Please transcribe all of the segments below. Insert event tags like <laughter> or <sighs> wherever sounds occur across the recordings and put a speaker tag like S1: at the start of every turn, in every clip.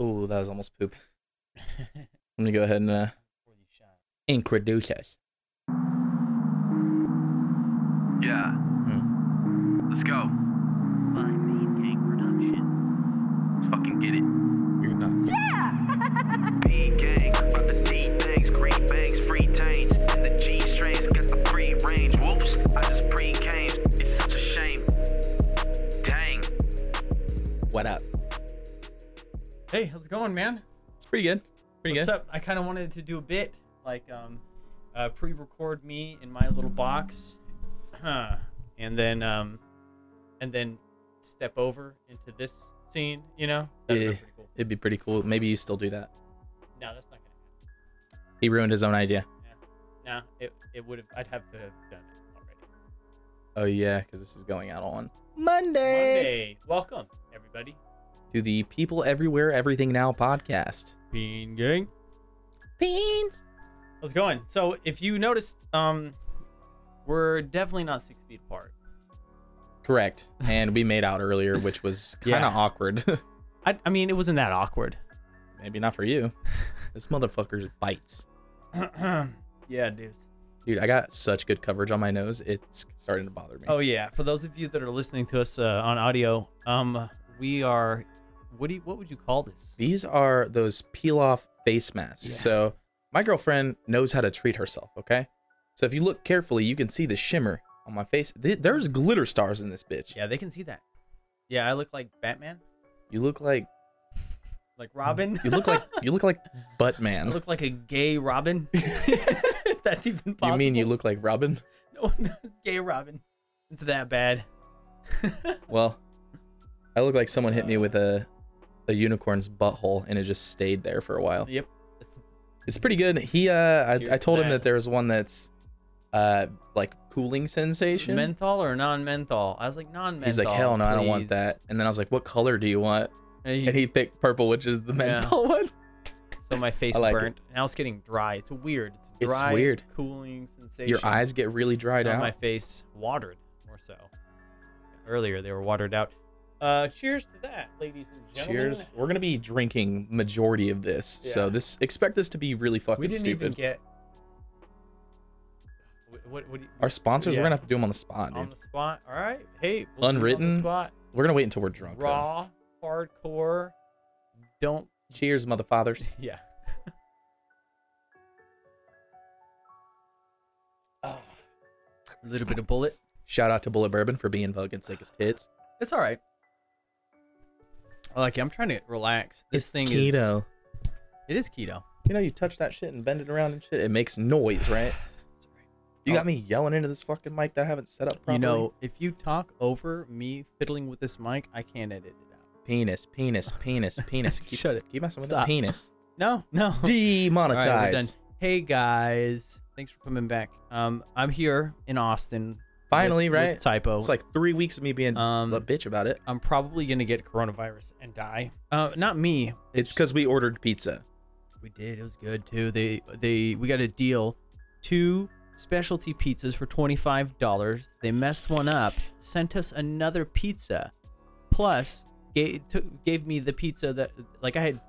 S1: Ooh, that was almost poop. I'm gonna go ahead and uh, introduce us.
S2: Yeah. Let's go.
S3: by Main Gang Production.
S2: Let's fucking get it.
S1: You're not.
S2: D gang, about the D things, green bangs, free tains, and the G strains got the free range. Whoops, I just pre came. It's such a shame. Dang.
S1: What up?
S4: Hey, how's it going, man?
S1: It's pretty good. Pretty
S4: What's
S1: good.
S4: up? I kind of wanted to do a bit, like um, uh, pre-record me in my little box, <clears throat> and then um, and then step over into this scene. You know? That'd be
S1: Yeah.
S4: pretty cool.
S1: It'd be pretty cool. Maybe you still do that.
S4: No, that's not gonna
S1: He ruined his own idea.
S4: happen. No, it it would have. I'd have to have done it already.
S1: Oh yeah, because this is going out on Monday.
S4: Monday. Welcome, everybody.
S1: to the People Everywhere Everything Now podcast.
S4: Bean gang.
S1: Beans.
S4: How's it going? So, if you noticed, um, we're definitely not six feet apart.
S1: Correct. And we made out earlier, which was kind
S4: Yeah.
S1: of awkward. <laughs>
S4: I, I mean, it wasn't that awkward. <clears throat>
S1: Maybe not for you. This motherfucker bites.
S4: yeah, dudes.
S1: Dude, I got such good coverage on my nose. It's starting to bother me.
S4: Oh yeah, for those of you that are listening to us uh, on audio, um, we are. What do you, what would you call this?
S1: These are those peel off face masks.
S4: Yeah.
S1: So my girlfriend knows how to treat herself, okay? So if you look carefully, you can see the shimmer on my face. Th- There's glitter stars in this bitch.
S4: yeah, they can see that. Yeah, I look like Batman,
S1: You look like
S4: like Robin.
S1: you look like you look like
S4: <laughs> I
S1: Buttman.
S4: look like a gay <laughs> Robin. if that's even possible.
S1: you mean you look like Robin?
S4: <laughs> No one knows gay Robin. It's that bad.
S1: Well, I look like someone hit me with a a unicorn's butthole and it just stayed there for a while.
S4: Yep.
S1: It's pretty good. He uh I,
S4: Cheers
S1: I
S4: to
S1: told him
S4: that.
S1: that there was one that's uh like cooling sensation.
S4: Menthol or non-menthol? I was like non-menthol.
S1: He's like, hell no, I don't want
S4: please."
S1: that. And then I was like, what color do you want?
S4: And he-
S1: And he picked purple, which is the menthol <laughs> one.
S4: so my face
S1: I like it.
S4: burnt. And <laughs> I was getting dry. It's weird. It's
S1: It's
S4: dry.
S1: weird.
S4: Cooling sensation.
S1: Your eyes get really dried
S4: on
S1: out.
S4: my face watered more so. Earlier they were watered out. Uh, cheers to that, ladies and gentlemen.
S1: Cheers. We're gonna be drinking majority of this, so
S4: Yeah.
S1: this expect this to be really fucking
S4: We didn't
S1: stupid.
S4: even get. What? What? what do you,
S1: Our sponsors,
S4: Yeah.
S1: we're gonna have to do them on the spot, dude.
S4: on the spot. All right. Hey. we'll do it On
S1: Unwritten,
S4: the spot.
S1: We're gonna wait until we're drunk. though.
S4: Raw. Hardcore. Don't.
S1: Cheers, motherfathers.
S4: <laughs> Yeah. A little bit of bullet.
S1: Shout out to Bullet Bourbon for being fucking sick as tits.
S4: It's all right. I like it. I'm trying to relax. This thing is It is keto.
S1: You know, you touch that shit and bend it around and shit. It makes noise, right? <sighs> You got me yelling into this fucking mic that I haven't set up properly.
S4: You know, if you talk over me fiddling with this mic, I can't edit it out.
S1: penis, <laughs> penis, penis, penis. Keep,
S4: Shut it.
S1: Keep messing with
S4: Stop.
S1: the <laughs> penis.
S4: No, no. All
S1: Demonetized.
S4: right, we're done. Hey guys, thanks for coming back. Um, I'm here in Austin.
S1: Finally,
S4: with- with
S1: right?
S4: typo.
S1: It's like three weeks of me being
S4: Um,
S1: a bitch about it.
S4: I'm probably gonna get coronavirus and die. Uh, not me.
S1: It's because we ordered pizza.
S4: we did. It was good too. They they we got a deal, two specialty pizzas for twenty five dollars. They messed one up, sent us another pizza, plus gave took, gave me the pizza that like I had.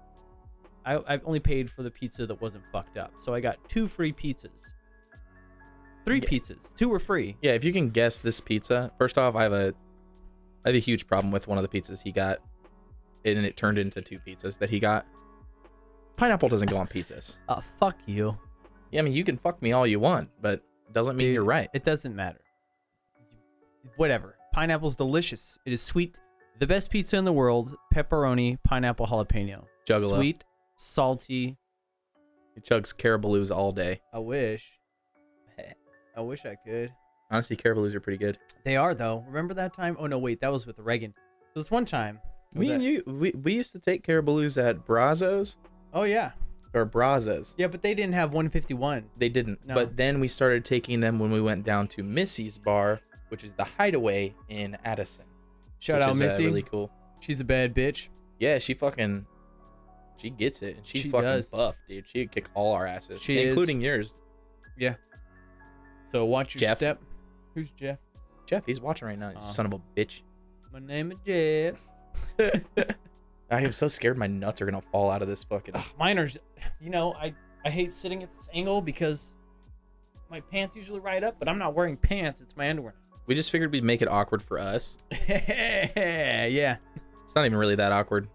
S4: I I only paid for the pizza that wasn't fucked up, so I got two free pizzas. Three
S1: Yeah.
S4: pizzas. Two were free.
S1: Yeah, if you can guess this pizza, first off, I have a, I have a huge problem with one of the pizzas he got, and it turned into two pizzas that he got. Pineapple doesn't go on pizzas.
S4: Uh, fuck you.
S1: Yeah, I mean, you can fuck me all you want, but doesn't mean
S4: Dude,
S1: you're right.
S4: It doesn't matter. Whatever. Pineapple's delicious. It is sweet. The best pizza in the world pepperoni, pineapple, jalapeno.
S1: Juggalo.
S4: Sweet, salty.
S1: He chugs Caribaloos all day.
S4: I wish. I wish I could.
S1: Honestly, Caribaloos are pretty good.
S4: They are, though. Remember that time? Oh, no, wait. That was with Reagan. This one time.
S1: Me and you, we, we used to take Caribaloos at Brazos
S4: Oh, yeah.
S1: or Brazos.
S4: Yeah, but they didn't have 151.
S1: They didn't,
S4: No.
S1: but then we started taking them when we went down to Missy's Bar, which is the Hideaway in Addison.
S4: Shout
S1: which
S4: out
S1: is, uh,
S4: Missy.
S1: really cool.
S4: She's a bad bitch.
S1: Yeah, she fucking, she gets it, and she's
S4: She
S1: fucking
S4: does.
S1: buff, dude. She'd kick all our asses,
S4: She is.
S1: including yours.
S4: Yeah. So watch your
S1: Jeff.
S4: step. Who's Jeff?
S1: Jeff, he's watching right now. you
S4: Aw.
S1: Son of a bitch.
S4: My name is Jeff.
S1: All I am so scared my nuts are gonna fall out of this fucking.
S5: Ugh, mine are, you know, I I hate sitting at this angle because my pants usually ride up, but I'm not wearing pants. It's my underwear.
S1: We just figured we'd make it awkward for us.
S4: <laughs> yeah.
S1: It's not even really that awkward.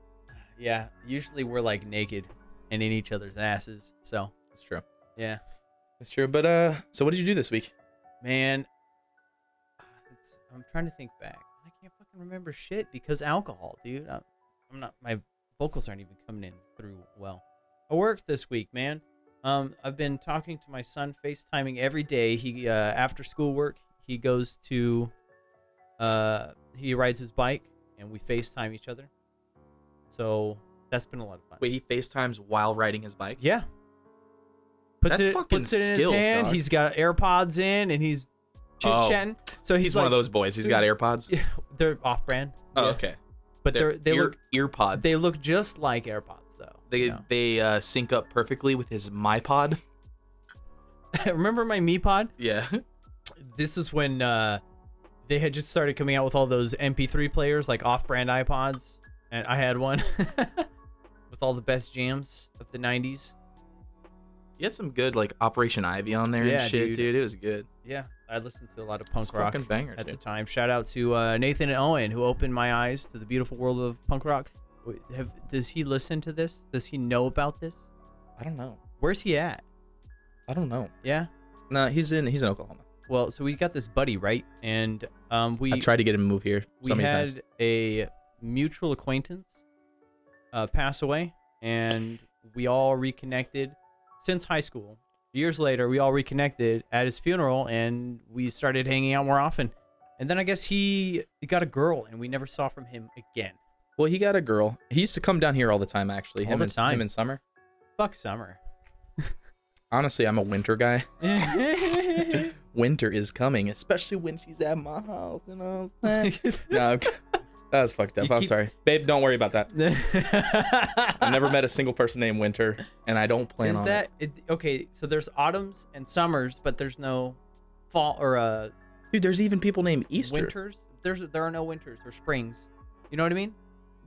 S4: Yeah. Usually we're like naked and in each other's asses. So,
S1: It's true.
S4: yeah.
S1: It's true. But uh, so what did you do this week?
S4: Man, it's, I'm trying to think back. I can't fucking remember shit because alcohol, dude. I'm, I'm not. My vocals aren't even coming in through well. I worked this week, man. Um, I've been talking to my son, FaceTiming every day. He uh, after school work, he goes to, uh, he rides his bike, and we FaceTime each other. So that's been a lot of fun.
S1: Wait, he FaceTimes while riding his bike.
S4: Yeah. Puts
S1: That's
S4: it,
S1: fucking
S4: puts it in
S1: skills,
S4: his hand.
S1: dog.
S4: He's got AirPods in and he's chit
S1: Oh.
S4: chatting. So he's,
S1: He's, one
S4: like,
S1: of those boys. He's got AirPods.
S4: Yeah, they're off brand.
S1: Oh,
S4: Yeah.
S1: okay.
S4: But they're, they
S1: ear,
S4: look
S1: earpods.
S4: they look just like AirPods though.
S1: they <laughs>
S4: you know? <laughs>
S1: they uh, sync up perfectly with his MyPod.
S4: remember my Mi Pod?
S1: Yeah. <laughs>
S4: This is when uh, they had just started coming out with all those MP3 players, like off brand iPods. And I had one <laughs> with all the best jams of the 90s.
S1: You had some good like Operation Ivy on there
S4: Yeah,
S1: and shit,
S4: dude.
S1: dude. It was good.
S4: Yeah, I listened to a lot of punk
S1: It's
S4: rock
S1: fucking bangers,
S4: at the
S1: dude.
S4: time. Shout out to uh, Nathan and Owen who opened my eyes to the beautiful world of punk rock. Wait, Have, does he listen to this? Does he know about this?
S1: I don't know.
S4: Where's he at?
S1: I don't know.
S4: Yeah.
S1: No, he's in he's in Oklahoma.
S4: Well, so we got this buddy right, and um, we
S1: I tried to get him to move here
S4: we
S1: so many
S4: had
S1: times.
S4: a mutual acquaintance uh, pass away, and we all reconnected since high school. Years later, we all reconnected at his funeral, and we started hanging out more often. And then I guess he got a girl, and we never saw from him again.
S1: Well, he got a girl. He used to come down here all the time, actually.
S4: All
S1: him
S4: the
S1: and,
S4: time.
S1: Him in summer.
S4: Fuck summer. <laughs>
S1: Honestly, I'm a winter guy. <laughs>
S4: That's
S1: Winter is coming, especially when she's at my house. You
S4: <laughs>
S1: know what I'm saying? no, I'm- that was fucked up.
S4: You
S1: I'm
S4: keep-
S1: sorry, babe. Don't worry about that. I've never met a single person named Winter, and I don't plan
S4: Is
S1: on
S4: that it, okay? So there's autumns and summers, but there's no fall or uh,
S1: it. Dude, there's even people named Easter.
S4: winters. There's there are no winters or springs. You know what I mean?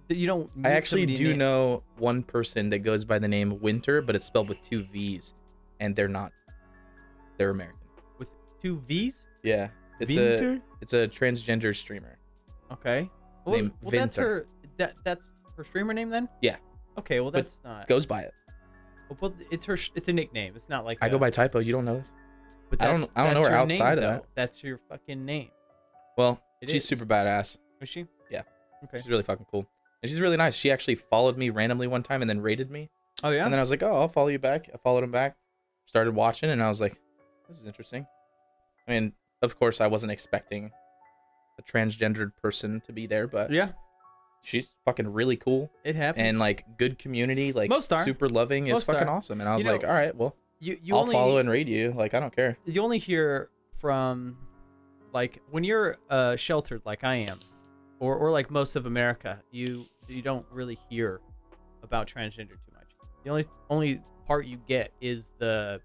S4: That You don't.
S1: I
S4: meet
S1: actually
S4: somebody
S1: do
S4: na-
S1: know one person that goes by the name Winter, but it's spelled with two V's, and they're not. They're American.
S4: with two V's.
S1: Yeah, it's a it's a transgender streamer.
S4: Okay. Well,
S1: Named
S4: well that's
S1: Vinter.
S4: her. That that's her streamer name then.
S1: Yeah.
S4: Okay. Well,
S1: But
S4: that's not.
S1: Goes by it.
S4: Well, it's her. sh- It's a nickname. It's not like
S1: I go
S4: a-
S1: by typo. You don't know this.
S4: But
S1: I don't-
S4: that's-
S1: I don't know
S4: that's
S1: her
S4: name,
S1: outside of
S4: though.
S1: that.
S4: That's your fucking name.
S1: Well,
S4: It
S1: she's
S4: is.
S1: super badass.
S4: Is she?
S1: Yeah.
S4: Okay.
S1: She's really fucking cool, and she's really nice. She actually followed me randomly one time and then rated me,
S4: Oh yeah.
S1: and then I was like, "Oh, I'll follow you back." I followed him back, started watching, and I was like, "This is interesting." I mean, of course, I wasn't expecting a transgendered person to be there, but
S4: yeah.
S1: she's fucking really cool
S4: It happens.
S1: and like good community, like
S4: Most are.
S1: super loving is
S4: Most
S1: fucking
S4: are.
S1: awesome. And I was
S4: You
S1: like,
S4: know,
S1: all right, well,
S4: you, you
S1: I'll
S4: only,
S1: follow and read you. Like, I don't care.
S4: you only hear from like when you're uh, sheltered like I am or or like most of America you you don't really hear about transgender too much the only only part you get is the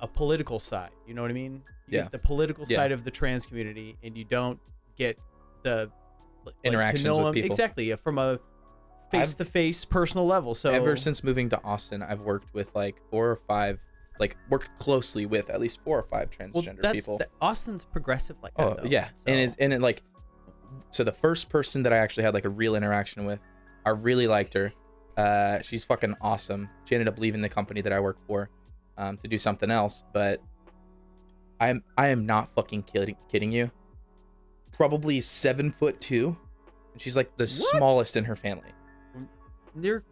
S4: a political side you know what I mean you
S1: Yeah.
S4: get the political
S1: Yeah.
S4: side of the trans community and you don't get the like,
S1: Interactions
S4: to know
S1: with
S4: 'em-
S1: people.
S4: exactly uh, from a
S1: I've-
S4: face to face personal level so
S1: Ever since moving to Austin, I've worked with like four or five, like worked closely with at least four or five
S4: well,
S1: transgender
S4: that's
S1: people.
S4: that- Austin's progressive like that
S1: oh
S4: though,
S1: yeah,
S4: so-
S1: and it and it like, so the first person that I actually had like a real interaction with, I really liked her. Uh, she's fucking awesome. She ended up leaving the company that I work for, um, to do something else. But I'm I am not fucking kidding kidding you. Probably seven foot two, and she's like the smallest in her family.
S4: They're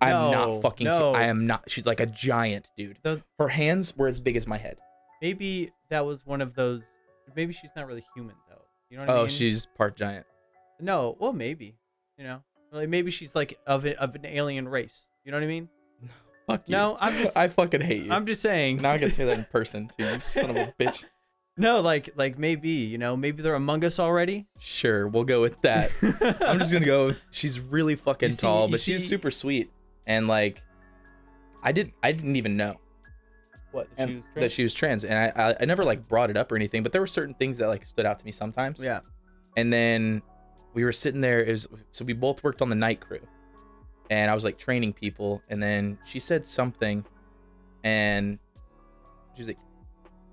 S1: I'm
S4: No,
S1: not fucking. kid-
S4: no.
S1: I am not. She's like a giant dude.
S4: The-
S1: her hands were as big as my head.
S4: maybe that was one of those. Maybe she's not really human though. You know what I
S1: Oh,
S4: mean?
S1: she's part giant.
S4: no. Well, maybe. You know, like maybe she's like of a, of an alien race. You know what I mean?
S1: Fuck you.
S4: No, I'm
S1: <laughs>
S4: just-
S1: I fucking hate you.
S4: I'm just saying.
S1: Now I can say that in person too. You son of a bitch.
S4: <laughs> no, like like maybe you know maybe they're among us already.
S1: Sure, we'll go with
S4: <laughs>
S1: that. I'm just gonna go. with- She's really fucking
S4: You see-
S1: tall,
S4: you
S1: but she's
S4: see-
S1: super sweet. And like, I didn't. I didn't even know
S4: what
S1: and-
S4: she was
S1: that she was trans, and I, I I never like brought it up or anything. But there were certain things that like stood out to me sometimes.
S4: yeah.
S1: and then we were sitting there. It was so we both worked on the night crew, and I was like training people, and then she said something, and she's like,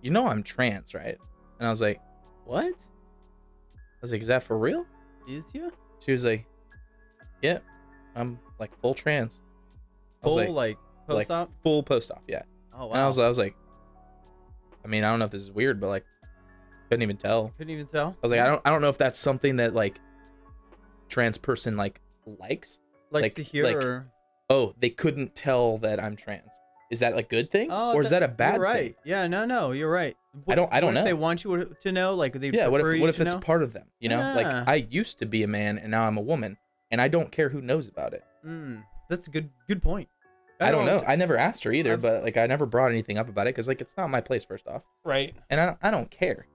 S1: "You know I'm trans, right?" And I was like, "What?" I was like, "Is that for real?"
S6: Is you?
S1: She was like, "Yep, I'm like full trans." I was
S6: Full like,
S1: like,
S6: post
S1: like,
S6: op.
S1: full post op, yeah.
S6: Oh wow.
S1: And I was, I was like, I mean, I don't know if this is weird, but like, couldn't even tell.
S6: Couldn't even tell.
S1: I was like, I don't, I don't know if that's something that like trans person like likes.
S6: Likes
S1: like-
S6: to hear.
S1: like-
S6: or...
S1: Oh, they couldn't tell that I'm trans. Is that a good thing,
S6: Oh,
S1: or is that a bad
S6: you're right.
S1: thing?
S6: Yeah. No. No. You're right. What-
S1: don't- I don't
S6: what If they
S1: know.
S6: want you to know, like they.
S1: Yeah. What if, what if it's
S6: know?
S1: part of them? You know,
S6: Yeah.
S1: like I used to be a man and now I'm a woman, and I don't care who knows about it.
S6: Mm, that's a good. Good point.
S1: I don't, know. I never asked her either,
S6: I've-
S1: but like I never brought anything up about it because like it's not my place. First off,
S4: Right.
S1: and I don't, I don't care.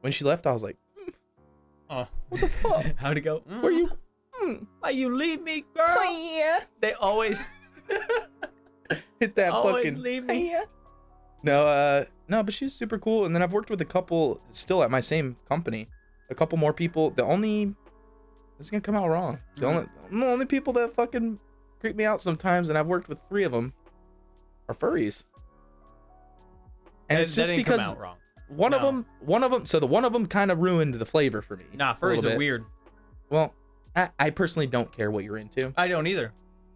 S1: When she left,
S6: <laughs>
S1: I was like, <laughs>
S4: Oh.
S6: How'd it go? Mm,
S1: "Were you?" <laughs> Mm,
S6: Why you leave me, girl?
S1: yeah.
S6: they always.
S1: hit that
S6: Always
S1: fucking
S6: leave me.
S1: Yeah. No, uh no, but she's super cool. And then I've worked with a couple still at my same company. A couple more people. The only this is gonna come out wrong. The only the only people that fucking creep me out sometimes, and I've worked with three of them are furries. And
S4: That-
S1: it's
S4: that
S1: just
S4: didn't come
S1: because
S4: out wrong.
S1: one of
S4: No.
S1: them, one of them, so the one of them kind of ruined the flavor for me.
S4: Nah,
S1: a
S4: furries
S1: little
S4: are
S1: bit.
S4: weird.
S1: Well, I, I personally don't care what you're into,
S6: I don't either.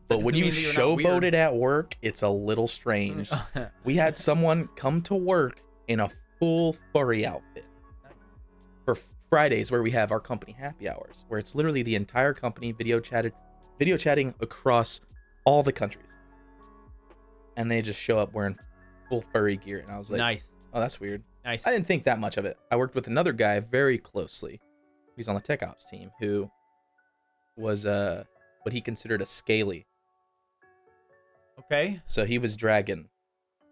S1: but when
S6: doesn't
S1: you
S6: mean that you're not
S1: showboat
S6: weird.
S1: it at work, it's a
S6: <laughs>
S1: little strange. we had someone come to work in a full furry outfit for Fridays where we have our company happy hours where it's literally the entire company video chatted video chatting across all the countries and they just show up wearing full furry gear and I was like
S4: nice.
S1: oh that's weird
S4: Nice.
S1: I didn't think that much of it I worked with another guy very closely he's on the tech ops team who was uh what he considered a scaly
S6: okay.
S1: so he was dragon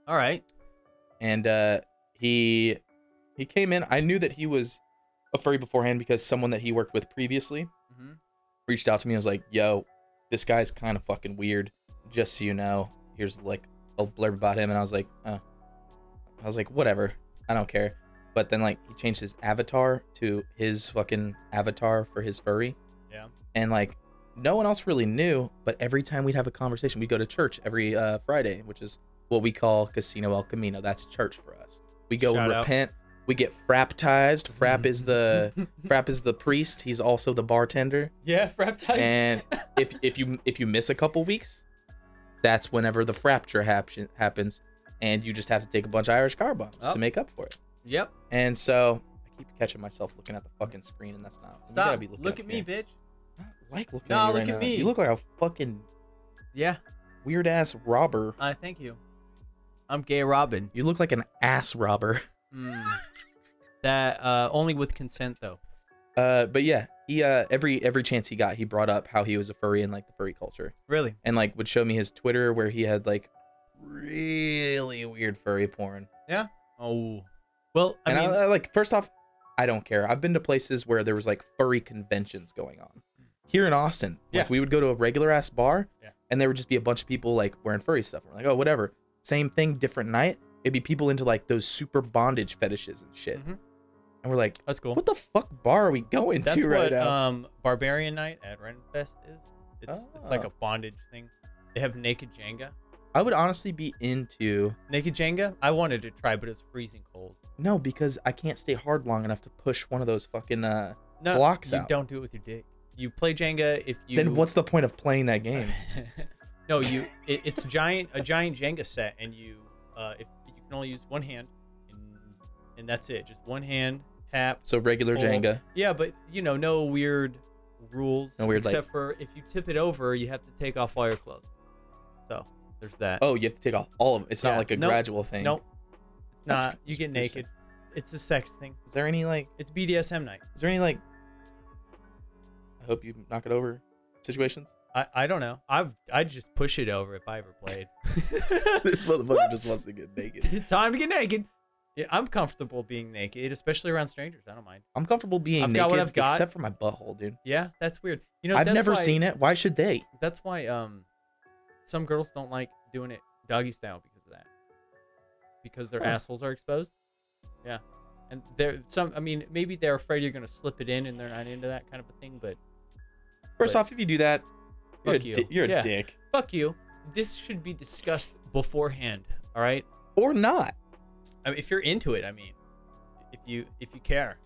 S6: All right.
S1: and uh, he he came in. I knew that he was a furry beforehand because someone that he worked with previously
S6: Mhm.
S1: reached out to me and was like, "Yo, this guy's kind of fucking weird. Just so you know, here's like a blurb about him." And I was like, uh, "I was like, whatever, I don't care." But then like he changed his avatar to his fucking avatar for his furry.
S4: Yeah.
S1: And like no one else really knew, but every time we'd have a conversation, we go to church every uh, Friday, which is what we call Casino El Camino. That's church for us. We go
S4: Shout out.
S1: repent. We get frapptized. Frap
S6: <laughs>
S1: is
S4: <laughs>
S1: the frap is the priest. He's also the bartender.
S4: yeah, reptiles.
S1: And if if you if you miss a couple weeks, that's whenever the frapture happen, happens, and you just have to take a bunch of Irish car bombs
S6: Oh.
S1: to make up for it.
S6: Yep.
S1: And so I keep catching myself looking at the fucking screen, and that's not. you gotta
S6: Stop.
S1: be looking
S6: Look
S1: up
S6: at me,
S1: here.
S6: bitch.
S1: I don't Like looking
S6: Nah,
S1: at you
S6: look
S1: right
S6: at
S1: now.
S6: me.
S1: You look like a fucking
S6: Yeah.
S1: weird ass robber.
S6: I thank you. I'm gay Robin.
S1: You look like an ass robber. <laughs>
S6: Mm. that uh, only with consent though.
S1: Uh, but yeah, he uh, every every chance he got, he brought up how he was a furry and like the furry culture,
S6: Really.
S1: and like would show me his Twitter where he had like really weird furry porn.
S6: Oh. Well, I
S1: and
S6: mean,
S1: I, I, like first off, I don't care. I've been to places where there was like furry conventions going on. Here in Austin,
S6: Yeah.
S1: like we would go to a regular ass bar,
S4: Yeah.
S1: and there would just be a bunch of people like wearing furry stuff. We're like, oh, whatever. Same thing, different night. It'd be people into like those super bondage fetishes and shit.
S4: Mhm.
S1: And we're like,
S4: That's cool.
S1: what the fuck bar are we going
S4: That's
S1: to
S4: what
S1: right now?
S4: um Barbarian Night at Renfest is. It's it's like
S1: Ah.
S4: a bondage thing. They have naked Jenga.
S1: I would honestly be into
S4: Naked Jenga? I wanted to try, but it's freezing cold.
S1: no because I can't stay hard long enough to push one of those fucking. uh
S4: No,
S1: Blocks
S4: you
S1: out.
S4: don't do it with your dick. You play Jenga if you
S1: Then what's the point of playing that game?
S4: <laughs> no, you. It, it's giant, a giant Jenga set, and you, uh, if you can only use one hand, and, and that's it. Just one hand tap.
S1: So regular
S4: pull.
S1: Jenga.
S4: Yeah, but you know, no weird rules.
S1: No weird, like-
S4: except for if you tip it over, you have to take off all your clothes. So there's that.
S1: Oh, you have to take off all of it. It's
S4: Yeah.
S1: not like a
S4: Nope.
S1: gradual thing.
S4: nope, it's
S1: That's-
S4: not. You
S1: that's
S4: get
S1: pretty sick.
S4: naked. It's a sex thing.
S1: Is there any like?
S4: It's BDSM night.
S1: Is there any like? I hope you knock it over. Situations.
S4: I, I don't know. I've I'd just push it over if I ever played.
S1: <laughs> <laughs>
S4: <laughs>
S1: this motherfucker just wants to get naked.
S4: Time to get naked. Yeah, I'm comfortable being naked, especially around strangers. I don't mind.
S1: I'm comfortable being
S4: I've
S1: naked
S4: got what I've got.
S1: except for my butthole, dude.
S4: Yeah, that's weird. You know,
S1: I've
S4: that's
S1: never
S4: why,
S1: seen it. Why should they?
S4: That's why um, some girls don't like doing it doggy style because of that, because their
S1: Huh.
S4: assholes are exposed. Yeah, and they're some. I mean, maybe they're afraid you're gonna slip it in, and they're not into that kind of a thing. But
S1: First
S4: But-
S1: off, if you do that, You're, a,
S4: Fuck you.
S1: di- you're
S4: Yeah.
S1: a dick.
S4: Fuck you. This should be discussed beforehand. All right.
S1: Or not.
S4: I mean, if you're into it, I mean, if you if you care,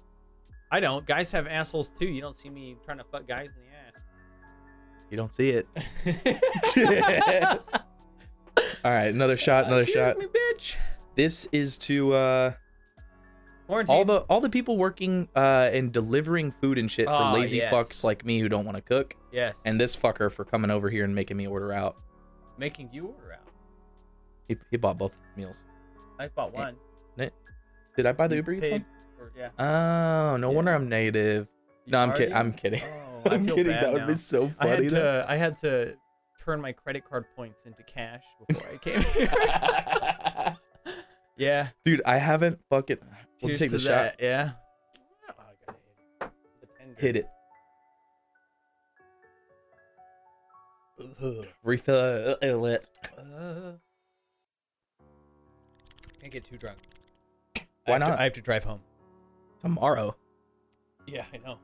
S4: I don't. Guys have assholes too. You don't see me trying to fuck guys in the ass.
S1: You don't see <laughs> it. <laughs>
S4: <laughs> Cheers,
S1: All right, another shot, another shot.
S4: me, bitch.
S1: This is to uh,
S4: Quarantine.
S1: all the all the people working uh, and delivering food and shit for
S4: Ah,
S1: lazy
S4: yes.
S1: fucks like me who don't want to cook,
S4: yes,
S1: and this fucker for coming over here and making me order out.
S4: making you order out.
S1: He, he bought both meals.
S4: I bought one.
S1: Did I buy the
S4: You
S1: Uber Eats
S4: paid-
S1: one?
S4: or- yeah.
S1: Oh, no
S4: Yeah.
S1: wonder I'm negative.
S4: You
S1: No, I'm
S4: already-
S1: kidding. I'm kidding.
S4: Oh,
S1: <laughs>
S4: I
S1: I'm
S4: feel
S1: kidding.
S4: bad
S1: That would
S4: now.
S1: be so
S4: I
S1: funny.
S4: had
S1: though.
S4: to. I had to turn my credit card points into cash before I came
S1: <laughs>
S4: here. <laughs> yeah.
S1: Dude, I haven't fucking. We'll
S4: cheers
S1: take
S4: to
S1: the shot.
S4: that, Yeah. Oh, I gotta hit it. The tender.
S1: Hit it. Refill it.
S4: Uh, can't get too drunk.
S1: Why
S4: I have to-
S1: not?
S4: I have to drive home.
S1: Tomorrow.
S4: Yeah, I know.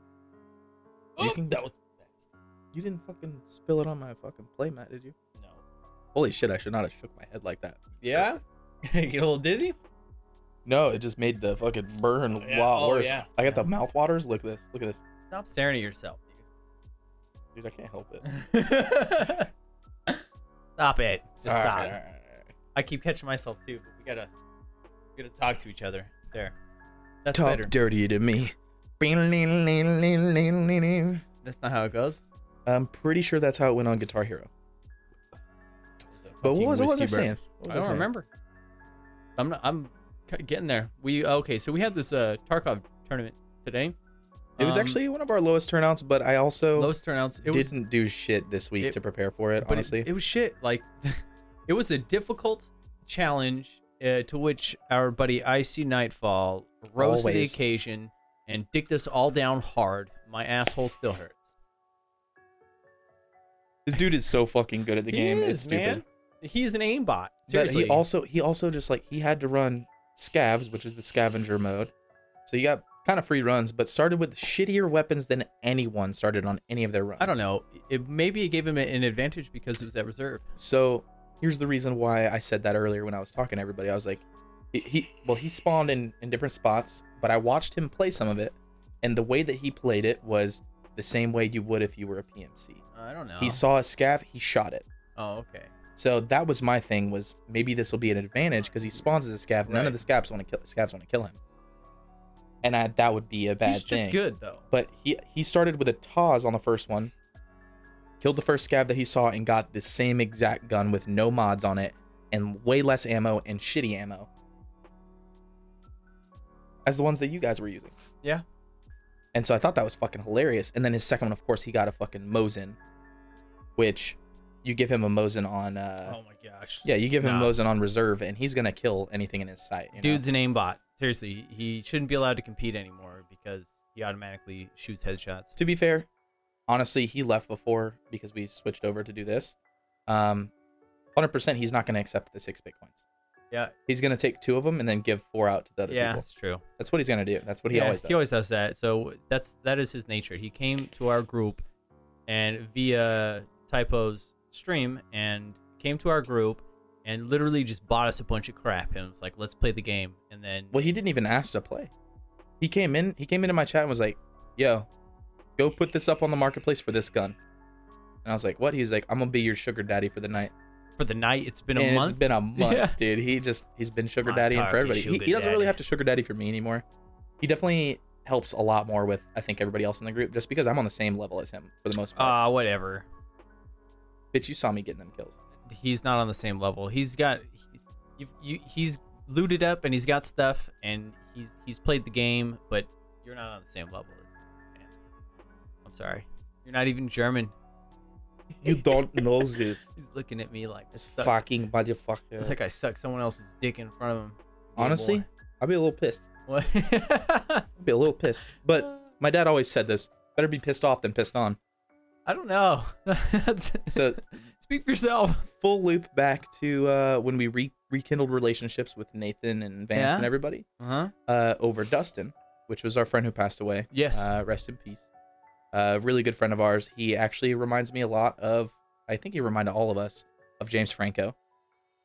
S1: You
S4: Oh,
S1: can-
S4: that was fast.
S1: You didn't fucking spill it on my fucking playmat, did you?
S4: No. <laughs>
S1: Holy shit, I should not have shook my head like that.
S4: Yeah. get a little dizzy.
S1: No, it just made the fucking burn
S4: Yeah,
S1: a lot
S4: oh,
S1: worse.
S4: yeah.
S1: I got the mouth waters. Look at this. Look at this.
S4: Stop staring at yourself.
S1: Dude, I can't help it.
S4: dude. <laughs> stop it. Just
S1: All right,
S4: stop.
S1: all right, all right.
S4: I keep catching myself too, but we gotta we gotta talk to each other. There. That's
S1: Talk
S4: better.
S1: dirty to me.
S4: <laughs> That's not how it goes.
S1: I'm pretty sure that's how it went on Guitar Hero. But what
S4: Fucking
S1: was, what was I
S4: whiskey burp.
S1: saying? What was
S4: I don't
S1: saying?
S4: remember. I'm not, I'm ki- getting there. We okay, so we had this uh Tarkov tournament today.
S1: It was
S4: Um,
S1: actually one of our lowest turnouts, but I also
S4: lowest turnouts. It was
S1: didn't do shit this week
S4: it-
S1: to prepare for it.
S4: but it-
S1: Honestly,
S4: it, was shit. Like <laughs> it was a difficult challenge uh, to which our buddy Icy Nightfall rose to the
S1: Always.
S4: occasion and dicked us all down hard. My asshole still hurts.
S1: this dude is so fucking good at the
S4: He
S1: game.
S4: is,
S1: it's stupid.
S4: man. He's an aimbot.
S1: But
S4: Seriously.
S1: he also he also just like he had to run scavs, which is the scavenger mode. So you got kind of free runs, but started with shittier weapons than anyone started on any of their runs.
S4: I don't know. It, maybe it gave him an advantage because it was at reserve.
S1: So here's the reason why I said that earlier when I was talking to everybody. I was like, he, he well he spawned in in different spots, but I watched him play some of it, and the way that he played it was the same way you would if you were a PMC.
S4: I don't know.
S1: He saw a scav, he shot it.
S4: Oh, okay.
S1: So that was my thing was maybe this will be an advantage because he spawns as a scav. None
S4: Right.
S1: of the scavs want to kill scavs want to kill him, and I, that would be a bad
S4: He's
S1: thing.
S4: just good though.
S1: But he he started with a Taz on the first one, killed the first scav that he saw, and got the same exact gun with no mods on it and way less ammo and shitty ammo as the ones that you guys were using.
S4: Yeah.
S1: And so I thought that was fucking hilarious. And then his second one, of course, he got a fucking Mosin, which you give him a Mosin on. Uh,
S4: oh my gosh.
S1: yeah, you give him
S4: Nah.
S1: Mosin on reserve, and he's gonna kill anything in his sight. you know?
S4: Dude's an aimbot. Seriously, he shouldn't be allowed to compete anymore because he automatically shoots headshots.
S1: To be fair, honestly, he left before because we switched over to do this. Um, hundred percent, he's not gonna accept the six bitcoins.
S4: Yeah.
S1: He's gonna take two of them and then give four out to the other
S4: yeah,
S1: people.
S4: that's true.
S1: That's what he's gonna do. That's what he
S4: Yeah,
S1: always does.
S4: He always does that. So that's that is his nature. He came to our group and via typos stream and came to our group and literally just bought us a bunch of crap and was like, "Let's play the game." And then
S1: Well, he didn't even ask to play. He came in. He came into my chat and was like, "Yo, go put this up on the marketplace for this gun." And I was like, "What?" He's like, "I'm gonna be your sugar daddy for the night."
S4: for the night, it's been a
S1: and
S4: month.
S1: it's been
S4: <laughs>
S1: a month,
S4: Yeah.
S1: dude. He just he's been sugar
S4: My
S1: daddy and for
S4: darky
S1: everybody. He,
S4: sugar
S1: he doesn't really
S4: daddy.
S1: have to sugar daddy for me anymore. He definitely helps a lot more with I think everybody else in the group, just because I'm on the same level as him for the most part.
S4: Ah, whatever.
S1: Bitch, you saw me getting them kills.
S4: He's not on the same level. He's got, he, you, you, he's looted up and he's got stuff and he's he's played the game, but you're not on the same level. as- man. I'm sorry, you're not even German.
S1: <laughs> You don't
S4: <laughs>
S1: know this
S4: He's looking at me like I suck,
S1: fucking motherfucker.
S4: <laughs> like I suck someone else's dick in front of him. Little
S1: Honestly,
S4: boy.
S1: I'd be a little pissed.
S4: what? <laughs>
S1: I'd be a little pissed. But my dad always said this: better be pissed off than pissed on.
S4: I don't know. <laughs> That's-
S1: So-
S4: speak for yourself.
S1: Full loop back to uh, when we re- rekindled relationships with Nathan and Vance
S4: Yeah.
S1: and everybody
S4: Uh huh.
S1: uh, over Dustin, which was our friend who passed away.
S4: Yes.
S1: Uh, rest in peace. A really good friend of ours. He actually reminds me a lot of I think he reminded all of us of James Franco.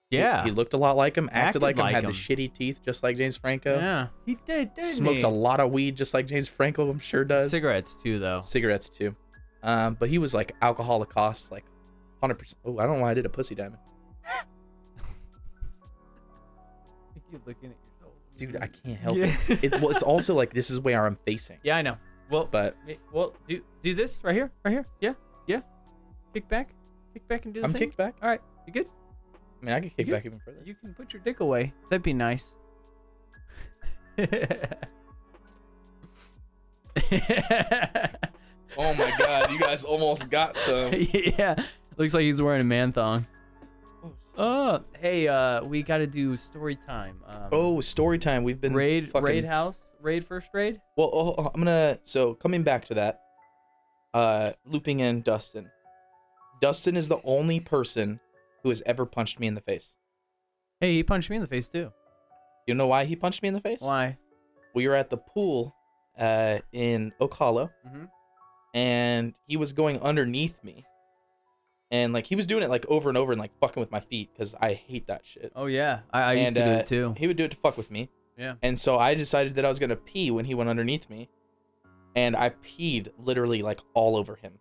S1: He-
S4: Yeah.
S1: he, looked a lot like him, acted,
S4: Acted
S1: like,
S4: like
S1: him, had
S4: him.
S1: the shitty teeth just like James Franco.
S4: yeah.
S6: He did, didn't
S1: Smoked
S6: he?
S1: a lot of weed just like James Franco, I'm sure does.
S4: Cigarettes too, though.
S1: Cigarettes too. Um, but he was like alcoholic costs, like 100%. Oh, I don't know why I did a pussy diamond. Dude, I can't help
S4: Yeah.
S1: it. it. Well, it's also like this is where I'm facing.
S4: <laughs> Yeah, I know. Well,
S1: But
S4: me- well, do do this right here, right here. Yeah, yeah. Kick back, kick back, and do the
S1: I'm
S4: thing.
S1: kicked back.
S4: All right, you good?
S1: I mean, I could kick
S4: You-
S1: back even further.
S4: You can put your dick away.
S6: That'd be
S4: <laughs>
S6: nice.
S4: yeah,
S1: Oh my god, you guys almost got <laughs> some.
S4: looks like he's wearing a man thong. Oh, hey, uh, we got to do story time. Um,
S1: Oh, story time. We've been
S4: raid,
S1: fucking-
S4: raid house, raid first raid.
S1: Well, oh, oh, I'm gonna. So coming back to that, uh, looping in Dustin. Dustin is the only person who has ever punched me in the face.
S4: Hey, he punched me in the face too.
S1: You know why he punched me in the face?
S4: Why?
S1: We were at the pool, uh, in Oak Hollow,
S4: Mhm.
S1: and he was going underneath me, and like he was doing it like over and over and like fucking with my feet because I hate that shit.
S6: Oh yeah, I, I used
S1: And,
S6: to do
S1: uh,
S6: it too.
S1: He would do it to fuck with me.
S4: Yeah.
S1: And so I decided that I was gonna pee when he went underneath me, and I peed literally like all over him.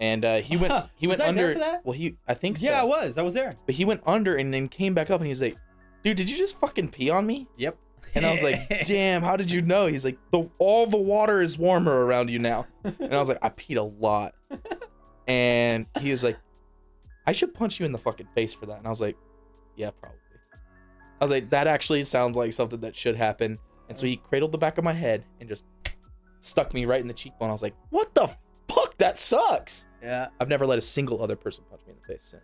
S1: And uh,
S7: <laughs>
S1: he went he
S7: Was
S1: went
S7: I
S1: under.
S7: there for that?
S1: Well, he I think
S7: Yeah, I
S1: so.
S7: was. I was there.
S1: but he went under and then came back up and he's like, "Dude, did you just fucking pee on me?"
S7: Yep.
S1: And I was
S4: <laughs>
S1: like, "Damn, how did you know?" He's like, "The all the water is warmer around you now." And I was like, "I peed a lot." And he was like, "I should punch you in the fucking face for that." And I was like, "Yeah, probably." I was like, "That actually sounds like something that should happen." And so he cradled the back of my head and just stuck me right in the cheekbone. I was like, "What the fuck? That sucks."
S4: Yeah.
S1: I've never let a single other person punch me in the face since.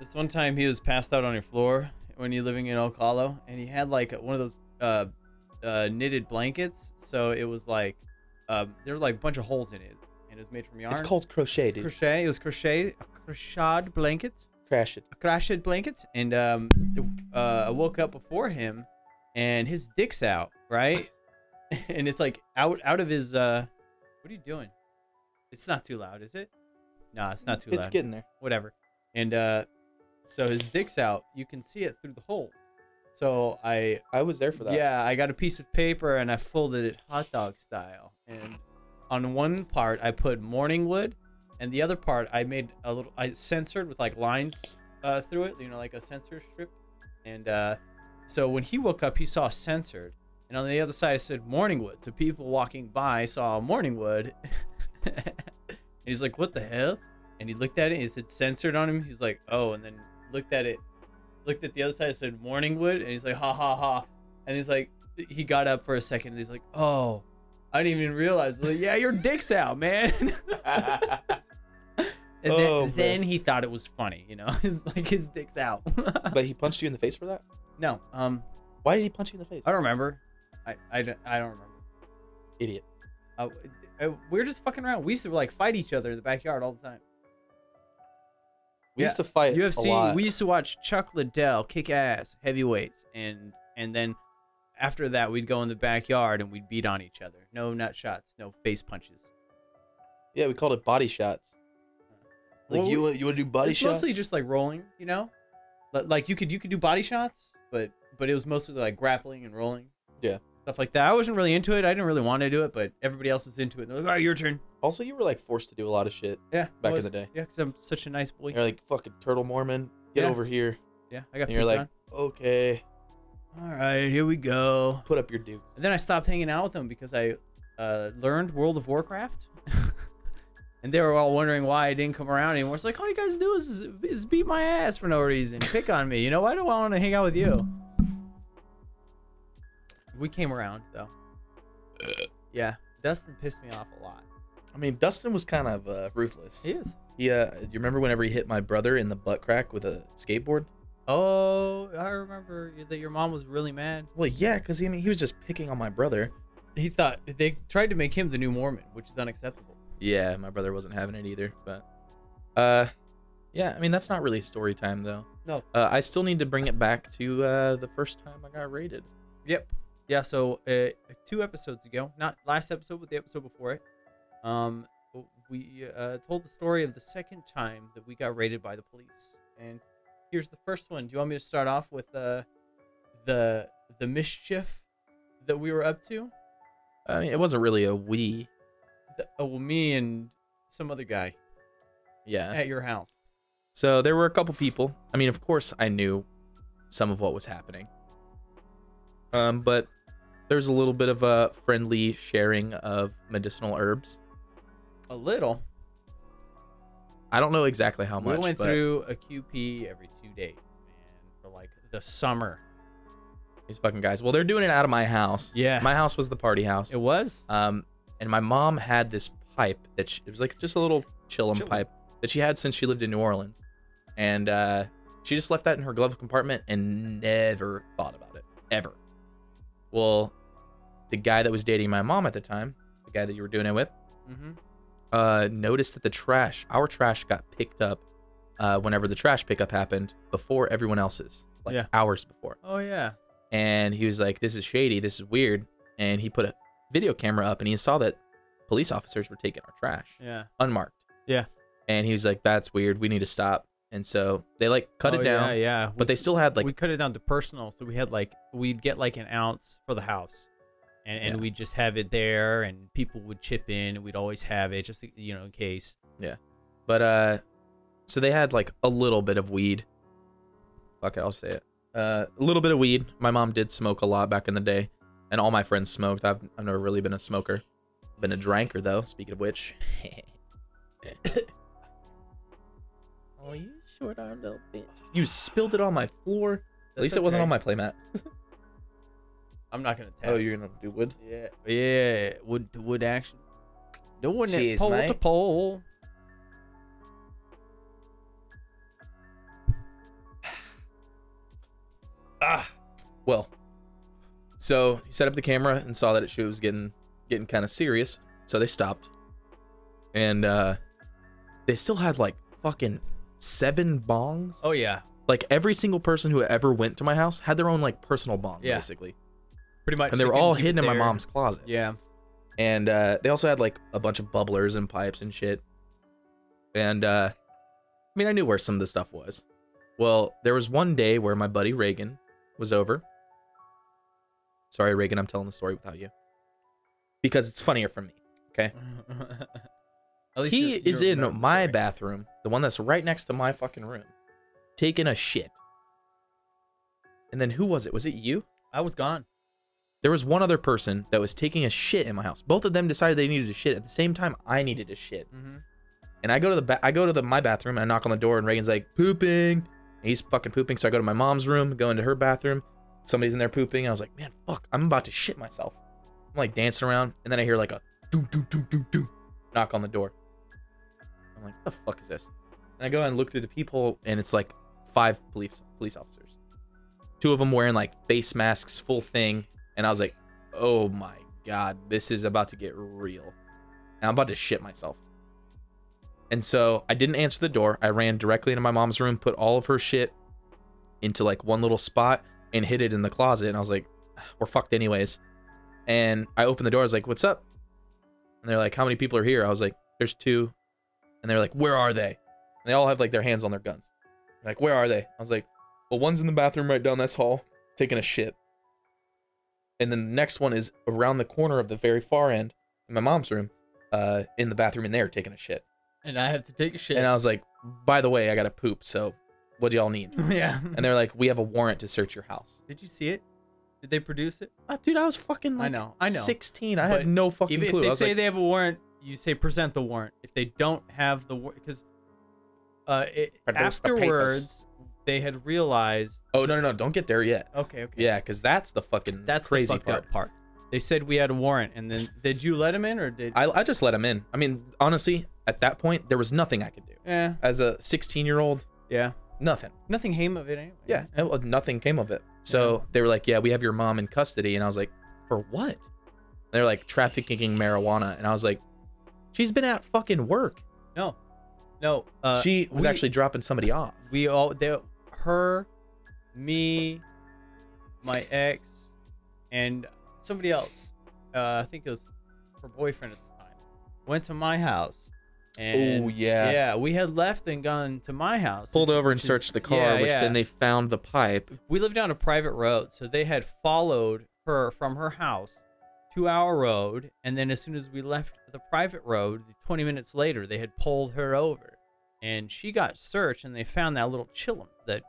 S4: This one time he was passed out on your floor when you're living in Oak Hollow, and he had like one of those uh, uh, knitted blankets. So it was like uh, there were like a bunch of holes in it, and it was made from yarn.
S1: It's called crochet, dude.
S4: crochet. It was crocheted, a crocheted blanket,
S1: Crash it.
S4: a crocheted blanket. And um, uh, I woke up before him, and his dick's out, right? <laughs> and it's like out out of his. Uh, what are you doing? It's not too loud, is it? Nah, it's not too loud
S1: It's getting there.
S4: whatever. And uh, so his dick's out. You can see it through the hole. So I,
S1: I was there for that.
S4: yeah, I got a piece of paper and I folded it hot dog style. And on one part I put morning wood, and the other part I made a little. I censored with like lines uh, through it. You know, like a censor strip. And uh, so when he woke up, he saw censored. And on the other side, it said morning wood. So people walking by saw morning wood. <laughs> and he's like, what the hell? and he looked at it and it said censored on him. He's like, oh, and then looked at it, looked at the other side, it said Morningwood, and he's like, ha ha ha. And he's like, he got up for a second and he's like, oh, I didn't even realize. Like, yeah, your dick's out, man. <laughs> and then,
S1: Oh, man.
S4: then he thought it was funny, you know, <laughs> it's like his dick's out. <laughs>
S1: But he punched you in the face for that?
S4: no, um,
S1: Why did he punch you in the face?
S4: I don't remember. I, I, don't, I don't remember.
S1: Idiot.
S4: Uh, uh, we were just fucking around. We used to like fight each other in the backyard all the time.
S1: We
S4: Yeah,
S1: used to fight a
S6: UFC.
S1: lot.
S6: We used to watch Chuck Liddell kick ass heavyweights.
S4: and and then after that we'd go in the backyard and we'd beat on each other. No nut shots, no face punches.
S1: yeah, we called it body shots. Like
S4: Well,
S1: you, wa- you want to do body
S4: it's
S1: shots?
S4: mostly just like rolling, you know? Li- Like you could you could do body shots, but but it was mostly like grappling and rolling.
S1: Yeah.
S4: Stuff like that. I wasn't really into it. I didn't really want to do it, but everybody else was into it. They're like, "All right, your turn."
S1: Also, you were like forced to do a lot of shit.
S4: Yeah.
S1: Back in
S4: was-
S1: the day.
S4: Yeah, cuz I'm such a nice boy.
S1: You're like fucking turtle Mormon. Get
S4: Yeah.
S1: over here.
S4: Yeah, I got
S1: And you're
S4: picked
S1: like,
S4: on.
S1: okay,
S4: "All right, here we go."
S1: put up your dude.
S4: And then I stopped hanging out with them because I uh, learned World of Warcraft. <laughs> and they were all wondering why I didn't come around anymore. It's like, all you guys do is, is beat my ass for no reason. Pick on me. You know, why do I want to hang out with you? We came around, though. Yeah. Dustin pissed me off a lot.
S1: I mean, Dustin was kind of uh, ruthless.
S4: He is.
S1: Yeah. Do you remember whenever he hit my brother in the butt crack with a skateboard?
S4: Oh, I remember that your mom was really mad.
S1: Well, yeah, because I mean, he was just picking on my brother.
S4: He thought they tried to make him the new Mormon, which is unacceptable.
S1: Yeah, my brother wasn't having it either. But, uh, yeah, I mean, that's not really story time though.
S4: No.
S1: Uh, I still need to bring it back to uh, the first time I got raided.
S4: Yep. Yeah. So uh, two episodes ago, not last episode, but the episode before it, um, we uh, told the story of the second time that we got raided by the police. And here's the first one. Do you want me to start off with uh, the the mischief that we were up to?
S1: I mean, it wasn't really a we.
S4: The, oh, well, me and some other guy
S1: Yeah.
S4: at your house.
S1: So there were a couple people. I mean, of course, I knew some of what was happening. Um, but there's a little bit of a friendly sharing of medicinal herbs.
S4: A little.
S1: I don't know exactly how much,
S4: we went
S1: but
S4: through a QP every two days, man, for like the summer.
S1: these fucking guys. Well, they're doing it out of my house.
S4: Yeah.
S1: My house was the party house.
S4: It was.
S1: Um, and my mom had this pipe that she, it was like just a little chillum
S4: Chillum.
S1: pipe that she had since she lived in New Orleans, and uh, she just left that in her glove compartment and never thought about it ever. Well, the guy that was dating my mom at the time, the guy that you were doing it with,
S4: Mm-hmm.
S1: uh, noticed that the trash, our trash, got picked up uh, whenever the trash pickup happened before everyone else's, like
S4: Yeah.
S1: hours before
S4: Oh yeah.
S1: and he was like, "This is shady. This is weird." And he put a video camera up, and he saw that police officers were taking our trash
S4: Yeah.
S1: unmarked.
S4: Yeah.
S1: And he was like, "That's weird. We need to stop." And so they like cut
S4: Oh,
S1: it down,
S4: Yeah, yeah.
S1: but they still had like
S4: we cut it down to personal, so we had like we'd get like an ounce for the house, and and
S1: Yeah.
S4: we'd just have it there, and people would chip in, and we'd always have it just you know in case.
S1: But uh, so they had like a little bit of weed. Fuck it, I'll say it. Uh, a little bit of weed. My mom did smoke a lot back in the day, and all my friends smoked. I've I've never really been a smoker. Been a drinker though. Speaking of which. <laughs> oh, you short arm little bitch. You spilled it on my floor. At
S4: That's
S1: least it wasn't
S4: okay.
S1: on my playmat.
S4: I'm not gonna tell.
S1: Oh, you're gonna do wood.
S4: Oh, yeah, yeah. Wood to wood action. Doing
S1: Jeez,
S4: it pole to
S1: mate.
S4: pole.
S1: Ah, well. So he set up the camera and saw that it she was getting getting kind of serious. So they stopped, and uh, they still had like fucking seven bongs.
S4: Oh yeah,
S1: Like every single person who ever went to my house had their own like personal bong,
S4: Yeah.
S1: basically,
S4: pretty much.
S1: and they were
S4: couldn't
S1: all
S4: keep it
S1: hidden in my
S4: there.
S1: mom's closet.
S4: <laughs> Yeah.
S1: And uh, they also had like a bunch of bubblers and pipes and shit. And uh, I mean, I knew where some of the stuff was. Well, there was one day where my buddy Reagan was over. Sorry, Reagan, I'm telling the story without you because it's funnier for me. Okay.
S4: At least
S1: He
S4: you're-
S1: is
S4: you're
S1: in
S4: remembering
S1: my
S4: the story.
S1: bathroom, the one that's right next to my fucking room, taking a shit. And then who was it? Was it you?
S4: I was gone.
S1: There was one other person that was taking a shit in my house. Both of them decided they needed to shit at the same time I needed to shit.
S4: Mhm.
S1: And I go to the ba- I go to the my bathroom and I knock on the door and Reagan's like pooping. And he's fucking pooping. So I go to my mom's room, go into her bathroom. Somebody's in there pooping. I was like, man, fuck, I'm about to shit myself. I'm like dancing around, and then I hear like a doom doom doom doom doom knock on the door. I'm like, what the fuck is this? And I go and look through the peephole, and it's like five police police officers. Two of them wearing like face masks, full thing, and I was like, oh my god, this is about to get real. And I'm about to shit myself. And so I didn't answer the door. I ran directly into my mom's room, put all of her shit into like one little spot and hid it in the closet. And I was like, we're fucked anyways. And I opened the door. I was like, what's up? And they're like, how many people are here? I was like, there's two. And they're like, where are they? And they all have like their hands on their guns. Like, where are they? I was like, well, one's in the bathroom right down this hall taking a shit. And then the next one is around the corner of the very far end in my mom's room, uh, in the bathroom in there taking a shit.
S4: And I have to take a shit.
S1: And I was like, by the way, I got to poop. So what do y'all need?
S4: <laughs>
S1: <laughs>
S4: yeah.
S1: And they're like, we have a warrant to search your house.
S4: Did you see it? Did they produce it?
S1: Uh, dude, I was fucking
S4: I
S1: like
S4: know, I know.
S1: 16. I
S4: But
S1: had no fucking
S4: Even if
S1: clue.
S4: they
S1: I was
S4: say
S1: like,
S4: they have a warrant, you say present the warrant. If they don't have the warrant, because uh, it,
S1: Produce the papers.
S4: afterwards they had realized.
S1: oh, no, no, no. Don't get there yet.
S4: Okay, okay.
S1: Yeah, because that's the fucking
S4: that's
S1: crazy
S4: the fucked
S1: part.
S4: up part. They said we had a warrant, and then did you let him in or did?
S1: I, I just let him in. I mean, honestly, at that point, there was nothing I could do.
S4: yeah,
S1: As a 16 year old,
S4: yeah.
S1: nothing.
S4: Nothing came of it anyway.
S1: Yeah, it was- nothing came of it. So they were like, "Yeah, we have your mom in custody," and I was like, "For what?" They're like trafficking marijuana, and I was like, "She's been at fucking work.
S4: No, no. Uh,
S1: she was
S4: we-
S1: actually dropping somebody off."
S4: we all there her me my ex and somebody else uh, i think it was her boyfriend at the time went to my house And
S1: Oh, yeah.
S6: Yeah, we had left and gone to my house.
S1: Pulled
S6: which-
S1: over and
S6: which is-
S1: searched the car,
S6: yeah,
S1: which
S6: yeah.
S1: then they found the pipe.
S4: we lived down a private road, so they had followed her from her house to our road, and then as soon as we left the private road, 20 minutes later, they had pulled her over, and she got searched, and they found that little chillum that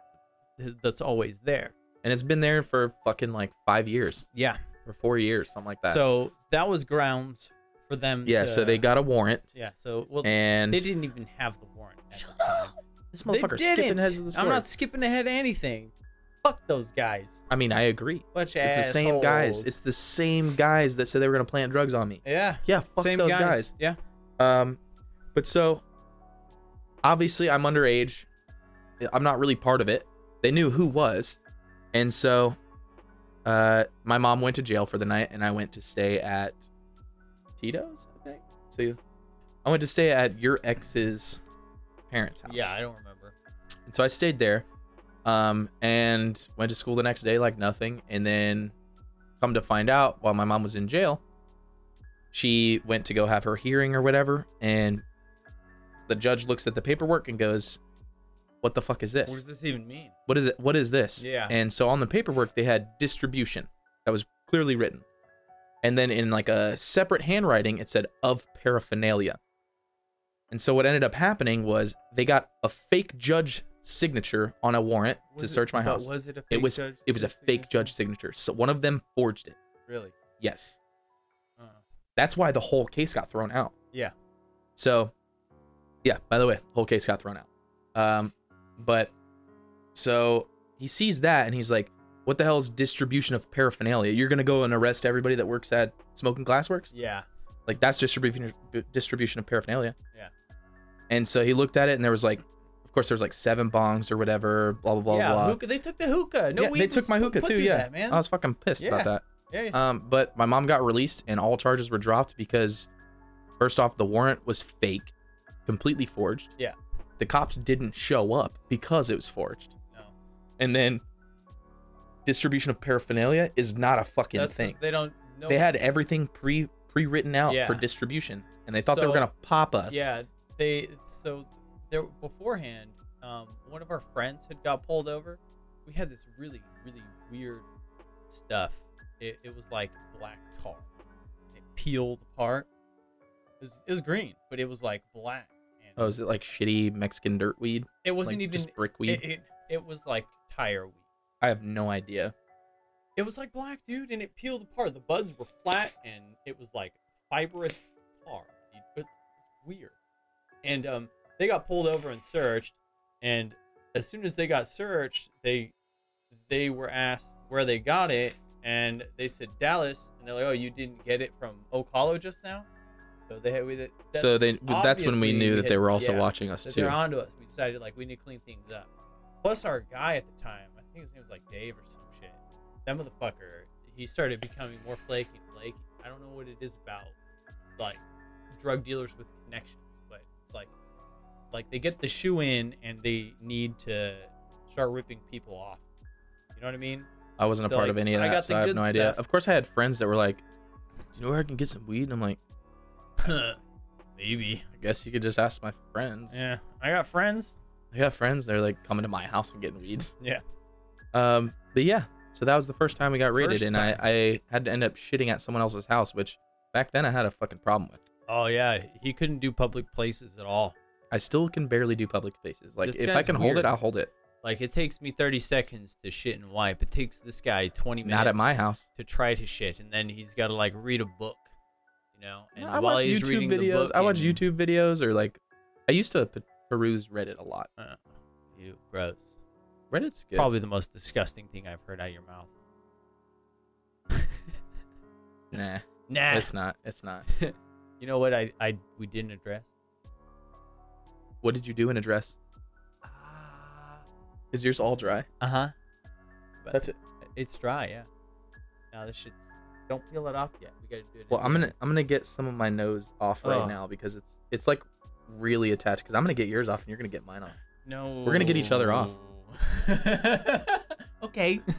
S4: that's always there.
S1: And it's been there for fucking like five years
S4: Yeah.
S1: or four years, something like that.
S4: So that was grounds for them.
S1: yeah,
S4: to,
S1: so they got a warrant
S4: Yeah. So well,
S1: and
S4: they didn't even have the warrant at the time.
S1: this
S4: They
S1: motherfucker skipping
S4: didn't.
S1: heads of the story.
S4: I'm not skipping ahead of anything. Fuck those guys.
S1: I mean, I agree.
S4: Bunch of
S1: It's the same guys.
S4: assholes.
S1: It's the same guys that said they were gonna plant drugs on me.
S4: yeah.
S1: Yeah, fuck
S4: same
S1: those guys.
S4: guys. Yeah.
S1: Um, but so obviously I'm underage. I'm not really part of it. They knew who was, and so uh, my mom went to jail for the night, and I went to stay at Tito's. I think. So I went to stay at your ex's parents' house.
S4: Yeah, I don't remember.
S1: And so I stayed there, um, and went to school the next day like nothing. And then, come to find out, while my mom was in jail, she went to go have her hearing or whatever, and the judge looks at the paperwork and goes, "What the fuck is this?
S4: What does this even mean?
S1: What is it? What is this?"
S4: Yeah.
S1: And so on the paperwork they had distribution that was clearly written, and then in like a separate handwriting it said of paraphernalia. And so what ended up happening was they got a fake judge signature on a warrant to
S4: Was it-
S1: search my
S4: but
S1: house.
S4: Was it a fake
S1: it was
S4: judge
S1: it was a fake
S4: signature?
S1: judge signature. So one of them forged it.
S4: Really?
S1: Yes.
S4: Uh,
S1: That's why the whole case got thrown out.
S4: yeah.
S1: So, yeah, by the way, whole case got thrown out. Um, but so he sees that and he's like, what the hell is distribution of paraphernalia? You're going to go and arrest everybody that works at Smoking Glassworks?
S4: Yeah.
S1: Like, that's distribution distribution of paraphernalia.
S4: Yeah.
S1: And so he looked at it and there was like, of course, there was like seven bongs or whatever, blah, blah, blah,
S4: yeah.
S1: blah.
S4: Hookah. They took the hookah. No,
S1: uh, yeah,
S4: weed
S1: they took
S4: was
S1: my
S4: put-
S1: hookah
S4: put
S1: too.
S4: through
S1: Yeah,
S4: that, man.
S1: I was fucking pissed
S4: Yeah.
S1: about that.
S4: yeah. yeah.
S1: Um, but my mom got released and all charges were dropped because, first off, the warrant was fake, completely forged.
S4: Yeah.
S1: The cops didn't show up because it was forged.
S4: no.
S1: And then distribution of paraphernalia is not a fucking
S4: That's,
S1: thing.
S4: They don't. No,
S1: They had everything pre pre written out
S4: Yeah.
S1: for distribution, and they thought they were
S4: So-
S1: gonna pop us.
S4: Yeah. They so there beforehand. Um, one of our friends had got pulled over. We had this really really weird stuff. It, it was like black tar. It peeled apart. It was, it was green, but it was like black. And
S1: Oh, is it like shitty Mexican dirt weed?
S4: it wasn't
S1: like
S4: even
S1: just brick weed?
S4: It, it, it was like tire weed.
S1: I have no idea.
S4: It was like black, dude, and it peeled apart. The buds were flat, and it was like fibrous tar. dude. It was weird. And um, they got pulled over and searched. And as soon as they got searched, they they were asked where they got it, and they said Dallas. And they're like, "Oh, you didn't get it from Oak Hollow just now." So they had we that- that's
S1: so they that's when we
S4: obviously
S1: knew
S4: we
S1: that
S4: had-
S1: they were also
S4: yeah,
S1: watching us
S4: that
S1: too.
S4: they're onto us. We decided like we need to clean things up. Plus our guy at the time, I think his name was like Dave or some shit. That motherfucker, he started becoming more flaky and flaky. I don't know what it is about like drug dealers with connections, but it's like like they get the shoe in and they need to start ripping people off. You know what I mean?
S1: I wasn't a
S4: They're
S1: part
S4: like,
S1: of any of
S4: "I
S1: that,
S4: got
S1: so
S4: the
S1: I have
S4: good
S1: no idea.
S4: stuff."
S1: Of course, I had friends that were like, "Do you know where I can get some weed?" And I'm like,
S4: Maybe.
S1: "I guess you could just ask my friends."
S4: Yeah. I got friends.
S1: I got friends. They're like coming to my house and getting weed.
S4: Yeah.
S1: Um, but yeah, so that was the first time we got raided,
S4: First
S1: and I, I had to end up shitting at someone else's house, which back then I had a fucking problem with.
S4: Oh yeah. He couldn't do public places at all.
S1: I still can barely do public spaces. Like
S4: This
S1: if I
S4: guy's
S1: can hold it,
S4: weird.
S1: I'll hold it.
S4: Like it takes me 30 seconds to shit and wipe. It takes this guy 20 minutes.
S1: Not at my house.
S4: To try to shit, and then he's got to like read a book, you know. And
S1: I
S4: while
S1: watch
S4: he's
S1: YouTube
S4: reading the
S1: videos.
S4: book
S1: I watch
S4: and-
S1: YouTube videos or like, I used to p- peruse Reddit a lot.
S4: Uh, ew, gross.
S1: Reddit's good.
S4: Probably the most disgusting thing I've heard out of your mouth.
S1: Nah,
S4: Nah.
S1: it's not. It's not.
S4: you know what? I, I we didn't address.
S1: What did you do in a dress? Is yours all dry?
S4: Uh huh.
S1: Ah. That's it.
S4: It's dry, yeah. Now this shit's don't peel it off yet. We gotta do it.
S1: Well,
S4: in
S1: I'm
S4: here.
S1: gonna I'm gonna get some of my nose off right
S4: Ugh.
S1: now because it's it's like really attached. Because I'm gonna get yours off and you're gonna get mine off.
S4: No.
S1: gonna get each other off.
S4: <laughs> okay. <laughs>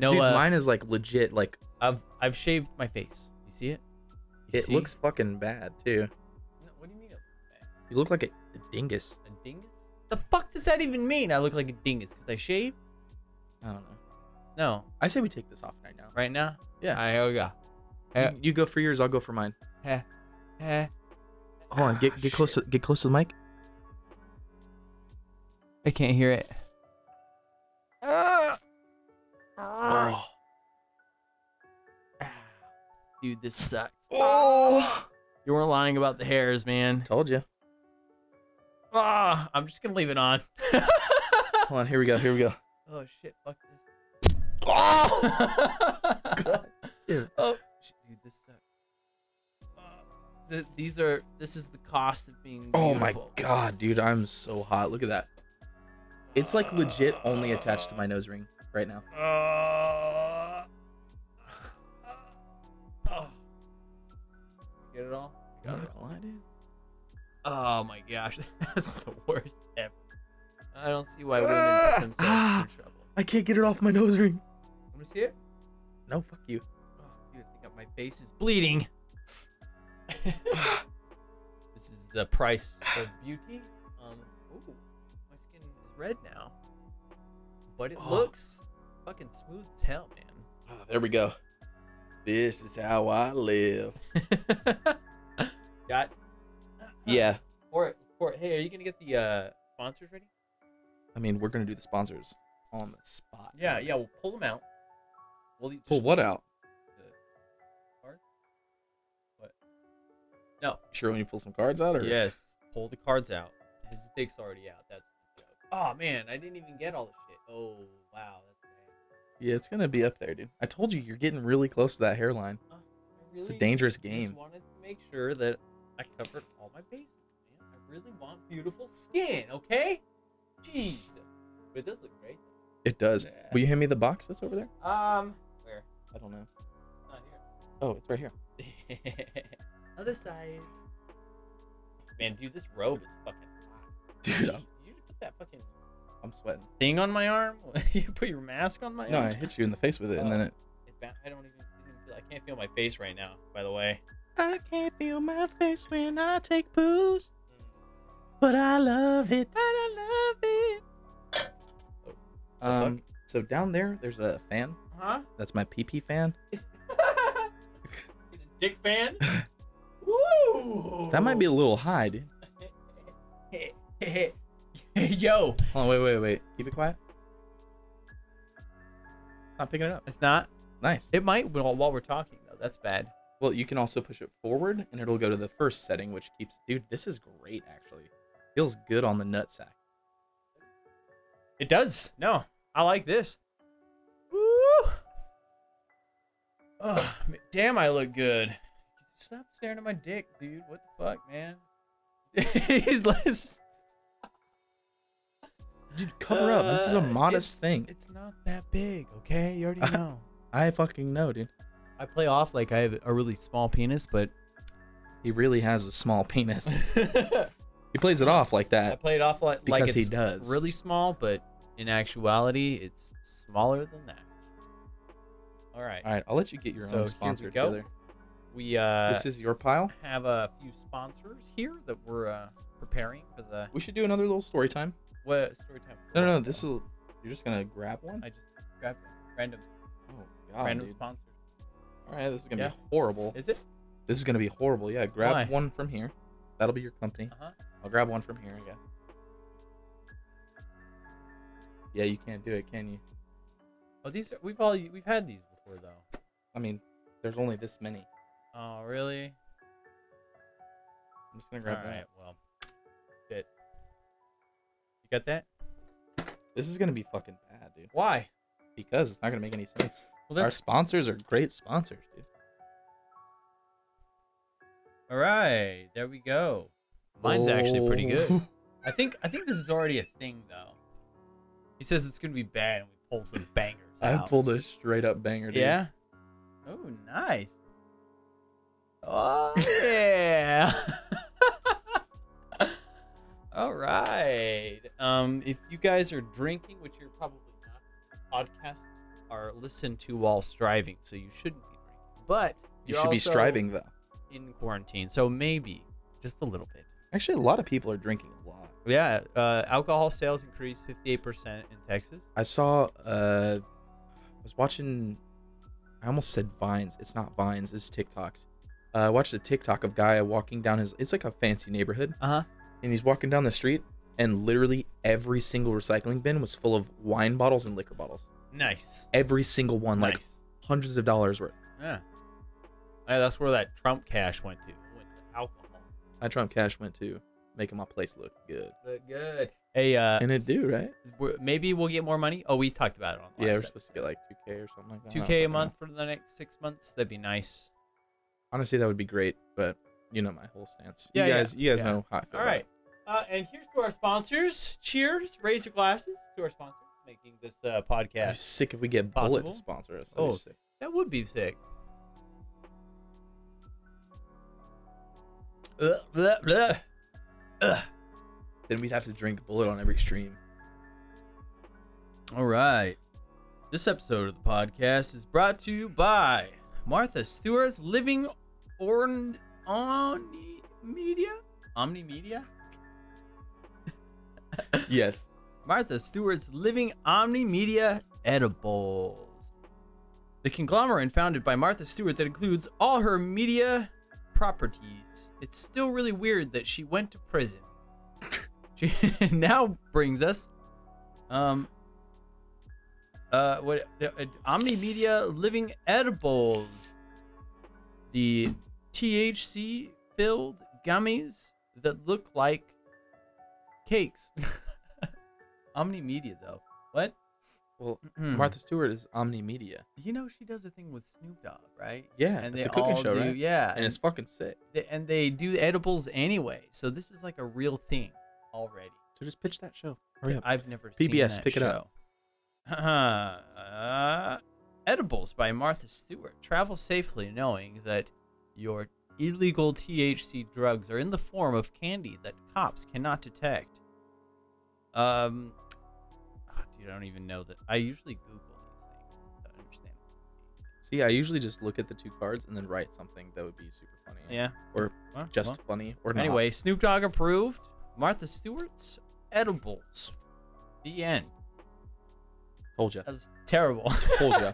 S4: No,
S1: Dude,
S4: uh,
S1: mine is like legit. Like
S4: I've I've shaved my face. You see it? You
S1: it
S4: see?
S1: looks fucking bad too.
S4: No, what do you mean? it looks bad?
S1: You look like a, a dingus.
S4: A dingus? The fuck does that even mean? I look like a dingus because I shaved?
S1: I don't know.
S4: No,
S1: I say we take this off right now.
S4: right now.
S1: Yeah.
S4: All right, here we go. Eh,
S1: You- You go for yours. I'll go for mine.
S4: Heh. Heh.
S1: Hold on. Get get close. To, get close to the mic.
S6: I can't hear it.
S1: Oh.
S6: Dude, this sucks.
S1: oh.
S6: You weren't lying about the hairs, man.
S1: Told you.
S6: Ah, I'm just gonna leave it
S4: <laughs>
S6: on.
S1: Hold on. Here we go. Here we go.
S6: oh shit, fuck this. <laughs>
S1: Oh.
S6: Oh, sh- dude, this sucks. Ah, th- these are. This is the cost of being. Beautiful.
S1: Oh my god, dude. I'm so hot. Look at that. It's like legit only attached to my nose ring right now.
S6: Ah. Ah.
S4: Get it all?
S1: I'm not gonna lie, dude.
S4: Oh my gosh, <laughs> that's the worst ever. I don't see why women
S1: <gasps>
S4: put themselves
S1: Ah.
S4: through trouble.
S1: I can't get it off my nose ring.
S4: Want to see it?
S1: No, fuck you.
S4: Oh, dude, I think my face is <laughs> bleeding. this is the price of beauty. Um, ooh, my skin is red now, but it
S1: Oh.
S4: looks fucking smooth as hell, <laughs> man.
S1: Ah, there we go. This is how I live.
S4: Got
S1: Yeah.
S4: for it, for it. Hey, are you gonna get the uh, sponsors ready?
S1: I mean, we're gonna do the sponsors on the spot.
S4: Yeah, yeah. We'll pull them out. We'll just
S1: Pull what out?
S4: No.
S1: Sure, when you pull some cards out, or
S4: Yes. Pull the cards out. His dick's already out. That's. Oh man, I didn't even get all the shit. Oh wow, that's bad.
S1: yeah, it's gonna be up there, dude. I told you, you're getting really close to that hairline.
S4: I
S1: It's a
S4: really
S1: dangerous
S4: Just
S1: game.
S4: wanted to make sure that I covered all my bases, man. I really want beautiful skin, okay? Jeez, but it does look great.
S1: It does. Will you hand me the box that's over there?
S4: Um, where?
S1: I don't know.
S4: It's Not here.
S1: Oh, it's right here.
S4: <laughs> Other side. Man, dude, this robe is fucking hot.
S1: Dude,
S4: Did
S1: I'm,
S4: you just put that fucking
S1: I'm sweating.
S4: thing on my arm? <laughs> you put your mask on my
S1: No,
S4: arm?
S1: I hit you in the face with it, and then it.
S4: It ba- I don't even, I don't even feel- I can't feel my face right now, by the way.
S1: I can't feel my face when I take booze, but I love it. But I love it.
S4: Oh, the fuck?
S1: Um, so down there, there's a fan.
S4: Huh?
S1: That's my PP fan.
S4: <laughs> Dick
S1: <laughs>
S4: fan? Woo!
S1: That might be a little high, dude.
S4: <laughs> Yo,
S1: Hold on, wait, wait, wait. Keep it quiet. It's not picking it up.
S4: it's not.
S1: Nice.
S4: It might while, while we're talking though. That's bad.
S1: Well, you can also push it forward, and it'll go to the first setting, which keeps. Dude, this is great, actually. Feels good on the nutsack.
S4: It does. No, I like this. Woo! Ugh, ma- damn, I look good. Stop staring at my dick, dude. What the fuck, man? <laughs> He's like, it's-
S1: Dude, cover up. This is a
S4: Uh,
S1: modest
S4: it's-
S1: thing.
S4: It's not that big, okay? <laughs> You already know.
S1: I fucking know, dude.
S4: I play off like I have a really small penis, <laughs> but
S1: He really has a small <laughs> penis. he plays it off like
S4: I
S1: that.
S4: play it off like like
S1: Because
S4: it's
S1: he does.
S4: really small, but in actuality, it's smaller than that. All right,
S1: All right, I'll let you get your
S4: So, here
S1: own
S4: we
S1: sponsor
S4: go.
S1: together.
S4: we uh,
S1: this is your pile.
S4: have a few sponsors here that we're uh, preparing for the
S1: We should do another little story time.
S4: what story time.
S1: No, no, no. This is. You're just gonna grab one.
S4: I just grabbed a random
S1: oh god,
S4: random
S1: dude.
S4: sponsor.
S1: All right, this is gonna be
S4: Yeah.
S1: horrible.
S4: Is it?
S1: This is gonna be horrible. Yeah, grab
S4: Why?
S1: one from here. That'll be your company.
S4: Uh huh.
S1: I'll grab one from here. I guess. Yeah, you can't do it, can you?
S4: Oh, these are, we've all we've had these before though.
S1: I mean, there's only this many.
S4: Oh, really?
S1: I'm just gonna
S4: All
S1: grab
S4: right.
S1: that.
S4: Well, shit. You got that?
S1: This is gonna be fucking bad, dude.
S4: Why?
S1: Because it's not gonna make any sense.
S4: Well,
S1: Our
S4: that's
S1: sponsors are great sponsors, dude.
S4: All right, there we go. Mine's actually
S1: <laughs>
S4: pretty good.
S1: Oh.
S4: I think I think this is already a thing though. He says it's gonna be bad, and we pull some bangers.
S1: I
S4: out.
S1: pulled a straight up banger, dude.
S4: Yeah. Oh, <laughs> nice. Oh yeah. <laughs> All right. Um, if you guys are drinking, which you're probably not, podcasts are listened to while striving, so you shouldn't be drinking. But
S1: You
S4: you're
S1: should be
S4: also
S1: striving though.
S4: in quarantine, so maybe just a little bit.
S1: Actually, a lot of people are drinking a lot.
S8: Yeah, uh, alcohol sales increased 58% in Texas.
S1: I saw. Uh, I was watching. I almost said Vines. It's not Vines. It's TikToks. Uh, I watched a TikTok of guy walking down his. It's like a fancy neighborhood,
S8: Uh huh.
S1: and he's walking down the street, and literally every single recycling bin was full of wine bottles and liquor bottles.
S8: Nice.
S1: Every single one, like
S8: nice.
S1: hundreds of dollars worth.
S8: Yeah. Yeah, that's where that Trump cash went to. It Went to alcohol.
S1: I Trump Cash went to making my place look good,
S8: But good. Hey, uh,
S1: and it do right.
S8: we're- maybe we'll get more money. Oh, we talked about it on.
S1: Yeah, we're
S8: last episode.
S1: supposed to get like 2K or something like that. I don't
S8: 2K a
S1: fucking know.
S8: month for the next six months. That'd be nice.
S1: Honestly, that would be great, but you know my whole stance.
S8: Yeah,
S1: you
S8: yeah,
S1: guys, you guys
S8: yeah.
S1: know how I feel.
S8: All
S1: about
S8: right.
S1: it.
S8: Uh, and here's to our sponsors. Cheers. Raise your glasses to our sponsors making this uh,
S1: It'd be
S8: podcast.
S1: sick if we get Bullet to
S8: Possible?
S1: sponsor us.
S8: Oh.
S1: Oh, sick.
S8: That would be sick.
S4: Ugh, blah, blah.
S1: then we'd have to drink Bullet on every stream. <laughs>
S4: All right. This episode of the podcast is brought to you by Martha Stewart's Living Orn Omni Media. Omni Media.
S1: yes.
S4: Martha Stewart's Living Omni Media Edibles. The conglomerate founded by Martha Stewart that includes all her media properties. It's still really weird that she went to prison. <laughs> she <laughs> now brings us um uh what uh, Omni Media Living Edibles. The THC filled gummies that look like cakes. <laughs> Omni Media though. What?
S1: Well,
S4: Mm.
S1: Martha Stewart is Omnimedia,
S4: You know she does a thing with Snoop Dogg, right?
S1: Yeah,
S4: and
S1: it's
S4: they
S1: a cooking
S4: all
S1: show,
S4: do,
S1: right?
S4: Yeah,
S1: and it's fucking sick.
S4: they, and they do edibles anyway. So this is like a real thing already.
S1: So just pitch that show. Hurry up.
S4: I've never seen
S1: PBS,
S4: that
S1: pick it up.
S4: show. <laughs> Uh, edibles by Martha Stewart. Travel safely, knowing that your illegal THC drugs are in the form of candy that cops cannot detect. Um, ah, dude, I don't even know that. I usually Google these things to understand.
S1: See, I usually just look at the two cards and then write something that would be super funny.
S4: Yeah.
S1: Or
S4: Well,
S1: just
S4: well.
S1: funny or not.
S4: Anyway, Snoop Dogg approved. Martha Stewart's edibles. The end.
S1: told ya,
S4: That was terrible.
S1: told <laughs> ya,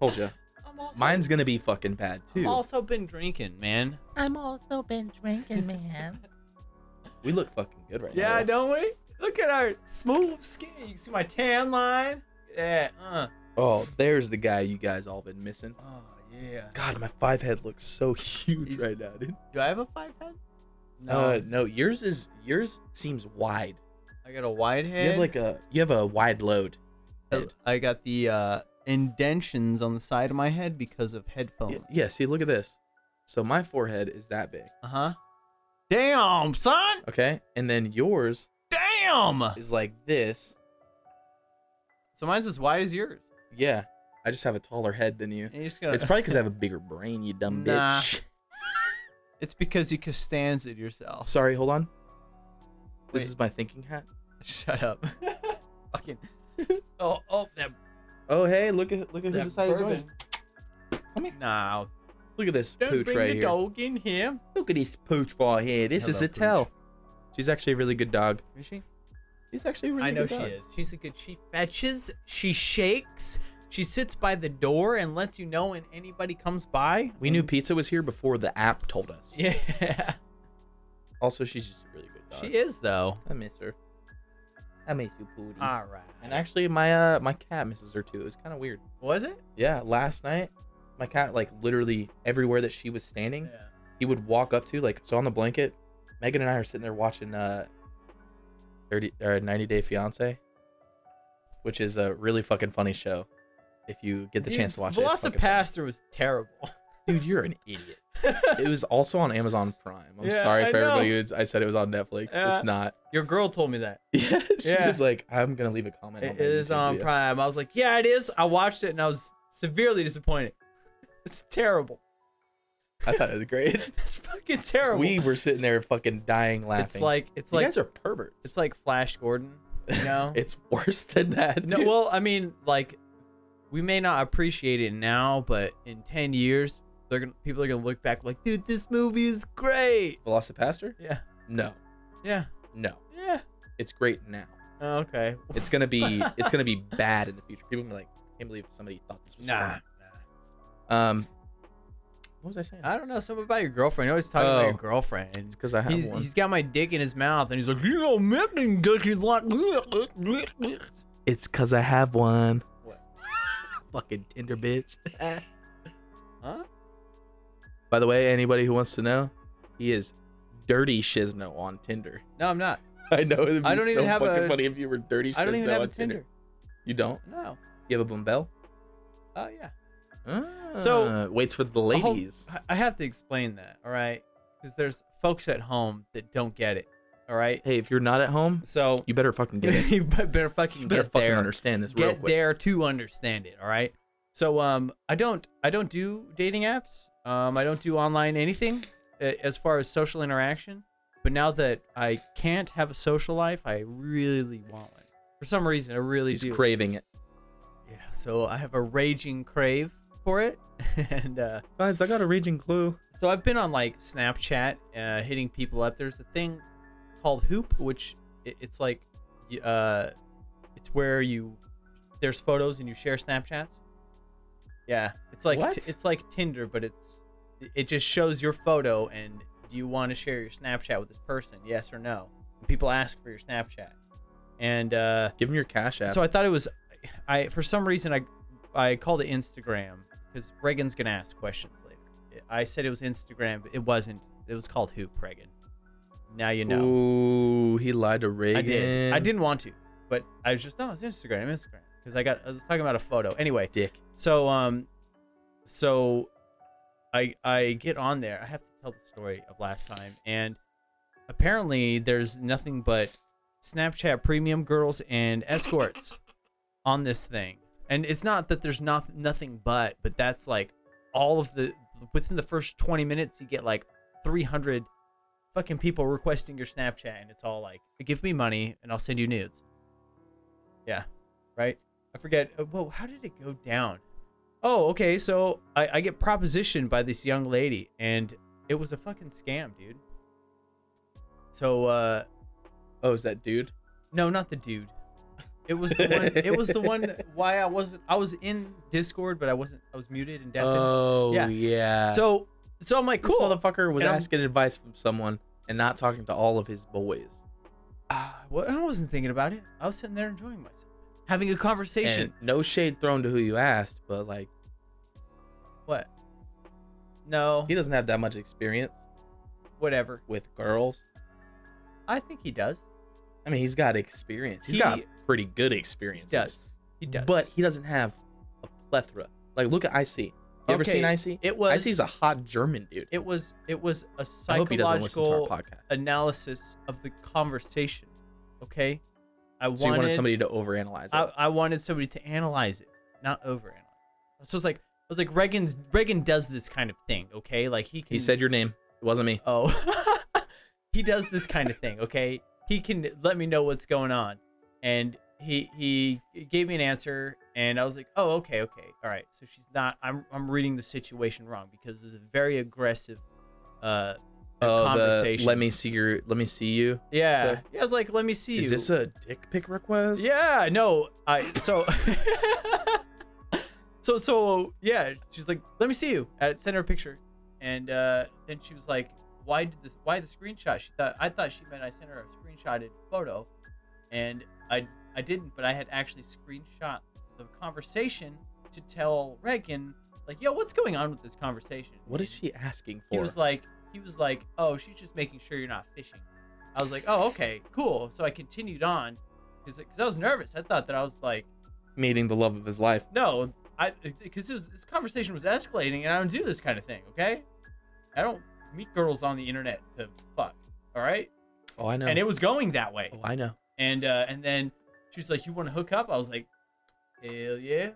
S1: told ya.
S4: I'm also,
S1: Mine's gonna be fucking bad too.
S4: also been drinking, man.
S9: I'm also been drinking, man.
S1: <laughs> We look fucking good right now.
S4: Yeah,
S1: though.
S4: don't we? Look at our smooth skin. You can see my tan line. Yeah. Uh.
S1: Oh, there's the guy you guys all been missing.
S4: Oh yeah.
S1: God, my five head looks so <laughs> huge
S4: He's-
S1: right now, dude.
S4: Do I have a five head? No.
S1: Uh, no, yours is yours seems wide.
S4: I got a wide
S1: You
S4: head.
S1: have like a you have a wide load. head.
S4: I got the uh, indentions on the side of my head because of headphones.
S1: Y- Yeah, see, look at this. So my forehead is that big,
S4: Uh huh. Damn, son.
S1: okay? And then yours
S4: Damn.
S1: is like this.
S4: So mine's as wide as yours.
S1: Yeah, I just have a taller head than you.
S4: And you're just gonna,
S1: It's probably because I have a bigger brain, you dumb
S4: Nah.
S1: bitch.
S4: It's because you Costanza'd yourself. <laughs>
S1: Sorry, hold on. This
S4: Wait.
S1: is my thinking hat. <laughs>
S4: Shut up. Fucking. Oh, oh, that.
S1: Oh hey, look at look at who
S4: that
S1: decided to join
S4: bourbon.
S1: us.
S4: No,
S1: Look at this
S4: don't
S1: pooch
S4: bring
S1: right
S4: the
S1: here.
S4: dog in here.
S1: Look at this pooch right here. This is
S4: Hello,
S1: a tell. She's actually a really good dog.
S4: Is she?
S1: She's actually a really
S4: I know
S1: good
S4: she
S1: dog.
S4: is. She's a good. She fetches. She shakes. She sits by the door and lets you know when anybody comes by.
S1: We knew pizza was here before the app told us.
S4: <laughs> Yeah,
S1: Also, she's just a really good dog.
S4: she is though.
S1: I miss her. I miss you, Pootie.
S4: All right.
S1: and actually, my uh, my cat misses her too. It was kind of weird.
S4: was it?
S1: Yeah, last night, my cat like literally everywhere that she was standing, he would walk up to like so on the blanket. Megan and I are sitting there watching uh, thirty or ninety day fiance, which is a really fucking funny show. If you get the chance to watch it, it's fucking funny.
S4: Velocipaster was terrible.
S1: dude, you're an idiot. <laughs> it was also on Amazon Prime. I'm
S4: Yeah,
S1: sorry
S4: I
S1: for everybody
S4: know.
S1: who's I said it was on Netflix.
S4: Yeah.
S1: it's not.
S4: <laughs>
S1: <laughs>
S4: Your girl told me that.
S1: Yeah, she
S4: Yeah.
S1: was like, I'm gonna leave a comment.
S4: It
S1: my
S4: is
S1: YouTube
S4: on
S1: video."
S4: Prime. I was like, yeah, it is. I watched it and I was severely disappointed. <laughs> It's terrible. <laughs>
S1: I thought it was great.
S4: It's fucking terrible.
S1: we were sitting there fucking dying laughing.
S4: it's like it's
S1: you
S4: like
S1: guys are perverts.
S4: it's like Flash Gordon. You know? <laughs>
S1: it's worse than that.
S4: no,
S1: dude.
S4: well, I mean, like we may not appreciate it now, but in ten years, they're gonna people are gonna look back like, dude, this movie is great.
S1: Velocipaster.
S4: Yeah.
S1: No,
S4: Yeah.
S1: no,
S4: Yeah.
S1: it's great now.
S4: Oh, okay.
S1: It's gonna be it's gonna
S4: <laughs>
S1: be bad in the future. People will be like, can't believe somebody thought this was
S4: Nah.
S1: funny." Um, what was I saying?
S4: I don't know something about your girlfriend. You always talk about
S1: Oh.
S4: your girlfriend.
S1: It's because I have
S4: he's,
S1: one.
S4: he's got my dick in his mouth, and he's like, you know, making dick is like. What?
S1: It's because I have one.
S4: <laughs>
S1: Fucking Tinder bitch.
S4: Huh?
S1: By the way, anybody who wants to know, he is Dirty Shizno on Tinder. <laughs>
S4: No, I'm not.
S1: I know it'd be
S4: I don't
S1: so
S4: even have
S1: fucking
S4: a-
S1: funny if you were Dirty Shizno
S4: I don't even have
S1: on
S4: a Tinder.
S1: You don't?
S4: No.
S1: You have a Bumbell?
S4: Oh yeah.
S1: Ah, waits for the
S4: A whole-
S1: ladies.
S4: I- I have to explain that, all right? Because there's folks at home that don't get it, all right?
S1: Hey, if you're not at home,
S4: So
S1: you better fucking get
S4: <laughs>
S1: it.
S4: you bet- better fucking
S1: You better
S4: get
S1: fucking
S4: there.
S1: understand this real
S4: get
S1: quick.
S4: there to understand it, all right? So um, I don't I don't do dating apps. Um, I don't do online anything uh, as far as social interaction. But now that I can't have a social life, I really want one. For some reason, I really
S1: He's
S4: do.
S1: craving it.
S4: Yeah. So I have a raging crave for it, <laughs> and uh,
S1: Guys, I got a raging clue.
S4: so I've been on like Snapchat, uh, hitting people up. There's a thing called Hoop, which it, it's like, y- uh, it's where you there's photos and you share Snapchats. Yeah, it's like
S1: What?
S4: t- it's like Tinder, but it's it just shows your photo and do you want to share your Snapchat with this person? Yes or no? And people ask for your Snapchat, and uh,
S1: Give him your cash app.
S4: so I thought it was, I for some reason I, I called it Instagram because Reagan's gonna ask questions later. I said it was Instagram, but it wasn't. It was called Hoop Reagan. Now you know.
S1: Ooh, he lied to Reagan.
S4: I did. I didn't want to, but I was just no. It's Instagram, Instagram, because I got. I was talking about a photo anyway.
S1: Dick.
S4: So um, so, I I get on there. I have to tell the story of last time, and apparently there's nothing but Snapchat premium girls and escorts on this thing. And it's not that there's not nothing but, but that's like all of the within the first 20 minutes you get like 300 fucking people requesting your Snapchat, and it's all like, give me money and I'll send you nudes. Yeah, right. I forget. uh, Whoa, how did it go down? Oh, okay. So I, I get propositioned by this young lady, and it was a fucking scam, dude. So uh,
S1: Oh, is that dude?
S4: no, not the dude. It was the one. it was
S1: <laughs>
S4: the one. Why I wasn't. I was in Discord, but I wasn't. I was muted and deafened.
S1: Oh,
S4: Yeah.
S1: yeah.
S4: so, so I'm like,
S1: This
S4: cool.
S1: motherfucker was
S4: And I'm-
S1: asking advice from someone and not talking to all of his boys.
S4: Ah, well, I wasn't thinking about it. I was sitting there enjoying myself, having a conversation.
S1: And no shade thrown to who you asked, but like
S4: what? No.
S1: he doesn't have that much experience
S4: Whatever.
S1: with girls.
S4: I think he does.
S1: I mean, he's got experience. He's
S4: He-
S1: got pretty good
S4: He
S1: experience.
S4: does. He does.
S1: But he doesn't have a plethora. Like look at IC. You ever
S4: Okay,
S1: seen IC?
S4: it was-
S1: IC's a hot German dude.
S4: it was it was a
S1: I hope he doesn't listen to our
S4: psychological
S1: podcast.
S4: analysis of the conversation. Okay. I
S1: so you wanted somebody to overanalyze it.
S4: I, I wanted somebody to analyze it, not overanalyze. So it's like I was like Reagan's Reagan does this kind of thing, okay? Like he can
S1: he said your name. It wasn't me.
S4: Oh. <laughs> he does this kind of thing, okay? He can let me know what's going on. And he he gave me an answer and I was like, "Oh, okay, okay. All right. So she's not I'm I'm reading the situation wrong because there's a very aggressive uh
S1: Oh, the,
S4: conversation.
S1: let me see your let me see you.
S4: Yeah.
S1: stuff.
S4: yeah. I was like, "Let me see
S1: Is
S4: you."
S1: this a dick pic request?
S4: Yeah, no, I so <laughs> so so yeah. She's like, "Let me see you." I sent her a picture, and uh, then she was like, "Why did this? Why the screenshot?" She thought I thought she meant I sent her a screenshotted photo, and I I didn't, but I had actually screenshot the conversation to tell Reagan like, "Yo, what's going on with this conversation?"
S1: What is she asking for?
S4: He was like, he was like, oh, she's just making sure you're not fishing. I was like, oh, okay, cool. So I continued on, because I was nervous. I thought that I was like,
S1: meeting the love of his life.
S4: no, I because was this conversation was escalating, and I don't do this kind of thing. Okay, I don't meet girls on the internet to fuck. All right,
S1: Oh, I know.
S4: and it was going that way.
S1: oh, I know.
S4: And uh, and then she was like, "You want to hook up?" I was like, "Hell yeah!" And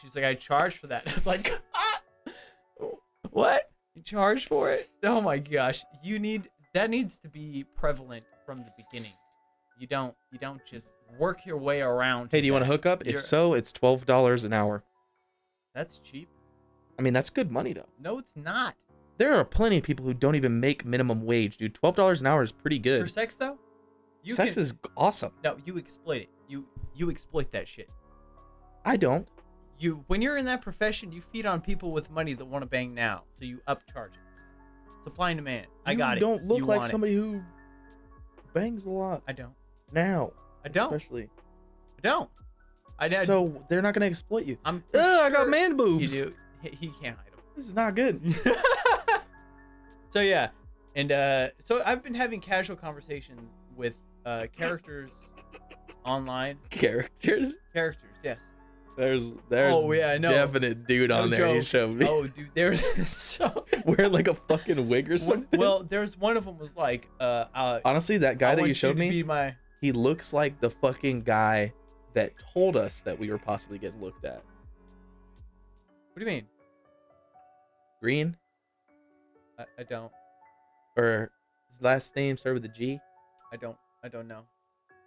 S4: she's like, "I charge for that." <laughs> I was like, ah! "What? You charge for it? Oh my gosh! You need that needs to be prevalent from the beginning. You don't you don't just work your way around."
S1: Hey, do you want to
S4: that.
S1: hook up?
S4: You're-
S1: If so, it's twelve dollars an hour.
S4: That's cheap.
S1: I mean, that's good money though.
S4: No, it's not.
S1: There are plenty of people who don't even make minimum wage, dude. Twelve dollars an hour is pretty
S4: For
S1: good.
S4: sex though, you
S1: Sex
S4: can,
S1: is awesome.
S4: no. You exploit it. You you exploit that shit.
S1: I don't.
S4: You when you're in that profession, you feed on people with money that want to bang now, so you upcharge it. Supply and demand. I
S1: You
S4: got it.
S1: Don't look
S4: You
S1: like
S4: want it.
S1: somebody who bangs a lot
S4: I don't.
S1: now.
S4: I don't.
S1: Especially.
S4: I don't. I don't.
S1: so they're not gonna exploit you.
S4: I'm.
S1: Ugh, I got
S4: sure
S1: man
S4: You
S1: boobs.
S4: do. He, he can't hide them.
S1: This is not good.
S4: So yeah, and uh, so I've been having casual conversations with uh, characters online.
S1: <laughs> Characters.
S4: Characters,
S1: <laughs>
S4: yes.
S1: There's there's
S4: Oh, yeah, I know.
S1: definite dude on
S4: No
S1: there. He
S4: joke.
S1: showed <laughs> me
S4: Oh, dude, there. <laughs> so
S1: wearing like a fucking wig or something.
S4: well, there's one of them was like, uh, uh
S1: honestly, that
S4: I
S1: guy that
S4: want
S1: you showed
S4: to
S1: me,
S4: be my.
S1: he looks like the fucking guy that told us that we were possibly getting looked at.
S4: What do you mean?
S1: Green
S4: I, I don't.
S1: or his last name started with a G.
S4: I don't. I don't know.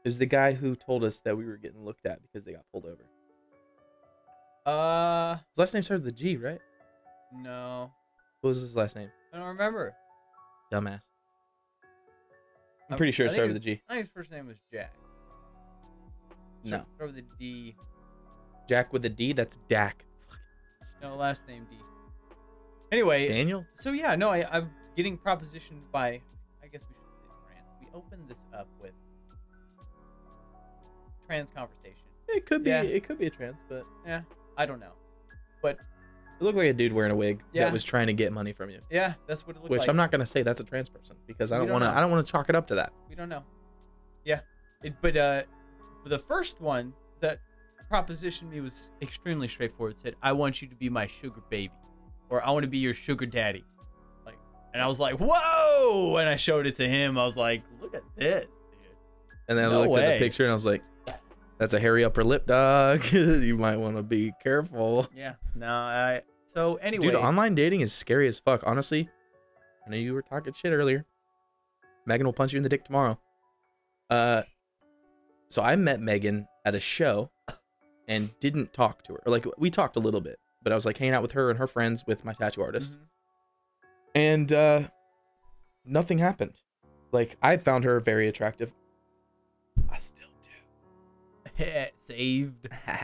S1: It was the guy who told us that we were getting looked at because they got pulled over. His
S4: Uh,
S1: last name started with a G, right?
S4: no.
S1: What was his last name?
S4: I don't remember.
S1: Dumbass. I'm
S4: I-
S1: pretty sure
S4: I
S1: it
S4: think
S1: started with a
S4: his-
S1: G.
S4: I think his first name was Jack.
S1: No.
S4: Or the D.
S1: Jack with a D. That's Dak.
S4: No, last name D. Anyway,
S1: Daniel.
S4: So yeah, no, I, I'm getting propositioned by. I guess we should say trans. We opened this up with trans conversation.
S1: It could be.
S4: Yeah.
S1: It could be a trans, but
S4: Yeah, I don't know.
S1: it looked like a dude wearing a wig
S4: Yeah.
S1: that was trying to get money from you.
S4: Yeah, that's what it looks
S1: Which
S4: like.
S1: I'm not gonna say that's a trans person because I
S4: We
S1: don't
S4: don't
S1: want to.
S4: know.
S1: I don't want to chalk it up to that.
S4: We don't know. Yeah, it, but uh, the first one that propositioned me was extremely straightforward. It said, "I want you to be my sugar baby," or "I want to be your sugar daddy." Like, and I was like, "Whoa!" And I showed it to him. I was like, "Look at this." dude."
S1: And then I
S4: No
S1: looked at the
S4: way.
S1: picture and I was like, "That's a hairy upper lip, dog. <laughs> you might want to be careful."
S4: Yeah. No, I. So anyway,
S1: Dude, online dating is scary as fuck. Honestly, I know you were talking shit earlier. Megan will punch you in the dick tomorrow. Uh, so I met Megan at a show, and didn't talk to her. Like we talked a little bit, but I was like hanging out with her and her friends with my tattoo artist, and uh, nothing happened. Like I found her very attractive.
S4: Mm-hmm.
S1: I still
S4: <laughs> saved.
S1: do. <laughs>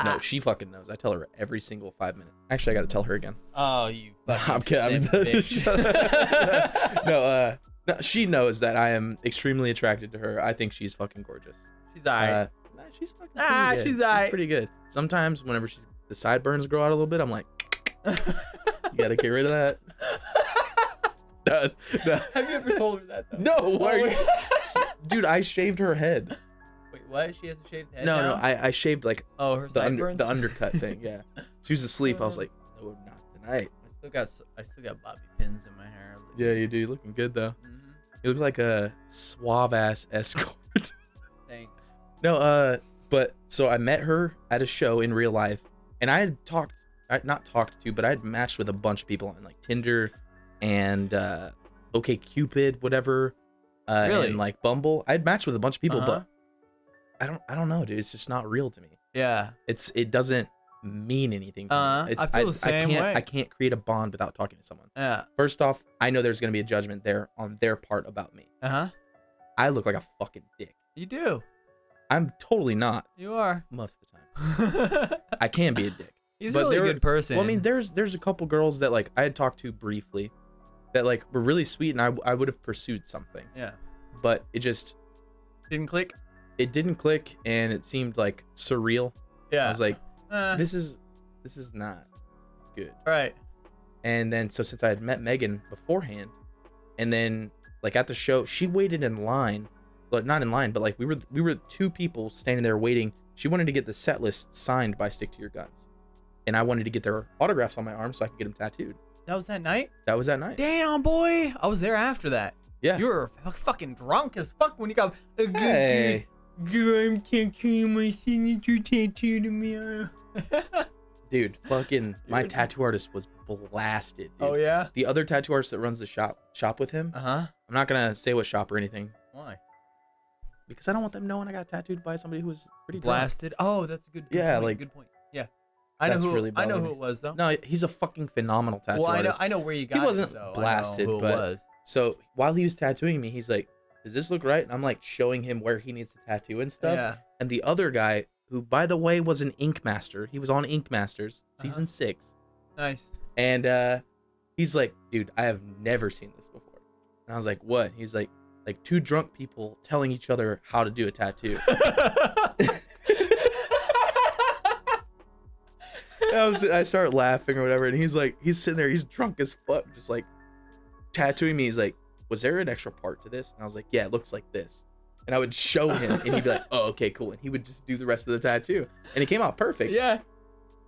S4: Ah.
S1: no, she fucking knows. I tell her every single five minutes. Actually, I got to tell her again.
S4: <laughs> Oh, you fucking
S1: I'm kidding.
S4: simp
S1: <laughs>
S4: bitch.
S1: Shut up. no, uh, no, she knows that I am extremely attracted to her. I think she's fucking gorgeous.
S4: <laughs> She's alright.
S1: Uh, nah, she's fucking pretty
S4: Ah,
S1: good.
S4: she's alright.
S1: pretty good. Sometimes, whenever she's the sideburns grow out a little bit, I'm like, you gotta get rid of <laughs> that. no, no,
S4: <laughs> Have you ever told her that? Though? Oh,
S1: no why are
S4: Wait,
S1: you- dude, I shaved her head.
S4: what? She has a shaved head.
S1: no, no,
S4: now?
S1: I, I shaved like
S4: oh, her
S1: the under,
S4: sideburns. <laughs>
S1: the undercut thing. Yeah, she was asleep. I was like, no, not tonight.
S4: I still got. s- I still got bobby pins in my hair.
S1: Yeah, you do. You're looking good though.
S4: Mhm.
S1: You look like a suave ass escort.
S4: Thanks.
S1: No, uh, but so I met her at a show in real life, and I had talked, I, not talked to, but I had matched with a bunch of people on like Tinder and uh, OK Cupid, whatever, uh,
S4: Really?
S1: and like Bumble. I had matched with a bunch of people,
S4: Uh-huh.
S1: but I don't, I don't know, dude. It's just not real to me.
S4: Yeah.
S1: It's, it doesn't mean anything. To
S4: Uh-huh.
S1: me. It's,
S4: I feel the same
S1: can't,
S4: way.
S1: I can't create a bond without talking to someone.
S4: Yeah.
S1: First off, I know there's gonna be a judgment there on their part about me.
S4: Uh huh.
S1: I look like a fucking dick.
S4: You do.
S1: I'm totally not
S4: You are. <laughs>
S1: most of the time. I can be a dick.
S4: <sighs> He's
S1: But
S4: a really
S1: there-
S4: good person.
S1: Well, I mean, there's there's a couple girls that like I had talked to briefly, that like were really sweet, and I I would have pursued something,
S4: yeah.
S1: but it just
S4: Didn't click.
S1: it didn't click, and it seemed like surreal.
S4: Yeah.
S1: I was like,
S4: uh,
S1: this is this is not good.
S4: right.
S1: And then so since I had met Megan beforehand, and then like at the show, she waited in line, but not in line, but like we were we were two people standing there waiting. She wanted to get the set list signed by Stick to Your Guns, and I wanted to get their autographs on my arm so I could get them tattooed.
S4: That was that night.
S1: That was that night.
S4: Damn, boy. I was there after that.
S1: Yeah.
S4: You were f- fucking drunk as fuck when you got. uh,
S1: Hey.
S4: Girl, I'm tattooing my signature tattoo to me. <laughs>
S1: Dude, fucking my
S4: Dude.
S1: tattoo artist was blasted. Dude.
S4: oh, yeah?
S1: The other tattoo artist that runs the shop shop with him.
S4: Uh huh.
S1: I'm not gonna say what shop or anything
S4: Why?
S1: because I don't want them knowing I got tattooed by somebody who was pretty drunk.
S4: Blasted. Oh, that's a good, good
S1: Yeah,
S4: point,
S1: like-
S4: good point. Yeah. I know
S1: That's
S4: who
S1: really
S4: I know
S1: bothered me.
S4: who it was though.
S1: Oh. No, he's a fucking phenomenal tattoo
S4: well, I know
S1: artist.
S4: I know where you got.
S1: he wasn't
S4: it, though. I know
S1: blasted,
S4: who it
S1: but
S4: was.
S1: So while he was tattooing me, he's like, "Does this look right?" And I'm like showing him where he needs to tattoo and stuff.
S4: yeah,
S1: And the other guy, who by the way was an ink master, he was on Ink Masters
S4: Uh-huh.
S1: season six, <laughs>
S4: nice.
S1: and uh, he's like, "Dude, I have never seen this before." And I was like, "What?" He's like, "Like two drunk people telling each other how to do a tattoo." I was I start laughing or whatever, and he's like, he's sitting there, he's drunk as fuck, just like tattooing me. He's like, was there an extra part to this? And I was like, yeah, it looks like this. And I would show him, and he'd be like, oh, okay, cool. And he would just do the rest of the tattoo, and it came out perfect.
S4: yeah,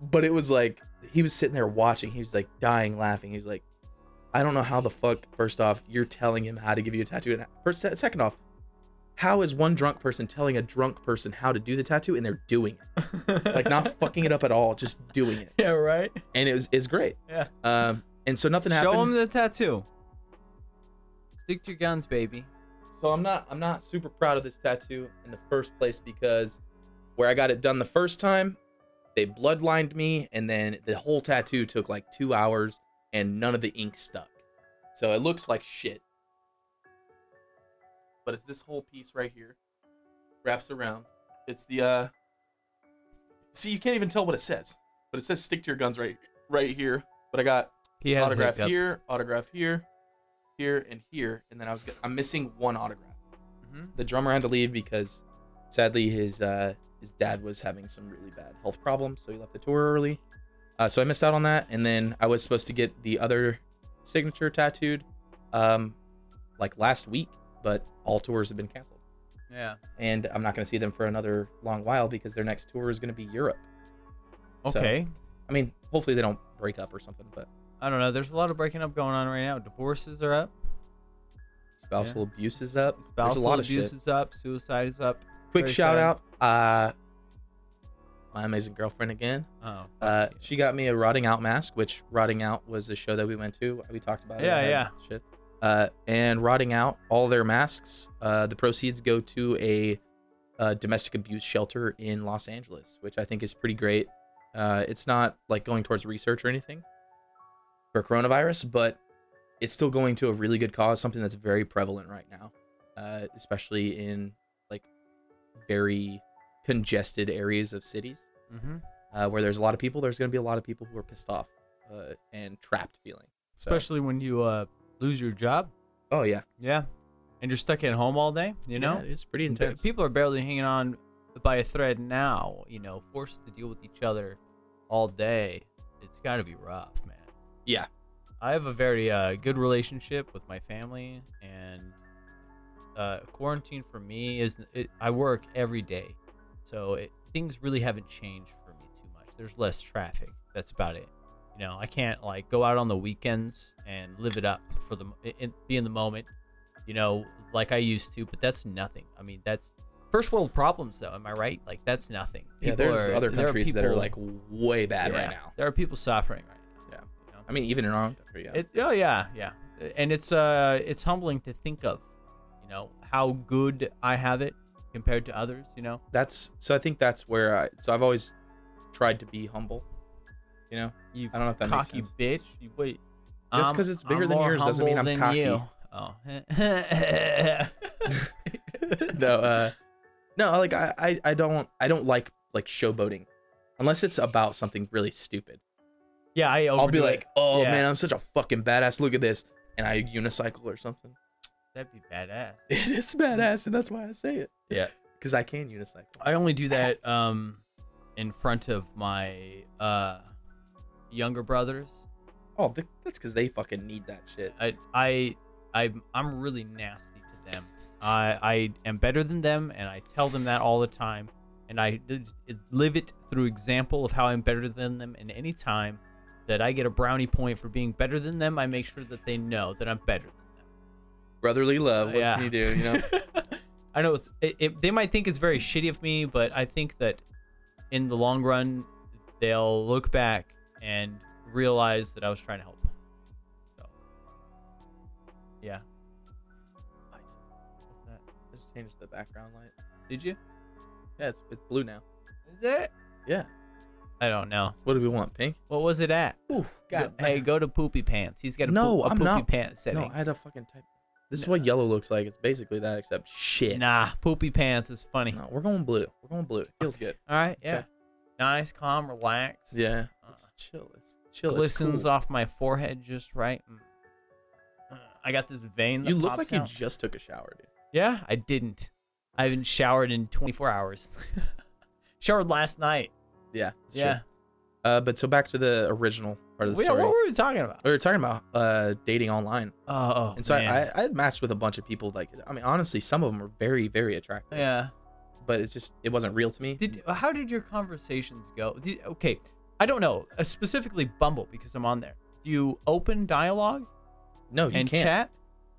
S1: But it was like he was sitting there watching. He was like dying laughing. He's like, I don't know how the fuck. First off, you're telling him how to give you a tattoo, and first, second off, how is one drunk person telling a drunk person how to do the tattoo, and they're doing it, like not fucking it up at all, just doing it
S4: <laughs> yeah, right.
S1: and it was is great.
S4: Yeah.
S1: Um, and so nothing happened.
S6: Show him the tattoo. Stick to your guns, baby.
S1: so I'm not I'm not super proud of this tattoo in the first place because where I got it done the first time, they bloodlined me, and then the whole tattoo took like two hours, and none of the ink stuck. So it looks like shit. But it's this whole piece right here, wraps around. It's the uh. See, you can't even tell what it says, but it says "stick to your guns" right right here. But I got
S4: He has
S1: autograph
S4: hiccups.
S1: here, autograph here, here, and here, and then I was go- I'm missing one autograph.
S4: Mhm.
S1: The drummer had to leave because, sadly, his uh, his dad was having some really bad health problems, so he left the tour early. Uh, so I missed out on that, and then I was supposed to get the other signature tattooed, um, like last week, but all tours have been canceled,
S4: Yeah.
S1: and I'm not going to see them for another long while because their next tour is going to be Europe. So,
S4: Okay.
S1: I mean, hopefully they don't break up or something, but
S4: I don't know. There's a lot of breaking up going on right now. Divorces are up.
S1: spousal abuse is up. There's a
S4: Spousal
S1: lot of shit.
S4: abuse is up. Suicide is up.
S1: quick
S4: Very
S1: shout
S4: sad.
S1: out uh my amazing girlfriend again
S4: Oh.
S1: uh she got me a rotting out mask which rotting out was a show that we went to we talked about it,
S4: Yeah,
S1: I had
S4: yeah.
S1: shit. uh and rotting out all their masks uh the proceeds go to a uh, domestic abuse shelter in los angeles which i think is pretty great uh it's not like going towards research or anything for coronavirus but it's still going to a really good cause something that's very prevalent right now uh especially in like very congested areas of cities
S4: Mm-hmm.
S1: uh, where there's a lot of people, there's going to be a lot of people who are pissed off uh, and trapped feeling. So-
S4: Especially when you uh, lose your job.
S1: oh yeah,
S4: Yeah. And you're stuck at home all day. You know.
S1: Yeah, it's pretty
S4: Ba-
S1: intense.
S4: People are barely hanging on by a thread now. You know, forced to deal with each other all day. It's got to be rough, man.
S1: Yeah.
S4: I have a very uh, good relationship with my family, and uh, quarantine for me is it, I work every day, so it, things really haven't changed for me too much. There's less traffic. That's about it. You know, I can't like go out on the weekends and live it up for the it, it- be in the moment. You know, like I used to, but that's nothing. I mean, that's first world problems, though. Am I right? Like that's nothing.
S1: yeah,
S4: People
S1: there's
S4: are-
S1: other
S4: there
S1: countries that are
S4: people-
S1: like way bad
S4: yeah,
S1: right now.
S4: There are people suffering right now.
S1: I mean, even in our own country. Yeah.
S4: It, oh yeah, yeah, and it's uh, it's humbling to think of, you know, how good I have it compared to others. You know,
S1: that's so. I think that's where I. So I've always tried to be humble. You
S4: <laughs>
S1: know,
S4: you
S1: I don't know if that makes
S4: cocky
S1: sense.
S4: bitch. You, wait,
S1: Just
S4: I'm-
S1: 'cause it's bigger
S4: I'm
S1: than
S4: more
S1: yours doesn't mean
S4: humble
S1: I'm
S4: than you. Oh. <laughs>
S1: <laughs> no, uh, no, like I, I, I don't, I don't like like showboating, unless it's about something really stupid.
S4: yeah, I.
S1: I'll be
S4: overdo it.
S1: like, oh
S4: Yeah.
S1: man, I'm such a fucking badass. Look at this, and I unicycle or something. <laughs>
S4: that'd be badass.
S1: It is badass, and that's why I say it.
S4: Yeah.
S1: because I can unicycle.
S4: I only do that um, in front of my uh, younger brothers
S1: Oh, th- that's because they fucking need that shit.
S4: I I I'm, I'm really nasty to them. I I am better than them, and I tell them that all the time, and I d- d- live it through example of how I'm better than them. And any time that I get a brownie point for being better than them, I make sure that they know that I'm better than
S1: Brotherly love.
S4: them.
S1: Uh, What
S4: yeah.
S1: can you do?
S4: <laughs>
S1: You know.
S4: I know it's, it, it, they might think it's very shitty of me, but I think that in the long run, they'll look back and realize that I was trying to help. So, yeah. What's that?
S1: I just changed the background light.
S4: Did you?
S1: Yeah, it's, it's blue now.
S4: Is it?
S1: Yeah.
S4: I don't know.
S1: What do we want? Pink?
S4: What was it at?
S1: Ooh,
S4: Go- hey, go to Poopy Pants. He's got a,
S1: No,
S4: poop- a
S1: I'm
S4: Poopy
S1: not-
S4: Pants setting.
S1: No, I had to fucking type. This is what yellow looks like. It's basically that, except shit.
S4: Nah, Poopy Pants is funny.
S1: No, we're going blue. We're going blue. It feels good.
S4: All right, yeah.
S1: Okay.
S4: Nice, calm, relaxed.
S1: Yeah.
S4: Uh,
S1: It's chill. It's chill.
S4: glistens
S1: it's cool.
S4: off my forehead just right. Mm. Uh, I got this vein. That
S1: You look like
S4: pops
S1: you
S4: out.
S1: just took a shower, dude.
S4: Yeah, I didn't. I haven't showered in 24 hours. <laughs> Showered last night.
S1: Yeah. it's
S4: yeah.
S1: true. Uh, but so back to the original part of the
S4: Yeah,
S1: story.
S4: What were we talking about?
S1: we were talking about uh dating online,
S4: Oh, oh,
S1: and so
S4: man.
S1: I, I I had matched with a bunch of people. Like, I mean, honestly, some of them were very very attractive.
S4: yeah.
S1: But it's just it wasn't real to me.
S4: Did how did your conversations go? Did, okay, I don't know uh, specifically Bumble because I'm on there. Do you open dialogue
S1: no, you
S4: and
S1: can't.
S4: chat?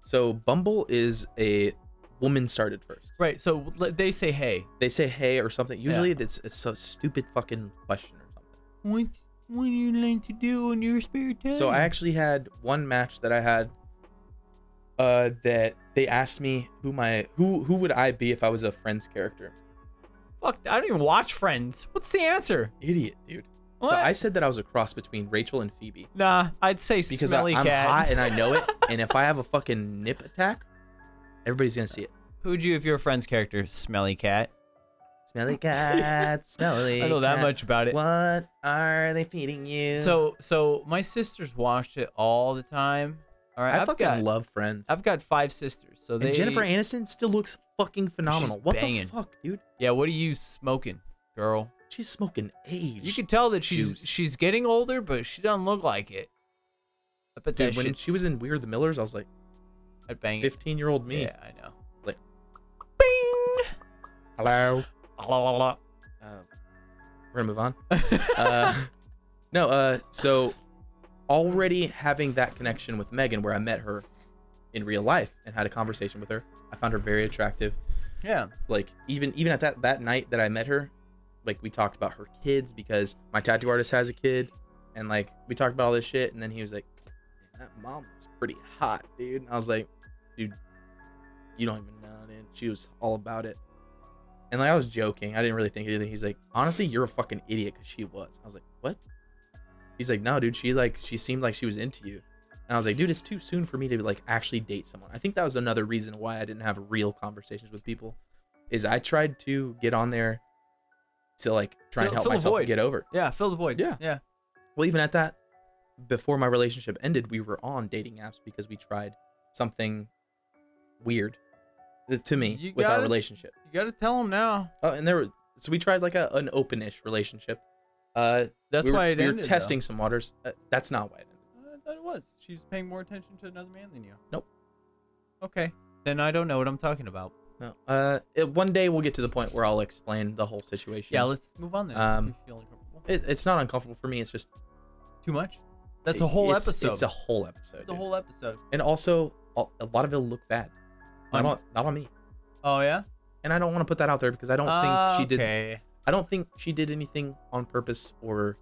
S1: So Bumble is a woman started first.
S4: Right. So let- they say, "Hey,
S1: They say hey or something.
S4: Yeah.
S1: Usually it's it's so stupid fucking question or something.
S4: what what do you like to do in your spare time?"
S1: So I actually had one match that I had uh that they asked me who my who who would I be if I was a friend's character.
S4: fuck. I don't even watch Friends. What's the answer?
S1: Idiot, dude. So
S4: What?
S1: I said that I was a cross between Rachel and Phoebe
S4: Nah, I'd say
S1: because
S4: smelly
S1: I, am
S4: cat.
S1: hot and I know
S4: <laughs>
S1: it and if I have a fucking nip attack, everybody's going to see it.
S4: Who'd you, if you're a Friends character, smelly cat? <laughs>
S1: Smelly cat, smelly.
S4: I know that
S1: cat,
S4: much about it.
S1: What are they feeding you?
S4: So, so my sisters watched it all the time. All right,
S1: I
S4: have
S1: fucking
S4: got,
S1: love friends.
S4: I've got five sisters, so they
S1: and Jennifer Aniston still looks fucking phenomenal. what
S4: banging.
S1: the fuck, dude?
S4: Yeah, what are you smoking, girl?
S1: She's smoking age.
S4: You could tell that she's
S1: Juice.
S4: she's getting older, but she doesn't look like it. I bet
S1: Dude,
S4: that
S1: when
S4: shit's-
S1: she was in Weird the Millers, I was like,
S4: I'd bang it.
S1: 15 year old me.
S4: Yeah, I know.
S1: Like-
S4: bing.
S1: Hello.
S4: La, la, la.
S1: Uh, we're gonna move on. uh, <laughs> no, uh, so already having that connection with Megan, where I met her in real life and had a conversation with her, I found her very attractive.
S4: Yeah.
S1: Like even even at that that night that I met her, like we talked about her kids because my tattoo artist has a kid, and like we talked about all this shit, and then he was like, "Man, "That mom was pretty hot, dude." And I was like, "Dude, you don't even know, dude. She was all about it." And like I was joking, I didn't really think anything. He's like, "Honestly, you're a fucking idiot," because she was. I was like, "What?" He's like, "No, dude. She like she seemed like she was into you." And I was like, "Dude, it's too soon for me to like actually date someone." I think that was another reason why I didn't have real conversations with people, is I tried to get on there to like try and
S4: Fill-
S1: help
S4: fill the
S1: myself
S4: void.
S1: get over. it.
S4: Yeah. Fill the void.
S1: Yeah.
S4: Yeah.
S1: Well, even at that, before my relationship ended, we were on dating apps because we tried something weird uh, to me
S4: You
S1: with our
S4: gotta-
S1: relationship.
S4: You gotta tell them now.
S1: Oh, and there were so we tried like a, an open-ish relationship. Uh,
S4: That's
S1: we were,
S4: why it
S1: we
S4: ended.
S1: were
S4: though.
S1: testing some waters. Uh, that's not why it ended.
S4: I thought it was. She's paying more attention to another man than you.
S1: Nope.
S4: Okay. Then I don't know what I'm talking about.
S1: No. Uh, it, one day we'll get to the point where I'll explain the whole situation.
S4: Yeah. Let's move on then.
S1: Um,
S4: You feel uncomfortable?
S1: it, it's not uncomfortable for me. It's just
S4: Too much. That's a whole
S1: it's-
S4: episode.
S1: It's a whole episode.
S4: It's a
S1: dude.
S4: whole episode.
S1: and also a a lot of it'll look bad. Not
S4: On-
S1: on, not on me.
S4: Oh yeah.
S1: And I don't want to put that out there because I don't think she did
S4: Okay.
S1: I don't think she did anything on purpose or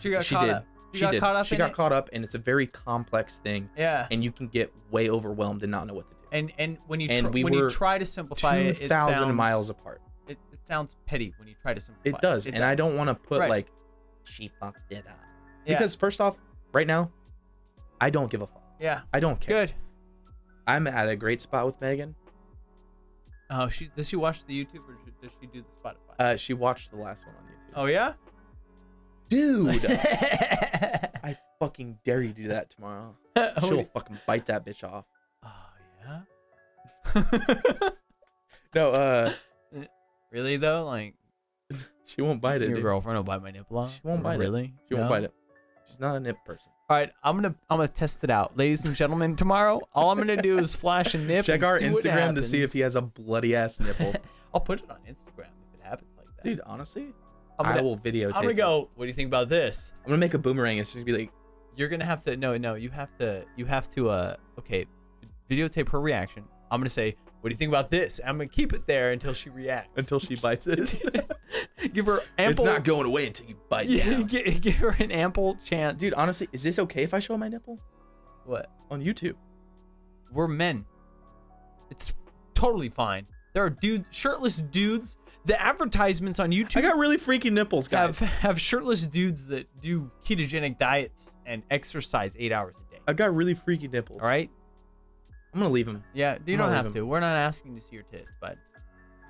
S4: She got
S1: she
S4: caught
S1: did.
S4: up. She
S1: She
S4: got
S1: did.
S4: caught up
S1: she
S4: in
S1: got
S4: it?
S1: caught up, and it's a very complex thing,
S4: Yeah.
S1: and you can get way overwhelmed and not know what to do.
S4: And and when you
S1: And
S4: tr-
S1: we
S4: when
S1: were
S4: you try to simplify it,
S1: Two
S4: it
S1: thousand
S4: sounds-
S1: miles apart.
S4: It, it sounds petty when you try to simplify.
S1: It does, and I don't want to put
S4: Right.
S1: like she fucked it up
S4: Yeah.
S1: because first off, right now, I don't give a fuck.
S4: Yeah.
S1: I don't care.
S4: Good.
S1: I'm at a great spot with Megan.
S4: Oh, she does she watch the YouTube or does she do the Spotify?
S1: Uh, she watched the last one on YouTube.
S4: oh yeah.
S1: Dude,
S4: <laughs>
S1: I fucking dare you do that tomorrow.
S4: <laughs>
S1: She'll fucking bite that bitch off.
S4: Oh yeah. oh,
S1: No, uh,
S4: <laughs> really though, like
S1: she won't bite it.
S4: your
S1: dude.
S4: girlfriend will bite my nipple off.
S1: She won't bite it.
S4: really?
S1: She won't bite it. She's not a nip person.
S4: All right, I'm gonna I'm gonna test it out, ladies and gentlemen. Tomorrow, all I'm gonna do is flash a nip.
S1: Check
S4: and
S1: our
S4: see what
S1: Instagram to see if he
S4: happens.
S1: has a bloody ass nipple.
S4: I'll put it on Instagram if it happens like that.
S1: Dude, honestly,
S4: I'm gonna,
S1: I will videotape.
S4: I'm gonna
S1: it.
S4: go. What do you think about this?
S1: I'm gonna make a boomerang. It's just gonna be like,
S4: You're gonna have to no no. You have to you have to uh okay, videotape her reaction. I'm gonna say, what do you think about this? I'm gonna keep it there until she reacts.
S1: until she bites it.
S4: <laughs> give her
S1: it's
S4: ample.
S1: not going away until you
S4: <laughs>
S1: bite it.
S4: yeah,
S1: down.
S4: give, give her an ample chance.
S1: Dude, honestly, is this okay if I show my nipple
S4: what?
S1: on YouTube?
S4: We're men. It's totally fine. There are dudes, shirtless dudes. The advertisements on YouTube
S1: I got really freaky nipples,
S4: have
S1: guys.
S4: <laughs> have shirtless dudes that do ketogenic diets and exercise eight hours a day.
S1: I've got really freaky nipples.
S4: All right.
S1: I'm gonna leave him.
S4: Yeah, you
S1: I'm
S4: don't
S1: not
S4: have
S1: leaving.
S4: to. We're not asking to see your tits, but uh,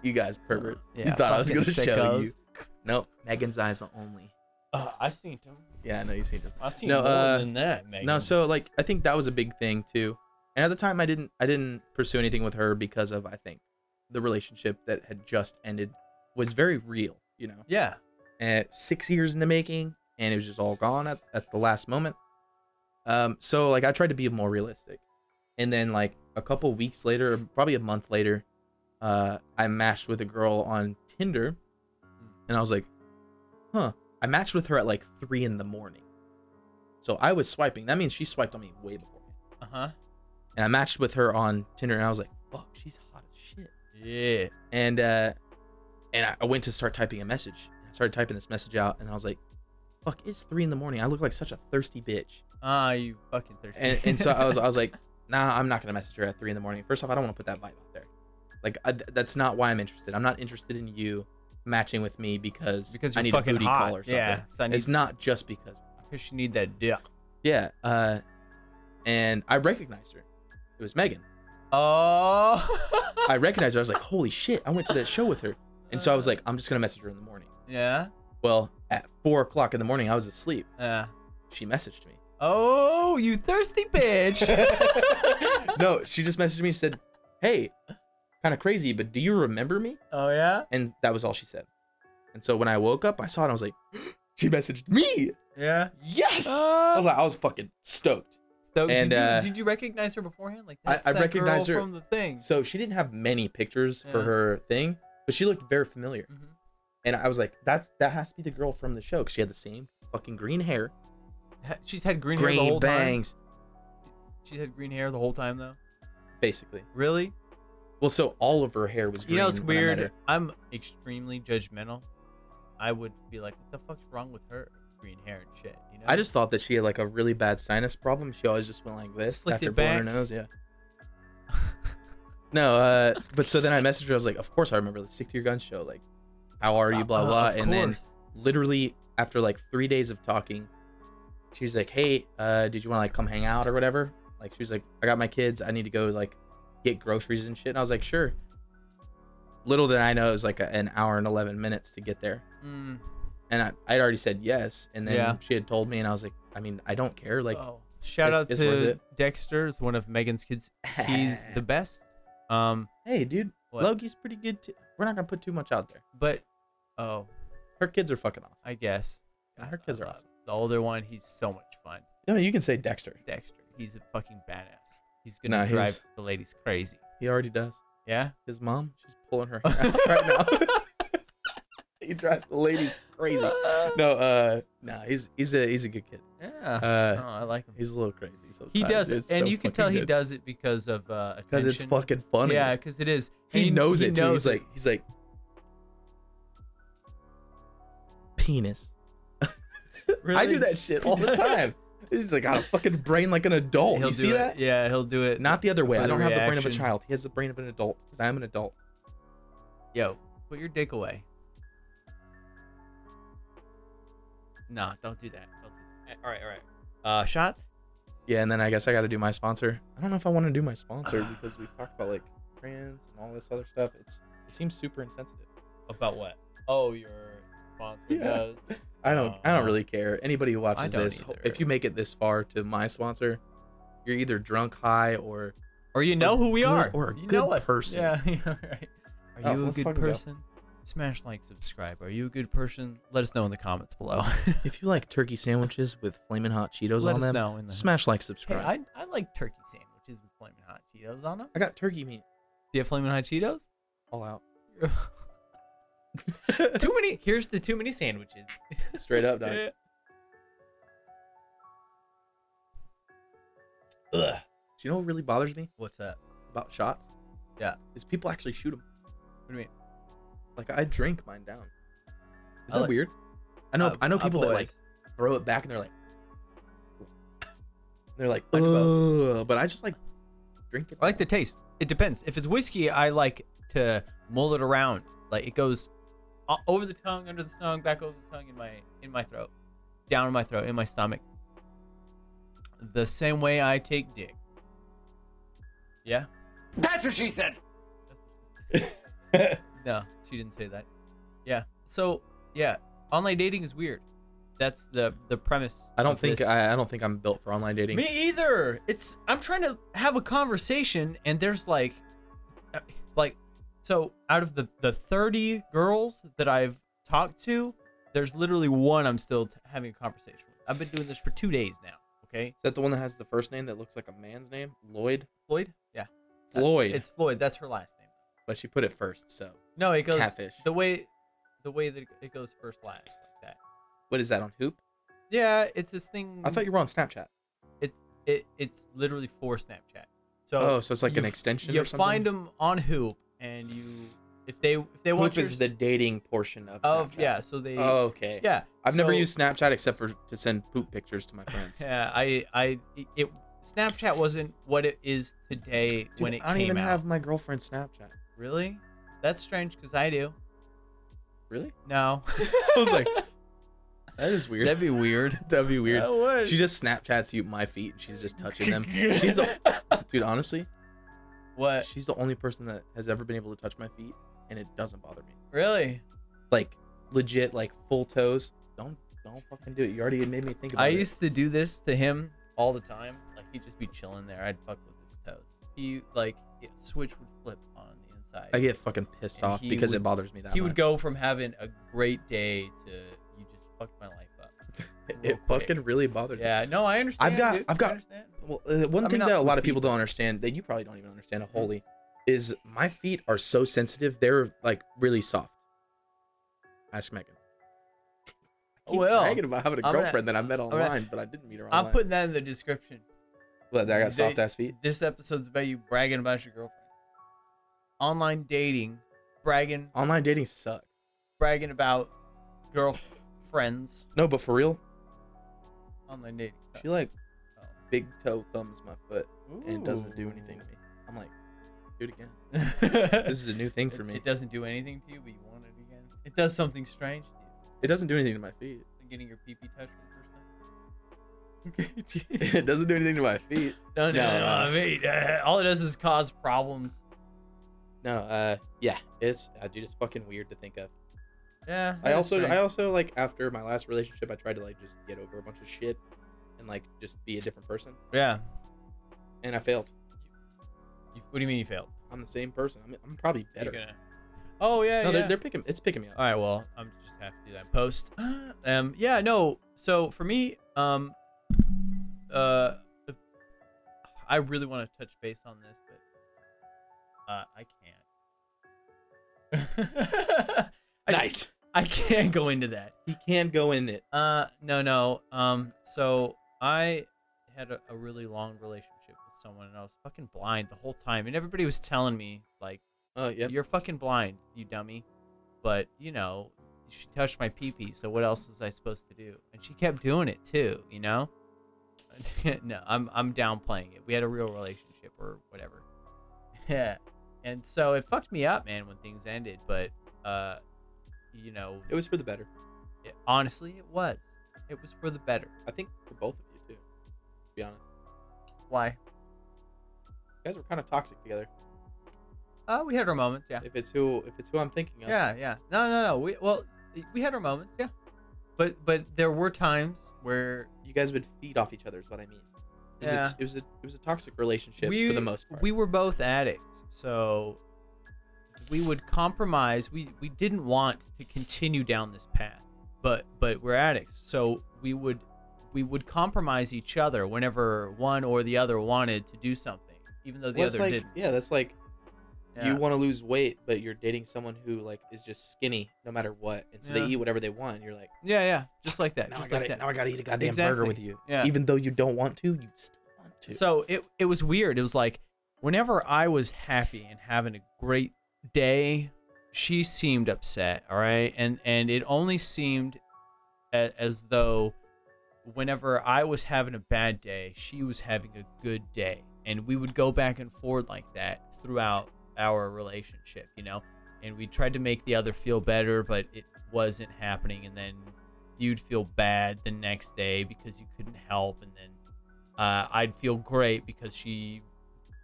S1: You guys, perverts. you
S4: yeah,
S1: thought I was
S4: fucking
S1: gonna show you.
S4: sickos.
S1: Nope. Megan's eyes are only.
S4: Uh, I seen them.
S1: Yeah, I know you seen them.
S4: I seen
S1: No,
S4: more
S1: uh,
S4: than that, man.
S1: No, so like I think that was a big thing too. And at the time I didn't I didn't pursue anything with her because of I think the relationship that had just ended was very real, you know.
S4: yeah,
S1: And six years in the making and it was just all gone at, at the last moment. Um so like I tried to be more realistic. And then like a couple weeks later, or probably a month later, uh I matched with a girl on Tinder and I was like, huh. I matched with her at like three in the morning. So I was swiping. That means she swiped on me way before me.
S4: uh huh,
S1: And I matched with her on Tinder, and I was like, "Fuck, she's hot as shit."
S4: yeah.
S1: And uh, and I- I went to start typing a message. I started typing this message out, and I was like, "Fuck, it's three in the morning. I look like such a thirsty bitch."
S4: Ah, you fucking thirsty.
S1: And, and so I was, I was like, <laughs> "Nah, I'm not gonna message her at three in the morning. First off, I don't want to put that vibe out there. Like, I, th- that's not why I'm interested. I'm not interested in you matching with me because
S4: because
S1: I
S4: you're
S1: need
S4: fucking
S1: a booty
S4: hot.
S1: call or something.
S4: Yeah, because I need,
S1: it's not just because."
S4: because you need that dick.
S1: Yeah. Uh, and I recognized her. It was Megan.
S4: Oh, <laughs>
S1: I recognized her. I was like, holy shit, I went to that show with her. And so I was like, I'm just going to message her in the morning.
S4: yeah,
S1: Well, at four o'clock in the morning, I was asleep.
S4: yeah.
S1: She
S4: <laughs>
S1: messaged me.
S4: Oh, you thirsty
S1: <laughs>
S4: bitch.
S1: No, she just messaged me and said, hey, kind of crazy, but do you remember me?
S4: oh yeah,
S1: And that was all she said. And so when I woke up, I saw it. And I was like, <gasps> she messaged me.
S4: yeah.
S1: Yes. I
S4: Uh,
S1: was like, I was fucking stoked.
S4: So
S1: And,
S4: did, you,
S1: uh,
S4: did you recognize her beforehand? Like
S1: I-
S4: that's
S1: I
S4: that
S1: recognized
S4: girl
S1: her-
S4: from the thing.
S1: So she didn't have many pictures for
S4: Yeah.
S1: her thing, but she looked very familiar.
S4: Mhm.
S1: And I was like, that's that has to be the girl from the show because she had the same fucking green hair,
S4: Ha- She's had green, hair the whole time. She had green hair the whole time though.
S1: basically.
S4: Really?
S1: Well, so all of her hair was green.
S4: you know it's
S1: when I met
S4: weird.
S1: her.
S4: I'm extremely judgmental. I would be like, what the fuck's wrong with her? Green hair and shit. You know?
S1: I just thought that she had like a really bad sinus problem. She always just went like this
S4: Slicked
S1: after
S4: it
S1: blowing her
S4: back.
S1: nose.
S4: <laughs>
S1: Yeah. no, uh, but so then I messaged her. I was like, of course I remember the Stick to Your Gun show. Like, how are you? Blah
S4: Uh,
S1: blah.
S4: of
S1: and then
S4: course.
S1: literally after like three days of talking, she was like, "Hey, uh, did you want to like come hang out or whatever?" Like she was like, "I got my kids. I need to go like get groceries and shit." And I was like, "Sure." Little did I know it was like a, an hour and eleven minutes to get there,
S4: Mm,
S1: and I I'd already said yes, and then
S4: Yeah.
S1: she had told me, and I was like, "I mean, I don't care." Like, <laughs>
S4: oh. shout
S1: it's-
S4: out
S1: it's worth
S4: to
S1: it.
S4: Dexter, is one of Megan's kids.
S1: <laughs>
S4: He's the best. Um,
S1: hey, dude,
S4: What?
S1: Loki's pretty good too. We're not gonna put too much out there.
S4: but oh,
S1: Her kids are fucking awesome.
S4: I guess
S1: Yeah, her kids are
S4: Uh,
S1: awesome.
S4: The older one, he's so much fun.
S1: No, you can say Dexter.
S4: Dexter, he's a fucking badass. He's gonna
S1: Nah,
S4: drive
S1: he's-
S4: the ladies crazy.
S1: He already does.
S4: Yeah.
S1: His mom, she's pulling
S4: <laughs>
S1: her hair out right now. <laughs> he drives the ladies
S4: <laughs>
S1: crazy. No, uh, no, he's he's a he's a good kid.
S4: Yeah. oh,
S1: Uh,
S4: I like him.
S1: he's a little crazy. Sometimes.
S4: He does, it,
S1: It's so
S4: and you can
S1: fucking
S4: tell he
S1: good.
S4: does it because of uh,
S1: because it's
S4: attention.
S1: fucking funny.
S4: Yeah, because it is.
S1: he,
S4: And
S1: knows
S4: he
S1: it too. He's like he's like penis. I do
S4: Really?
S1: that shit all
S4: <laughs>
S1: the time. He's like got a fucking brain like an adult.
S4: He'll
S1: Oh, you
S4: do
S1: see
S4: it.
S1: that?
S4: Yeah, he'll do it.
S1: Not the other way.
S4: For
S1: I
S4: the
S1: don't have the brain of a
S4: reaction.
S1: child. He has the brain of an adult because I'm an adult.
S4: Yo, put your dick away. No, don't do that. Don't do that. All right, all right. Uh, shot.
S1: Yeah, and then I guess I got to do my sponsor. I don't know if I want to do my sponsor
S4: <sighs>
S1: because we've talked about like trans and all this other stuff. It's it seems super insensitive.
S4: About what? Oh, your sponsor
S1: Yeah.
S4: does.
S1: I don't I
S4: Aw.
S1: don't really care. Anybody who watches
S4: don't
S1: this,
S4: either.
S1: if you make it this far to my sponsor, you're either drunk, high, or
S4: Or you know
S1: a
S4: who we
S1: good-
S4: are.
S1: or a
S4: you
S1: good
S4: know us.
S1: person.
S4: Yeah, <laughs> yeah, right. Are
S1: Oh,
S4: you a
S1: let's
S4: good
S1: fucking go.
S4: person? Smash like, subscribe. Are you a good person? Let us know in the comments below. <laughs>
S1: if you like turkey sandwiches with flaming hot Cheetos on
S4: Let us
S1: them,
S4: know in the
S1: smash like
S4: Hey,
S1: subscribe. I,
S4: I, I like turkey sandwiches with flaming hot Cheetos on them.
S1: got turkey meat
S4: Do you have flaming hot <laughs> Cheetos?
S1: all out. <laughs>
S4: too many. Here's the too many sandwiches. <laughs>
S1: Straight up, dog. Ugh. Do you know what really bothers me
S4: What's up?
S1: about shots?
S4: Yeah.
S1: Is people actually shoot them.
S4: What do you mean?
S1: Like I drink mine down. Is
S4: I
S1: that
S4: like-
S1: weird? I know
S4: Uh,
S1: I know
S4: uh,
S1: people that like
S4: boys.
S1: throw it back and they're like they're like,
S4: Like both.
S1: "Ugh," but I just like drink it. <laughs>
S4: I like the taste. It depends. If it's whiskey, I like to mull it around. Like it goes o- over the tongue, under the tongue, back over the tongue in my in my throat, down in my throat, in my stomach. The same way I take dick. Yeah. No, she didn't say that. Yeah. So yeah, online dating is weird. That's the the premise.
S1: I don't
S4: of
S1: think
S4: this.
S1: I, I don't think I'm built for online dating.
S4: Me either. It's I'm trying to have a conversation and there's like uh, like so out of the the 30 girls that I've talked to, there's literally one I'm still t- having a conversation with. I've been doing this for 2 days now, okay?
S1: Is that the one that has the first name that looks like a man's name? Lloyd.
S4: Floyd? Yeah.
S1: Floyd.
S4: Uh, It's Floyd. That's her last name.
S1: but she put it first. So
S4: No, it goes
S1: Catfish.
S4: the way the way that it goes first last like that.
S1: what is that on Hoop?
S4: Yeah, it's this thing
S1: I thought you were on Snapchat.
S4: it's it, it's literally for Snapchat. So
S1: Oh, so it's like
S4: you
S1: an
S4: f-
S1: extension.
S4: You
S1: or something?
S4: find them on Hoop, and you if they if they want
S1: Hoop
S4: your,
S1: is the dating portion of Snapchat.
S4: of yeah. So they
S1: Oh, okay.
S4: yeah.
S1: I've never
S4: so-
S1: used Snapchat except for to send poop pictures to my friends.
S4: <laughs> Yeah, I I it Snapchat wasn't what it is today
S1: Dude,
S4: when it
S1: I don't
S4: came
S1: even
S4: out.
S1: have my girlfriend's Snapchat.
S4: Really, that's strange because I do.
S1: Really?
S4: No,
S1: <laughs> I was like, that is weird.
S6: That'd be weird.
S1: <laughs> That'd be weird.
S4: <laughs> I would.
S1: She just Snapchats you my feet and she's just touching
S4: <laughs>
S1: them. She's a, dude, honestly,
S4: what
S1: she's the only person that has ever been able to touch my feet and it doesn't bother me.
S4: really?
S1: Like legit, like full toes. Don't don't fucking do it. You already made me think about
S4: I
S1: it.
S4: used to do this to him all the time. Like he'd just be chilling there. I'd fuck with his toes. He like it, switch would flip on the inside.
S1: I get fucking pissed
S4: And
S1: off
S4: he
S1: because it
S4: would-
S1: bothers me that
S4: he would
S1: much.
S4: go from having a great day to you just fucked my life up. real
S1: It fucking
S4: quick.
S1: really bothers me.
S4: Yeah, no, I understand.
S1: I've got-
S4: dude.
S1: I've
S4: I
S1: got-
S4: understand.
S1: Well, uh, one
S4: I
S1: thing
S4: mean,
S1: that
S4: not
S1: a lot of
S4: feet, Mm-hmm.
S1: people don't understand that you probably don't even understand wholly is my feet are so sensitive. They're like really soft. Ask Megan. I keep
S4: Well,
S1: bragging about having a
S4: I'm gonna-
S1: girlfriend that I met
S4: I'm gonna-
S1: online, but I didn't meet her online.
S4: I'm putting that in the description.
S1: But I got
S4: They-
S1: soft ass feet.
S4: This episode's about you bragging about your girlfriend. Online dating, bragging,
S1: Online dating sucks.
S4: bragging about girlfriends.
S1: No, but for real,
S4: Online dating.
S1: she like
S4: Oh.
S1: big toe thumbs my foot and doesn't do
S4: Ooh. <laughs>
S1: anything to me. I'm like, do it again. This is a new thing for
S4: It-
S1: me.
S4: It, doesn't do anything to you, but you want it again. It does something strange to you.
S1: It doesn't do anything to my feet. <laughs>
S4: Like Getting your pee pee touched for the first time.
S1: <laughs> it doesn't do anything to my feet.
S4: No, no,
S1: No,
S4: no.
S1: no.
S4: I mean, uh, all it does is cause problems.
S1: No, uh, yeah, it's uh, dude, it's fucking weird to think of.
S4: Yeah.
S1: I
S4: that's
S1: also
S4: strange.
S1: I also like after my last relationship I tried to like just get over a bunch of shit and like just be a different person
S4: yeah.
S1: and I failed.
S4: You, what do you mean you failed?
S1: I'm the same person. I'm, I'm probably
S4: You're
S1: better.
S4: gonna- Oh yeah.
S1: No,
S4: yeah.
S1: they're, they're picking it's picking me up.
S4: All right. Well, I'm just have to do that post. <gasps> um. Yeah. No. So for me, um, uh, I really want to touch base on this, but uh, I can't. <laughs> I just- I can't go into that.
S1: He can go in it.
S4: Uh, no, no. Um, so I had a, a really long relationship with someone, and I was fucking blind the whole time, and everybody was telling me like,
S1: Oh yeah.
S4: "You're fucking blind, you dummy." But you know, she touched my pee pee, so what else was I supposed to do? And she kept doing it too, you know. <laughs> no, I'm I'm downplaying it. We had a real relationship or whatever. <laughs> Yeah, and so it fucked me up, man, when things ended. But uh, you know,
S1: It was for the better.
S4: it- honestly, it was. It was for the better.
S1: I think for both of you too. To be honest,
S4: Why?
S1: you guys were kind of toxic together.
S4: Uh, we had our moments. Yeah.
S1: If it's who if it's who I'm thinking of.
S4: Yeah, yeah. No, no, no. We well, we had our moments. Yeah. But but there were times where
S1: You guys would feed off each other is what I mean. It was,
S4: Yeah.
S1: a, it was a it was a toxic relationship
S4: we
S1: for the most part.
S4: we were both addicts, so we would compromise. We we didn't want to continue down this path, but but we're addicts, so we would we would compromise each other whenever one or the other wanted to do something, even though the
S1: Well, it's
S4: other
S1: like,
S4: didn't.
S1: Yeah, that's like
S4: Yeah.
S1: you want to lose weight, but you're dating someone who like is just skinny no matter what, and so
S4: Yeah.
S1: they eat whatever they want. and You're like,
S4: yeah, yeah, just like that.
S1: now I
S4: just
S1: gotta
S4: like that.
S1: now I gotta eat a goddamn burger
S4: Exactly.
S1: with you,
S4: Yeah.
S1: even though you don't want to, you still want to.
S4: So it it was weird. It was like whenever I was happy and having a great day, she seemed upset. All right, and and it only seemed a, as though whenever I was having a bad day, she was having a good day, and we would go back and forth like that throughout our relationship, you know? And we tried to make the other feel better, but it wasn't happening. And then you'd feel bad the next day because you couldn't help. And then uh, I'd feel great because she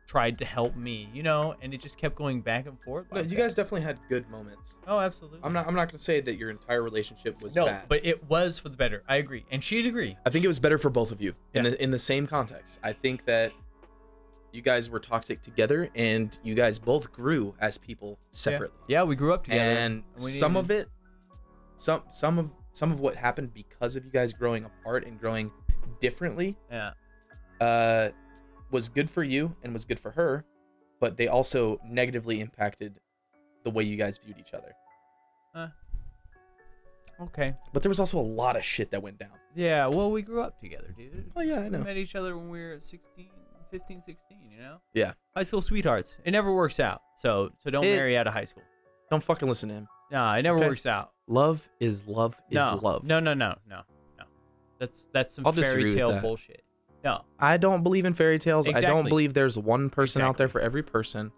S4: tried to help me, you know? And it just kept going back and forth.
S1: No,
S4: like
S1: you
S4: that.
S1: guys definitely had good moments.
S4: Oh, absolutely.
S1: I'm not. I'm not gonna say that your entire relationship was
S4: no,
S1: bad.
S4: but it was for the better. I agree. And she'd agree.
S1: I think it was better for both of you in
S4: Yeah.
S1: the in the same context. I think that you guys were toxic together, and you guys both grew as people separately.
S4: Yeah, we grew up together.
S1: and
S4: we
S1: some
S4: didn't-
S1: of it, some some of some of what happened because of you guys growing apart and growing differently,
S4: Yeah.
S1: uh, was good for you and was good for her, but they also negatively impacted the way you guys viewed each other.
S4: Okay.
S1: But there was also a lot of shit that went down.
S4: Yeah, well, we grew up together, dude.
S1: Oh yeah, I
S4: We
S1: know.
S4: met each other when we were 16, 15, 16, you know?
S1: Yeah.
S4: High school sweethearts. It never works out. So so don't
S1: It-
S4: marry out of high school.
S1: Don't fucking listen to him.
S4: Nah, it never
S1: Okay.
S4: works out.
S1: Love is love is
S4: no.
S1: love.
S4: No, no, no, no, no. That's that's some
S1: I'll disagree
S4: fairy
S1: with
S4: tale
S1: that.
S4: bullshit. No.
S1: I don't believe in fairy tales. I don't
S4: Exactly.
S1: believe there's one person out there for
S4: Exactly.
S1: every person.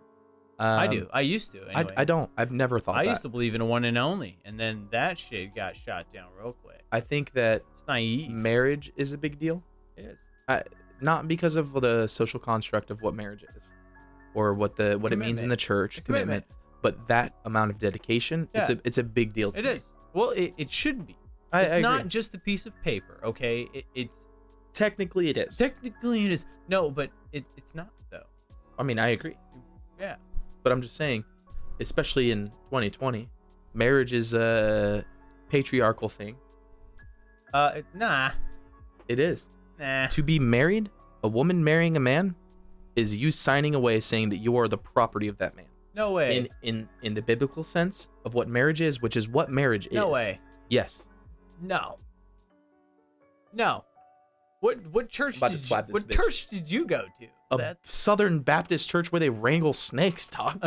S4: I
S1: Um,
S4: do. I used to. Anyway.
S1: I, I don't. I've never thought.
S4: I
S1: that.
S4: used to believe in a one and only, and then that shit got shot down real quick.
S1: I think that
S4: It's naive.
S1: marriage is a big deal,
S4: it is.
S1: not because of the social construct of what marriage is, or what the what it means in
S4: Commitment.
S1: the church
S4: A
S1: commitment, but that amount of dedication. It's
S4: Yeah.
S1: a it's a big deal. to
S4: It
S1: me.
S4: is. Well, it, it should be.
S1: I,
S4: it's
S1: I
S4: not
S1: agree.
S4: just a piece of paper, okay? It, it's
S1: technically it is.
S4: Technically, it is. No, but it, it's not though.
S1: I mean, I agree,
S4: Yeah.
S1: but I'm just saying, especially in 2020, marriage is a patriarchal thing.
S4: Uh, nah,
S1: It is.
S4: nah.
S1: to be married, a woman marrying a man, is you signing away saying that you are the property of that man.
S4: No way.
S1: In in in the biblical sense of what marriage is, which is what marriage is.
S4: no way.
S1: Yes.
S4: No. No. What what church
S1: about to
S4: did
S1: slap
S4: you,
S1: this
S4: what
S1: bitch.
S4: church did you go to?
S1: A
S4: That-
S1: Southern Baptist church where they wrangle snakes,
S4: <laughs>
S1: dog.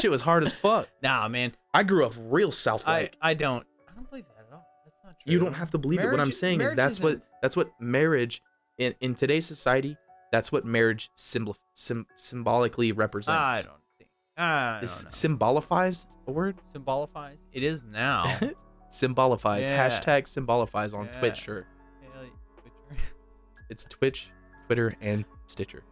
S1: Shit was hard as fuck.
S4: nah, man.
S1: I grew up real South
S4: I
S1: Lake.
S4: I don't I don't believe that at all. That's not true.
S1: You don't have to believe it. What I'm
S4: Marriage-
S1: saying is
S4: marriage
S1: that's what
S4: isn't-
S1: that's what marriage in in today's society. That's what marriage symbol sim, symbolically represents.
S4: I don't think. I don't
S1: Is
S4: know.
S1: symbolifies a word?
S4: Symbolifies. It is now.
S1: <laughs>
S4: Hell
S1: symbolifies
S4: Yeah.
S1: hashtag symbolifies on
S4: Yeah.
S1: twitch sure
S4: yeah, Twitter.
S1: it's twitch twitter and stitcher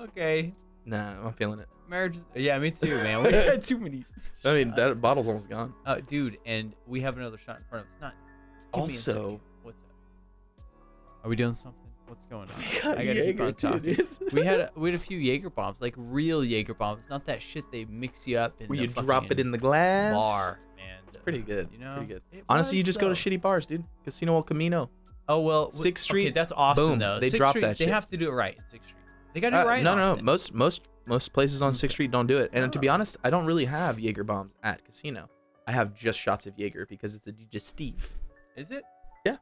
S4: okay.
S1: nah i'm feeling it
S4: Marriage is, yeah, me too, <laughs> man. We had too many.
S1: i mean
S4: shots.
S1: that bottle's almost
S4: <laughs>
S1: gone
S4: Uh, dude, and we have another shot in front of us. Not give me a
S1: Also-
S4: second. what's up? Are we doing something? What's going
S1: <laughs>
S4: on? I gotta keep on talking. we had a, we had a few Jaeger bombs, like real Jaeger bombs, not that shit they mix you up in.
S1: where you
S4: the
S1: drop it
S4: fucking
S1: in the glass
S4: bar, man. It's
S1: pretty good
S4: You know,
S1: pretty good
S4: It
S1: honestly you
S4: was,
S1: just go to
S4: though.
S1: shitty bars dude casino el camino
S4: Oh well, w-
S1: Sixth
S4: Okay,
S1: Street,
S4: that's Austin
S1: boom,
S4: though.
S1: they
S4: Sixth
S1: drop
S4: Street,
S1: that
S4: They
S1: shit.
S4: have to do it right. in Sixth Street. They gotta do
S1: Uh,
S4: it right. in
S1: no no no
S4: Austin.
S1: most most most places on sixth
S4: Okay.
S1: street don't do it and to be
S4: Oh.
S1: honest i don't really have jaeger bombs at casino i have just shots of jaeger because it's a digestive
S4: Is it?
S1: Yeah.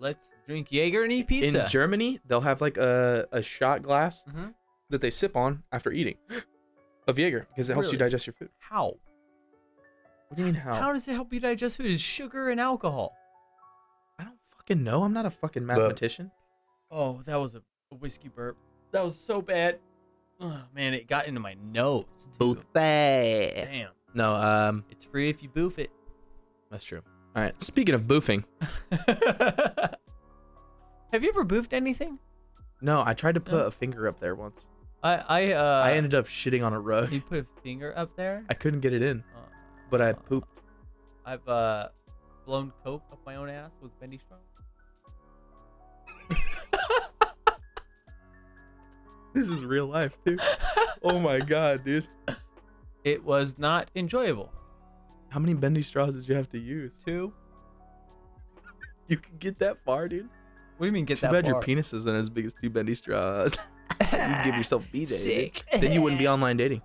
S4: Let's drink Jaeger and eat pizza.
S1: in germany they'll have like a, a shot glass
S4: Mhm.
S1: that they sip on after eating of Jaeger because it helps you
S4: Really?
S1: digest your food.
S4: How?
S1: What do you mean how?
S4: How does it help you digest food? It's sugar and alcohol.
S1: I don't fucking know. I'm not a fucking mathematician.
S4: Oh, that was a a whiskey burp. That was so bad. Oh, man, it got into my nose. Too.
S1: Buffet.
S4: Damn.
S1: No, um,
S4: It's free if you boof <laughs> it.
S1: that's true. All right. Speaking of boofing,
S4: Have you ever boofed anything?
S1: no, I tried to put
S4: No.
S1: a finger up there once.
S4: I I uh
S1: I ended up shitting on a rug.
S4: you put a finger up there.
S1: <laughs> I couldn't get it in,
S4: Uh,
S1: but I pooped.
S4: I've uh blown coke up my own ass with bendy straw.
S1: This is real life,
S4: <laughs>
S1: dude. oh my god, dude.
S4: It was not enjoyable.
S1: How many bendy straws did you have to use?
S4: Two.
S1: You could get that far, dude.
S4: What do you mean get
S1: Too
S4: that
S1: bad your
S4: far? Ah,
S1: penis isn't as big as two bendy straws. <laughs> You'd give yourself B day. Then you wouldn't be online
S4: <laughs>
S1: dating.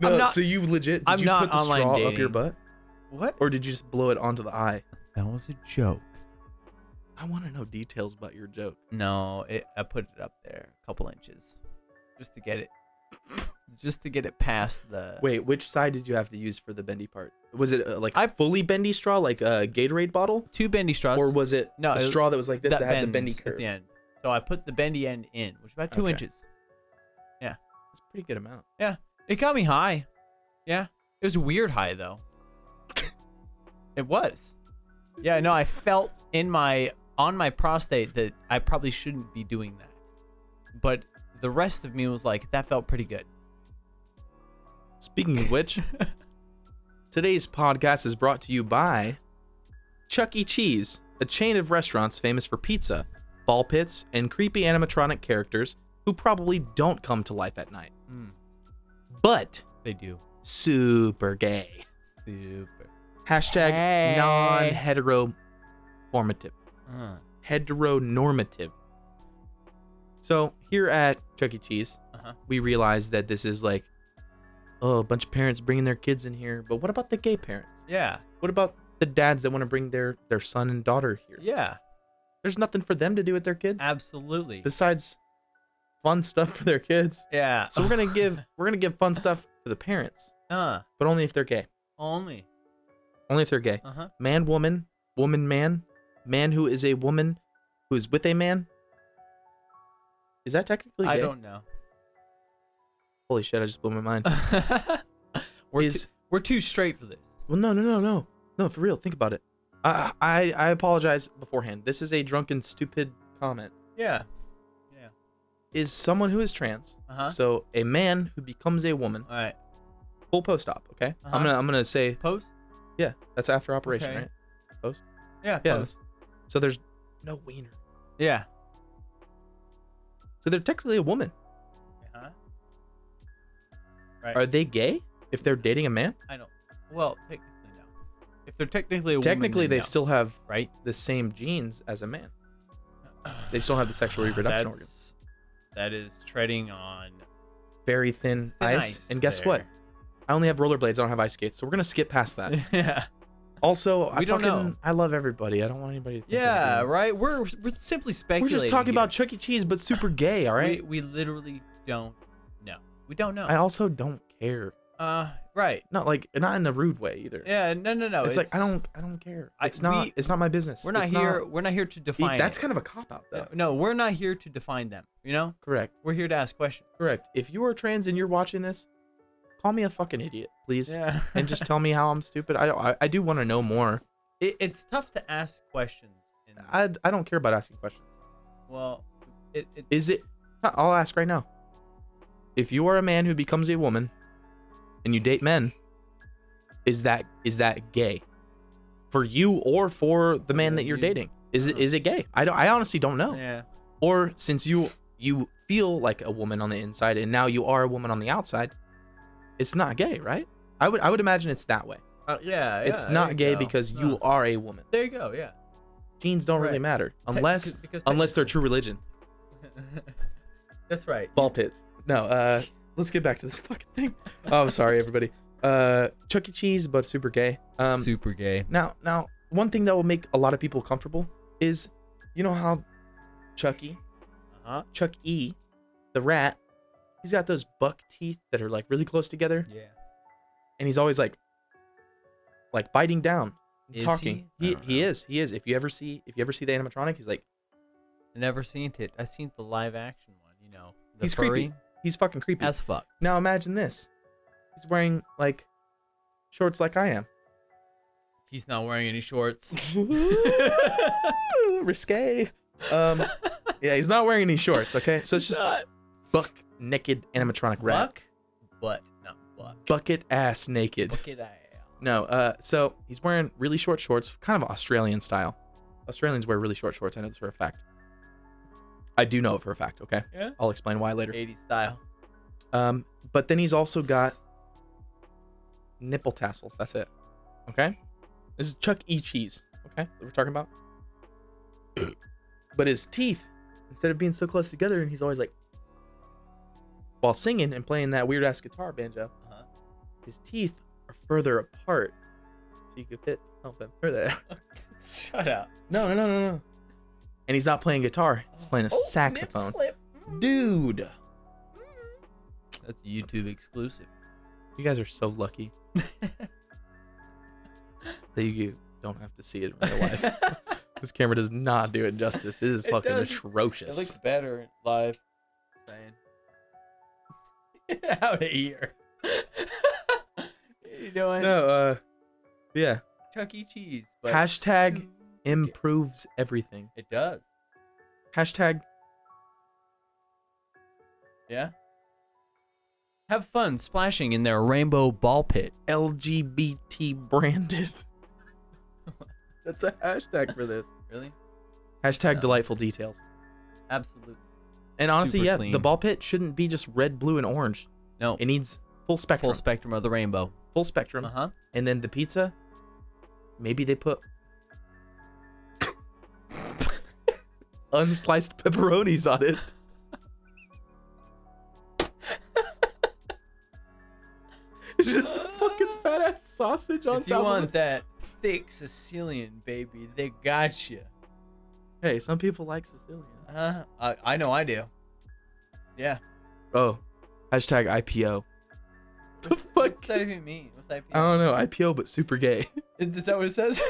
S1: No,
S4: not-
S1: so you legit did
S4: I'm
S1: you
S4: not
S1: put the
S4: online
S1: straw up
S4: dating.
S1: your butt,
S4: <laughs> What?
S1: or did you just blow it onto the eye?
S4: That was a joke.
S1: I want to know details about your joke.
S4: No, it, I put it up there a couple inches, just to get it, just to get it past the.
S1: Wait, which side did you have to use for the bendy part? Was it uh, like
S4: I-
S1: a fully bendy straw, like a Gatorade bottle,
S4: two bendy straws.
S1: or was it
S4: No,
S1: a
S4: it-
S1: straw that was like this that, had the bendy
S4: bends
S1: curve?
S4: at the end. So I put the bendy end in, which is about two
S1: Okay.
S4: inches.
S1: That's a pretty good amount.
S4: It got me high. Yeah. It was weird
S1: <laughs>
S4: high though. it was. Yeah, no, I felt in my on my prostate that I probably shouldn't be doing that. But the rest of me was like, that felt pretty good.
S1: Speaking of <laughs> which, today's podcast is brought to you by Chuck E. Cheese, a chain of restaurants famous for pizza, ball pits, and creepy animatronic characters who probably don't come to life at night.
S4: Mm.
S1: But
S4: They do.
S1: super gay.
S4: Super.
S1: Hashtag
S4: Hey.
S1: non heteronormative.
S4: Uh-huh.
S1: Heteronormative. So here at Chuck E. Cheese,
S4: Uh-huh.
S1: we realize that this is like, oh, a bunch of parents bringing their kids in here. But what about the gay parents?
S4: Yeah.
S1: What about the dads that want to bring their their son and daughter here?
S4: Yeah.
S1: There's nothing for them to do with their kids
S4: Absolutely.
S1: besides fun stuff for their kids.
S4: yeah.
S1: <laughs> So we're
S4: <laughs>
S1: gonna give we're gonna give fun stuff to the parents,
S4: uh,
S1: but only if they're gay.
S4: only.
S1: Only if they're gay.
S4: Uh huh.
S1: Man, woman, woman, man, man who is a woman who is with a man. Is that technically
S4: I
S1: gay? <laughs>
S4: don't know. <laughs>
S1: Holy shit! I just blew my mind.
S4: we're
S1: Is-
S4: too, we're too straight for this.
S1: Well, no, no, no, no, no. For real, think about it. I, I, I apologize beforehand. This is a drunken, stupid comment.
S4: Yeah.
S1: Is someone who is trans,
S4: Uh huh.
S1: so a man who becomes a woman,
S4: All right.
S1: full post op. Okay,
S4: Uh-huh.
S1: I'm gonna, I'm gonna say,
S4: Post.
S1: yeah, that's after operation,
S4: Okay.
S1: right? Post.
S4: Yeah.
S1: Yeah.
S4: Post.
S1: So there's no wiener.
S4: Yeah.
S1: So they're technically a woman.
S4: Uh-huh. Right.
S1: Are they gay if they're dating a man?
S4: I don't. Well, technically no. If they're technically a
S1: technically,
S4: woman, then
S1: they
S4: no,
S1: still have
S4: right.
S1: the same genes as a man. They still have the
S4: <sighs>
S1: sexual reproduction organ.
S4: That's, that is treading on
S1: Very thin,
S4: thin
S1: ice.
S4: ice
S1: And guess what?
S4: there.
S1: I only have rollerblades. I don't have ice skates. So we're gonna skip past that.
S4: <laughs> yeah.
S1: Also, I
S4: We don't
S1: fucking
S4: know.
S1: I love everybody. I don't want anybody to think
S4: Yeah.
S1: I'm gay.
S4: Right. We're we're simply speculating.
S1: We're just talking
S4: here.
S1: about Chuck E. Cheese, but super gay. All right.
S4: We, we literally don't know. We don't know.
S1: I also don't care.
S4: uh. Right.
S1: Not like not in a rude way either.
S4: Yeah. No. No. No.
S1: it's, like I don't I don't care.
S4: I-
S1: It's not
S4: we-
S1: it's not my business.
S4: We're not
S1: It's
S4: here. we're not here to define.
S1: That's
S4: it.
S1: kind of a cop out though.
S4: No, no, we're not here to define them. You know,
S1: Correct.
S4: we're here to ask questions.
S1: Correct. If you are trans and you're watching this, call me a fucking idiot, please,
S4: Yeah.
S1: and just tell me how I'm stupid. I don't, I, I do want to know more.
S4: It, it's tough to ask questions. In,
S1: I I don't care about asking questions.
S4: well, it, it
S1: Is it? uh, I'll ask right now. If you are a man who becomes a woman, and you date men, is that is that gay? For you or for the man that you're dating, is it is it gay? I don't. I honestly don't know.
S4: yeah.
S1: Or since you you feel like a woman on the inside and now you are a woman on the outside, it's not gay, right? I would I would imagine it's that way.
S4: Uh, yeah,
S1: it's
S4: yeah, there
S1: not
S4: you
S1: gay
S4: go.
S1: because
S4: No.
S1: you are a woman.
S4: There you go. Yeah.
S1: Genes don't really
S4: Right.
S1: matter unless
S4: Te- because
S1: unless they're true religion.
S4: technically- That's right.
S1: ball pits. No, uh, let's get back to this <laughs> fucking thing. Oh, I'm sorry, everybody. Uh, Chuck E. Cheese, but super gay. Um,
S4: Super gay.
S1: now, now, one thing that will make a lot of people comfortable is, you know how E Chucky,
S4: Uh-huh.
S1: Chuck E, the rat, he's got those buck teeth that are like really close together,
S4: Yeah.
S1: and he's always like, like biting down,
S4: Is
S1: talking.
S4: he? I
S1: He
S4: don't
S1: he
S4: know.
S1: is he is. If you ever see if you ever see the animatronic, he's like
S4: I never seen it. I seen the live action one. You know, the
S1: he's
S4: furry.
S1: creepy. He's fucking creepy.
S4: As fuck.
S1: Now imagine this. He's wearing like shorts like I am. <laughs>
S4: He's not wearing any <laughs> shorts.
S1: Ooh, risque.
S4: <laughs>
S1: Um yeah, he's not wearing any shorts, okay? So it's just
S4: Not
S1: buck naked animatronic rat.
S4: buck, but not buck.
S1: Bucket ass naked.
S4: Bucket ass.
S1: No, uh so he's wearing really short shorts, kind of Australian style. Australians wear really short shorts, I know this for a fact. I do know it for a fact, okay?
S4: Yeah.
S1: I'll explain why later.
S4: 80s style.
S1: Um, but then he's also got nipple tassels. That's it. Okay. This is Chuck E. Cheese. Okay, that we're talking about. but his teeth, instead of being so close together, and he's always like, while singing and playing that weird ass guitar banjo,
S4: Uh-huh. <laughs>
S1: his teeth are further apart, so you could fit a little bit further.
S4: Shut up.
S1: <laughs> no, no, no, no, Oh, no. And he's not playing guitar. He's playing
S4: Oh,
S1: a saxophone. Dude,
S4: Mm. That's YouTube exclusive.
S1: <laughs> You guys are so <laughs> lucky <laughs> that you don't have to see it in real life. This camera does not do it justice. It is
S6: It
S1: fucking
S6: doesn't.
S1: atrocious.
S6: better live.
S4: <laughs>
S6: Saying. Get out of here. you doing?
S1: no, uh, yeah.
S6: Chuck E. Cheese.
S1: Hashtag
S6: soon-
S1: Improves everything.
S6: It does.
S1: Hashtag
S6: Yeah.
S4: Have fun splashing in their rainbow ball pit.
S1: LGBT branded. <laughs> That's a hashtag for this.
S4: Really?
S1: Hashtag
S4: Yeah.
S1: delightful details.
S4: Absolutely.
S1: And honestly,
S4: Super
S1: yeah,
S4: clean.
S1: the ball pit shouldn't be just red, blue, and orange.
S4: No.
S1: It needs full Uh-huh. spectrum.
S4: Full spectrum of the rainbow.
S1: full spectrum.
S4: Uh
S6: Uh-huh.
S4: huh.
S1: And then the pizza, maybe they <laughs> put unsliced pepperonis on it. <laughs> It's just a fucking fat ass sausage on
S6: If
S1: top
S6: you
S1: of
S6: want
S1: it.
S6: that thick Sicilian baby, they got you.
S1: Hey, some people like Sicilian.
S6: Huh? I, I know I do. Yeah.
S1: Oh, hashtag IPO. The
S6: What's,
S1: fuck?
S6: what's that
S1: is-
S6: even mean? What's that?
S1: I don't know. IPO, but super gay. <laughs>
S6: Is, is that what it says?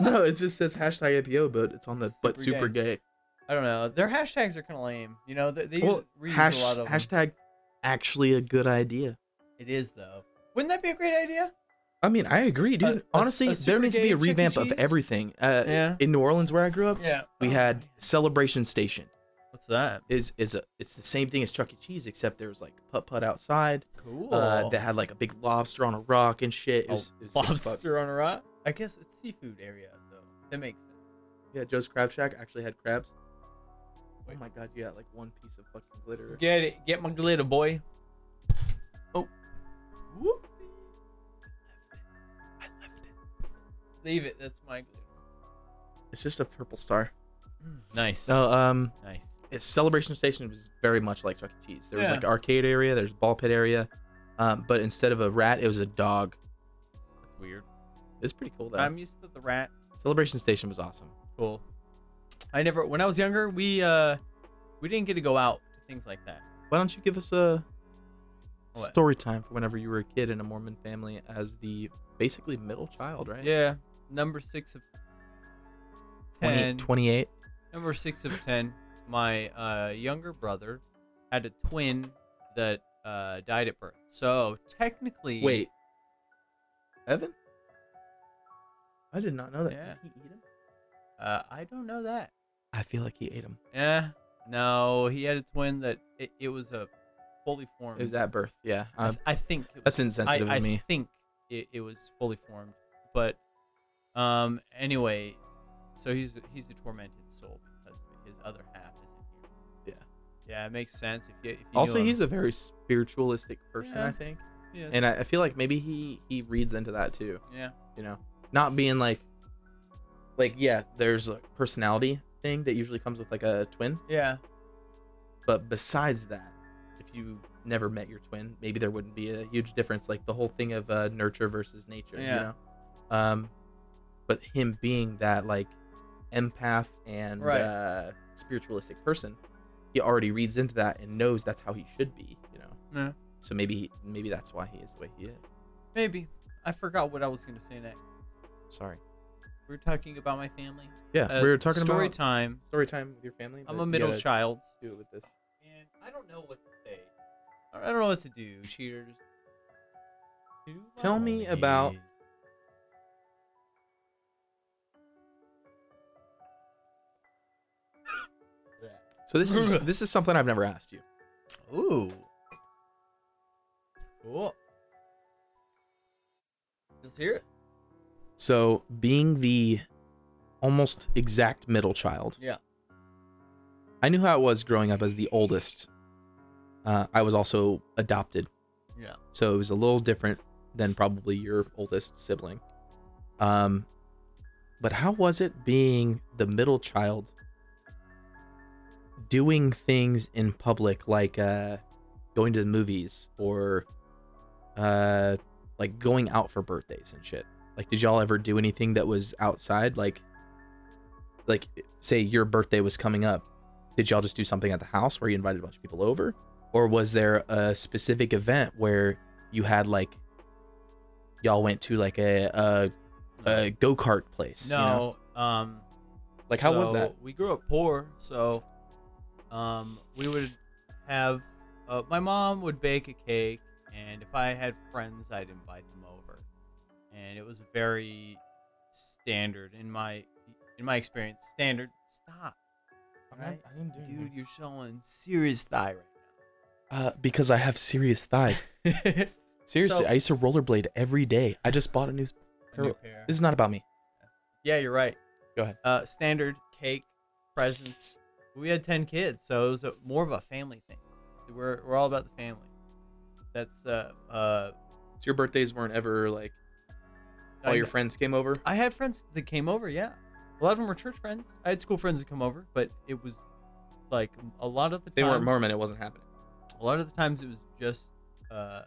S1: no, it just says hashtag IPO, but it's on the but
S6: Super
S1: super gay.
S6: <laughs> I don't know. Their hashtags are kind of lame. You know, they, they use,
S1: Well,
S6: reuse
S1: hash-
S6: a lot of them.
S1: hashtag actually a good idea.
S6: It is though. Wouldn't that be a great idea?
S1: I mean, I agree, dude.
S6: A- a- a
S1: Honestly, there
S6: super
S1: needs to be
S6: gay
S1: a
S6: Chuck E.
S1: revamp of
S6: Cheese?
S1: everything. Uh,
S6: Yeah.
S1: In New Orleans, where I grew up,
S6: Yeah.
S1: we had Celebration Station.
S4: What's that?
S1: Is is a it's the same thing as Chuck E. Cheese, except there was like putt putt outside
S6: Cool.
S1: uh, that had like a big lobster on a rock and shit. It was, it was sick as fuck.
S6: lobster on a rock. I guess it's seafood area though. That makes sense.
S1: Yeah, Joe's Crab Shack actually had crabs. Oh my god, you got like one piece of fucking glitter.
S6: Get it. Get my glitter, boy. Oh. Whoopsie. I left it. Leave it. That's my glitter.
S1: It's just a purple star.
S4: Nice.
S1: No, um,
S4: Nice.
S1: it's Celebration Station was very much like Chuck E. Cheese. There was
S6: Yeah.
S1: like arcade area, there's ball pit area, um, but instead of a rat, it was a dog.
S4: That's weird.
S1: It's pretty cool though.
S4: I'm used to the rat.
S1: Celebration Station was awesome.
S4: Cool. I never. When I was younger, we uh, we didn't get to go out to things like that.
S1: Why don't you give us a
S4: What?
S1: story time for whenever you were a kid in a Mormon family as the basically middle child, right?
S4: Yeah. Number six of
S1: 20
S4: ten.
S1: 28.
S4: Number six of ten. My uh, younger brother had a twin that uh, died at birth. So technically,
S1: Wait. Evan? I did not know that.
S4: Yeah.
S1: Did he eat him?
S4: uh, I don't know that.
S1: I feel like he ate him.
S4: Yeah. No, he had a twin that it, it was a fully formed.
S1: It was at birth. Yeah.
S4: I,
S1: Uh,
S4: th- I think it
S1: that's
S4: was-
S1: insensitive
S4: I,
S1: of
S4: I
S1: me.
S4: think it, it was fully formed, but um, anyway, so he's he's a tormented soul because his other half isn't here. Yeah, yeah, it makes sense. If you, if you knew
S1: also,
S4: him.
S1: he's a very spiritualistic person,
S4: Yeah.
S1: I think.
S4: Yes.
S1: And I, I feel like maybe he he reads into that too.
S4: yeah,
S1: You know, not being like, like yeah, there's a personality thing that usually comes with like a twin.
S6: Yeah.
S1: But besides that, if you never met your twin, maybe there wouldn't be a huge difference. Like the whole thing of uh, nurture versus nature. You
S6: Yeah.
S1: know? Um, but him being that like empath and
S6: Right.
S1: uh, spiritualistic person, he already reads into that and knows that's how he should be. You know.
S6: Yeah.
S1: So maybe he, maybe that's why he is the way he is.
S6: Maybe. I forgot what I was gonna say next.
S1: Sorry.
S4: we're talking about my family.
S1: Yeah,
S4: Uh,
S1: we were talking
S4: story
S1: about
S4: time.
S1: story time with your family.
S4: I'm
S1: but
S4: a
S1: you
S4: middle
S1: gotta
S4: child,
S1: Do it with this.
S4: and I don't know what to say. I don't- I don't know what to do. Cheers. to my
S1: Tell me about-
S4: homies.
S1: So this is
S4: <laughs>
S1: this is something I've never asked you.
S6: Ooh. Cool. Let's hear it.
S1: So being the almost exact middle child.
S6: Yeah.
S1: I knew how it was growing up as the oldest. Uh, I was also adopted.
S6: Yeah.
S1: So it was a little different than probably your oldest sibling. Um, but how was it being the middle child doing things in public like uh going to the movies or uh like going out for birthdays and shit? Like did y'all ever do anything that was outside like like say your birthday was coming up? Did y'all just do something at the house where you invited a bunch of people over? Or was there a specific event where you had like Uh, y'all went to like a a, a go kart place? you know?
S4: No, um,
S10: Like, how was
S4: So,
S10: that?
S4: We grew up poor, so um, we would have. Uh, my mom would bake a cake, and if I had friends, I'd invite them over, and it was very standard in my in my experience. Standard. Stop, right?
S10: I didn't do
S4: dude. You're showing serious thigh right
S10: Uh, because I have
S4: <laughs>
S10: serious thighs.
S4: now.
S10: Seriously,
S4: So-
S10: I used to rollerblade every day. I just bought a new.
S4: A new
S10: Girl,
S4: pair.
S10: This is not about me.
S4: Yeah, you're right.
S10: Go ahead.
S4: Uh, standard cake presents. We had ten kids, so it was a, more of a family thing. We're we're all about the family. That's uh uh.
S10: So your birthdays weren't ever like all
S4: I-
S10: your friends came over.
S4: I had friends that came over. Yeah, a lot of them were church friends. I had school friends that come over, but it was like a lot of the
S10: They weren't
S4: times-
S10: Mormon. It wasn't happening.
S4: A lot of the times it was just uh,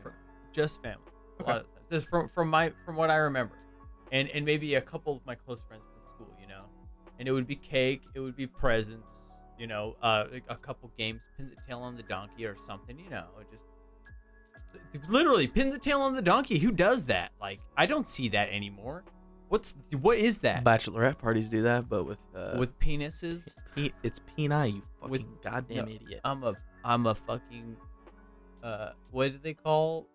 S4: fr- just family. A
S10: Okay.
S4: lot of the times. just from from my from what I remember, and and maybe a couple of my close friends from school, you know, and it would be cake, it would be presents, you know, uh, like a couple games, pin the tail on the donkey or something, you know, it just. Literally, pin the tail on the donkey. Who does that? Like, I don't see that anymore. What's what is that?
S10: Bachelorette parties do that, but with uh,
S4: with penises.
S10: P- it's peni. You fucking
S4: With-
S10: goddamn
S4: no. Oh.
S10: idiot.
S4: I'm a I'm a fucking uh what do they call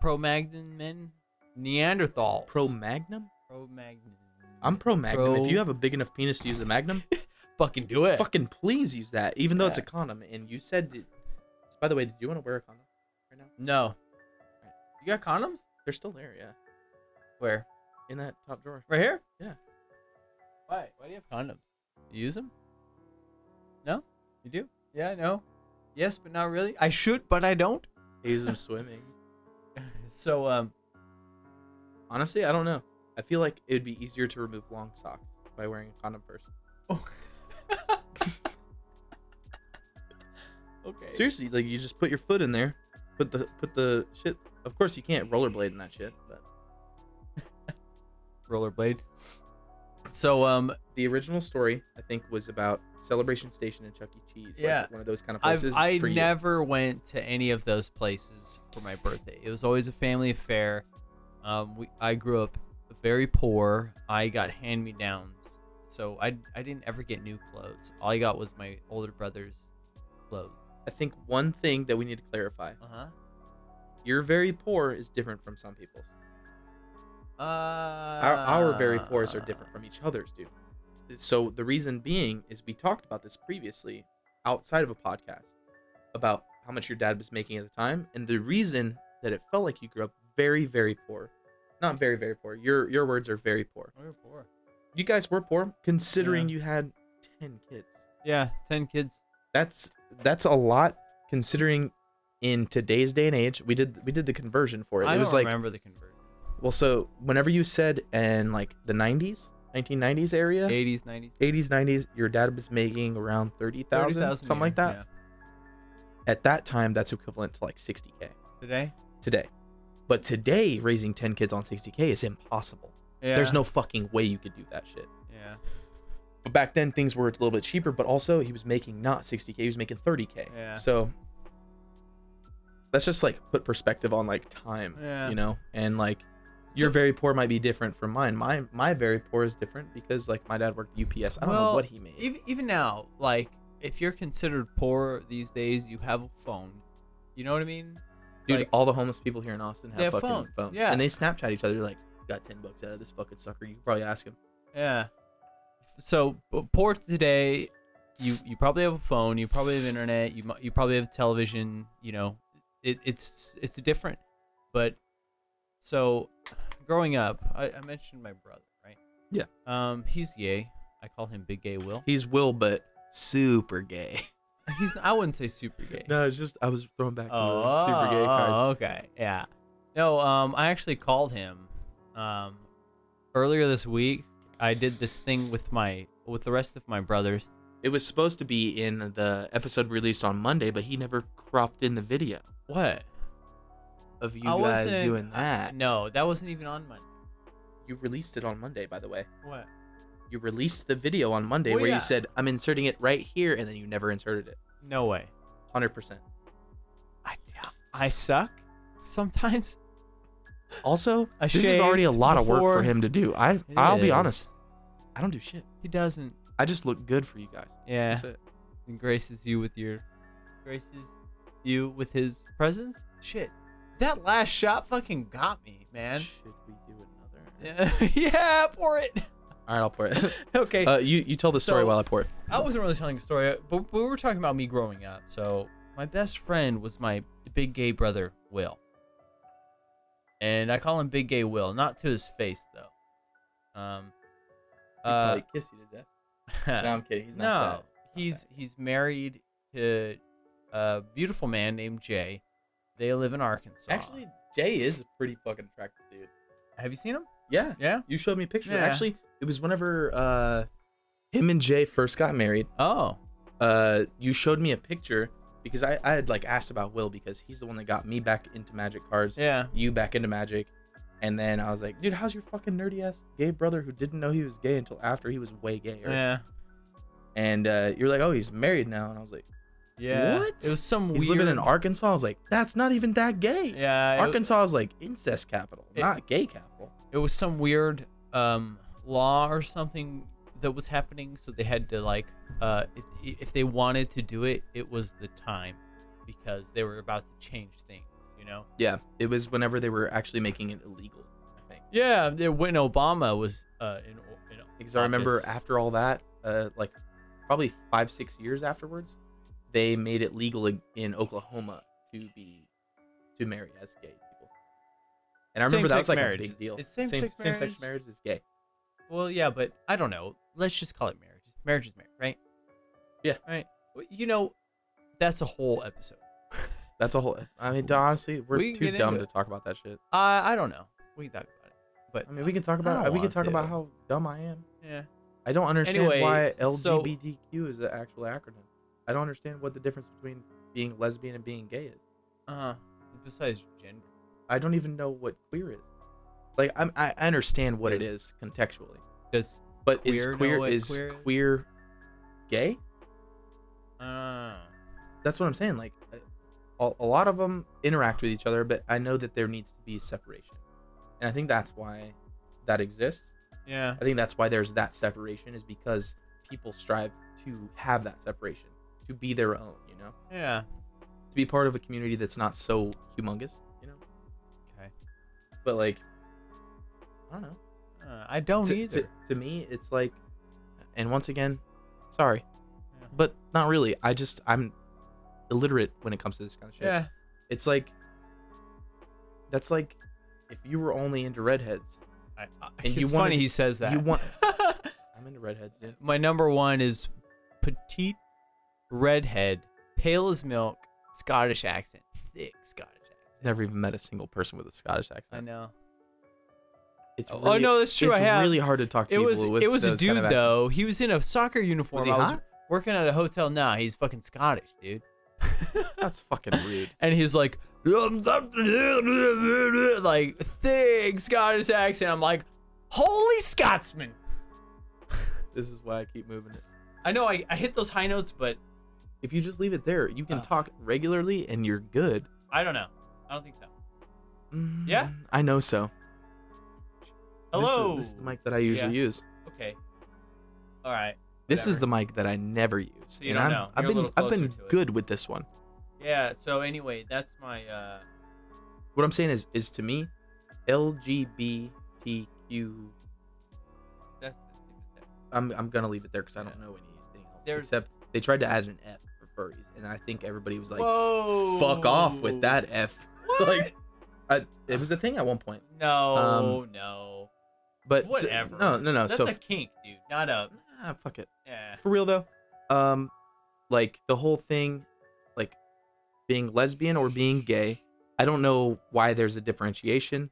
S4: pro magnon men Neanderthals.
S10: Pro Magnum.
S4: pro magnon.
S10: I'm pro Magnum.
S4: Pro-
S10: If you have a big enough penis to use the Magnum,
S4: fucking do it.
S10: fucking please use that. Even though it's a
S4: Yeah.
S10: condom, and you said. It... By the way, did you want to wear a condom right now?
S4: No. You got condoms?
S10: They're still there, yeah,
S4: Where?
S10: in that top drawer.
S4: Right here?
S10: Yeah.
S4: Why? Why do you have condoms? You use them? No? You do? Yeah, no. Yes, but not really. I should, but I don't.
S10: I use them swimming.
S4: So um
S10: Honestly, I don't know. I feel like it would be easier to remove long socks by wearing a condom first.
S4: okay.
S10: Seriously, like you just put your foot in there, put the put the shit. Of course, you can't rollerblade in that shit, but
S4: rollerblade. So um
S10: the original story I think was about Celebration Station and Chuck E. Cheese.
S4: Yeah.
S10: like one of those kind of
S4: I've,
S10: places.
S4: I
S10: for you.
S4: never went to any of those places for my birthday. It was always a family affair. Um, we, I grew up very poor. I got hand me downs, so I I didn't ever get new clothes. All I got was my older brother's clothes.
S10: I think one thing that we need to clarify:
S4: Uh
S10: you're very poor is different from some people's.
S4: huh. Uh,
S10: Our,
S4: our
S10: our very poors are different from each other's, dude. So the reason being is we talked about this previously outside of a podcast about how much your dad was making at the time, and the reason that it felt like you grew up very, very poor. Not very, very poor. Your your words are very poor.
S4: We're poor.
S10: You guys were poor considering you had ten kids.
S4: Yeah, ten kids.
S10: That's that's a lot considering in today's day and age. We did we did the conversion for it.
S4: I
S10: it was
S4: don't
S10: like
S4: remember the conversion.
S10: well, so whenever you said in like the nineties, nineteen nineties area.
S4: Eighties, nineties.
S10: 80s, 90s, your dad was making around 30,000, something like that. At that time, that's equivalent to like 60K
S4: Today?
S10: today. But today, raising 10 kids on 60K is impossible.
S4: Yeah.
S10: There's no fucking way you could do that shit.
S4: Yeah.
S10: But back then, things were a little bit cheaper, but also he was making not 60K, he was making 30K.
S4: Yeah.
S10: So that's just like put perspective on like time,
S4: Yeah.
S10: you know? And like,
S4: So-
S10: your very poor might be different from mine. My my very poor is different because like my dad worked UPS. I don't know
S4: Well,
S10: what he made.
S4: even, even now, like if you're considered poor these days, you have a phone. You know what I mean?
S10: Dude,
S4: Like-
S10: all the homeless people here in Austin have
S4: They have
S10: fucking phones.
S4: phones, yeah.
S10: And they Snapchat each other like, got 10 bucks out of this fucking sucker. You could probably ask him.
S4: Yeah. So p- poor today, you you probably have a phone, you probably have internet, you mu- you probably have television. You know, it, it's it's different. But so, growing up, I, I mentioned my brother, right?
S10: Yeah.
S4: Um, he's gay. I call him Big Gay Will.
S10: He's Will, but super gay.
S4: He's I wouldn't say super gay.
S10: no, it's just, I was throwing back to
S4: Oh,
S10: the super gay card.
S4: oh, okay. Yeah. No, um, I actually called him um, earlier this week. I did this thing with my with the rest of my brothers.
S10: It was supposed to be in the episode released on Monday, but he never cropped in the video
S4: What?
S10: of you
S4: I
S10: guys
S4: wasn't-
S10: doing that.
S4: No, that wasn't even on Monday.
S10: You released it on Monday, by the way.
S4: What?
S10: You released the video on Monday
S4: Well,
S10: where
S4: yeah.
S10: you said, I'm inserting it right here, and then you never inserted it.
S4: No way.
S10: 100%.
S4: I I suck sometimes.
S10: Also,
S4: I
S10: this is already a
S4: shaved
S10: lot of work for
S4: before.
S10: him to do. I
S4: It
S10: I'll be
S4: is.
S10: honest. I don't do shit.
S4: He doesn't.
S11: I just look good for you guys.
S4: Yeah.
S11: That's it.
S4: And graces you with your graces you with his presence. Shit. That last shot fucking got me, man.
S11: Should we do another?
S4: Yeah, <laughs> yeah pour it. <laughs>
S10: All right, I'll pour <laughs> it.
S4: Okay.
S10: uh, you you tell the story
S4: So-
S10: while I pour it.
S4: I wasn't really telling a story, but we were talking about me growing up. So my best friend was my big gay brother Will, and I call him Big Gay Will, not to his face though. Um, uh,
S10: kiss you to death. No,
S4: <laughs>
S10: I'm kidding. He's
S4: no,
S10: not.
S4: he's he's married to a beautiful man named Jay. They live in Arkansas.
S10: that. actually Jay is a pretty fucking attractive dude.
S4: have you seen him?
S10: Yeah,
S4: Yeah.
S10: you showed me a picture.
S4: Yeah.
S10: Actually, it was whenever uh, him and Jay first got married.
S4: Oh,
S10: Uh, you showed me a picture because I I had like asked about Will because he's the one that got me back into Magic cards.
S4: yeah.
S10: you back into magic. And then I was like, dude, how's your fucking nerdy ass gay brother who didn't know he was gay until after he was way gayer?
S4: Yeah,
S10: And uh, you're like, oh, he's married now. And I was like,
S4: yeah.
S10: What?
S4: It was some
S10: he's
S4: weird.
S10: living in Arkansas. I was like, that's not even that gay.
S4: yeah, it-
S10: Arkansas is like incest capital,
S4: It-
S10: not gay capital.
S4: it was some weird um, law or something that was happening so they had to like uh, if, if they wanted to do it it was the time because they were about to change things you know
S10: Yeah, it was whenever they were actually making it illegal. I think.
S4: yeah they- when obama was uh, in, in
S10: Because I remember
S4: office.
S10: after all that, uh, like probably five, six years afterwards, they made it legal in, in Oklahoma to be to marry as gay people. And I remember that
S4: Same-sex
S10: was like
S4: marriage
S10: a big
S4: is-
S10: deal.
S4: is same-sex
S10: sex marriage is gay.
S4: well yeah but i don't know let's just call it marriage marriage is marriage right
S10: Yeah.
S4: right Well, you know that's a whole episode
S10: That's a whole. I mean, honestly, we're
S4: We can
S10: too
S4: get
S10: dumb
S4: into
S10: to talk about that shit.
S4: i i don't know we can talk about it but
S10: I mean, we can talk about
S4: don't
S10: we can
S4: want
S10: talk about
S4: to.
S10: how dumb I am.
S4: yeah
S10: I don't understand
S4: Anyway,
S10: why
S4: so-
S10: LGBTQ is the actual acronym. I don't understand what the difference between being lesbian and being gay is.
S4: uh besides gender
S10: I don't even know what queer is. Like I'm, I I understand what it
S4: Does-
S10: is contextually,
S4: does
S10: but
S4: queer
S10: is
S4: know
S10: queer
S4: what
S10: is
S4: queer is?
S10: queer gay?
S4: uh
S10: That's what I'm saying. Like uh, a, a lot of them interact with each other, but I know that there needs to be separation, and I think that's why that exists.
S4: yeah
S10: I think that's why there's that separation is because people strive to have that separation, to be their own, you know,
S4: Yeah.
S10: to be part of a community that's not so humongous, you know.
S4: Okay.
S10: But like, I don't know.
S4: Uh, I don't
S10: to,
S4: either.
S10: To, to me, it's like, and once again, sorry,
S4: Yeah.
S10: but not really. I just I'm illiterate when it comes to this kind of shit.
S4: yeah.
S10: It's like that's like if you were only into redheads,
S4: I, I,
S10: And
S4: it's
S10: you wanted-
S4: Uh, funny he says that.
S10: you
S4: <laughs>
S10: want. I'm into redheads, dude.
S4: My number one is petite, redhead, pale as milk, Scottish accent, thick Scottish accent.
S10: Never even met a single person with a Scottish accent.
S4: I know.
S10: It's
S4: Oh, no, that's true,
S10: It's
S4: I have.
S10: really hard to talk to
S4: It
S10: people
S4: was
S10: with
S4: it was a
S10: those kind
S4: dude
S10: of accents.
S4: though. He was in a soccer uniform.
S10: Was he
S4: I was
S10: hot?
S4: working at a hotel. Nah, he's fucking Scottish, dude.
S10: That's fucking rude.
S4: and he's like, like thick Scottish accent. I'm like, holy Scotsman.
S10: This is why I keep moving it.
S4: I know I, I hit those high notes, but
S10: If you just leave it there, you can
S4: Oh.
S10: talk regularly and you're good.
S4: I don't know. I don't think so.
S10: Mm,
S4: Yeah?
S10: I know so. This is-
S4: Hello.
S10: This is, the mic that I usually use.
S4: Okay. All right.
S10: This is
S4: Whatever.
S10: the mic that I never use.
S4: So you
S10: and
S4: don't
S10: I'm-
S4: know.
S10: I've
S4: You're a
S10: been
S4: little
S10: I've been
S4: closer to it.
S10: good with this one.
S4: Yeah. So anyway, that's my. uh
S10: What I'm saying is is to me, LGBTQ.
S4: That's.
S10: I'm I'm gonna leave it there because I don't know anything else
S4: There's-
S10: except they tried to add an F for furries, and I think everybody was like,
S4: Whoa.
S10: "Fuck off with that F."
S4: What?
S10: like, I, it was a thing at one point.
S4: no. no.
S10: But
S4: Whatever.
S10: no, no, no.
S4: That's
S10: so
S4: a kink, dude. Not a.
S10: ah, fuck it.
S4: Yeah.
S10: For real though, um, like the whole thing, like being lesbian or being gay. I don't know why there's a differentiation,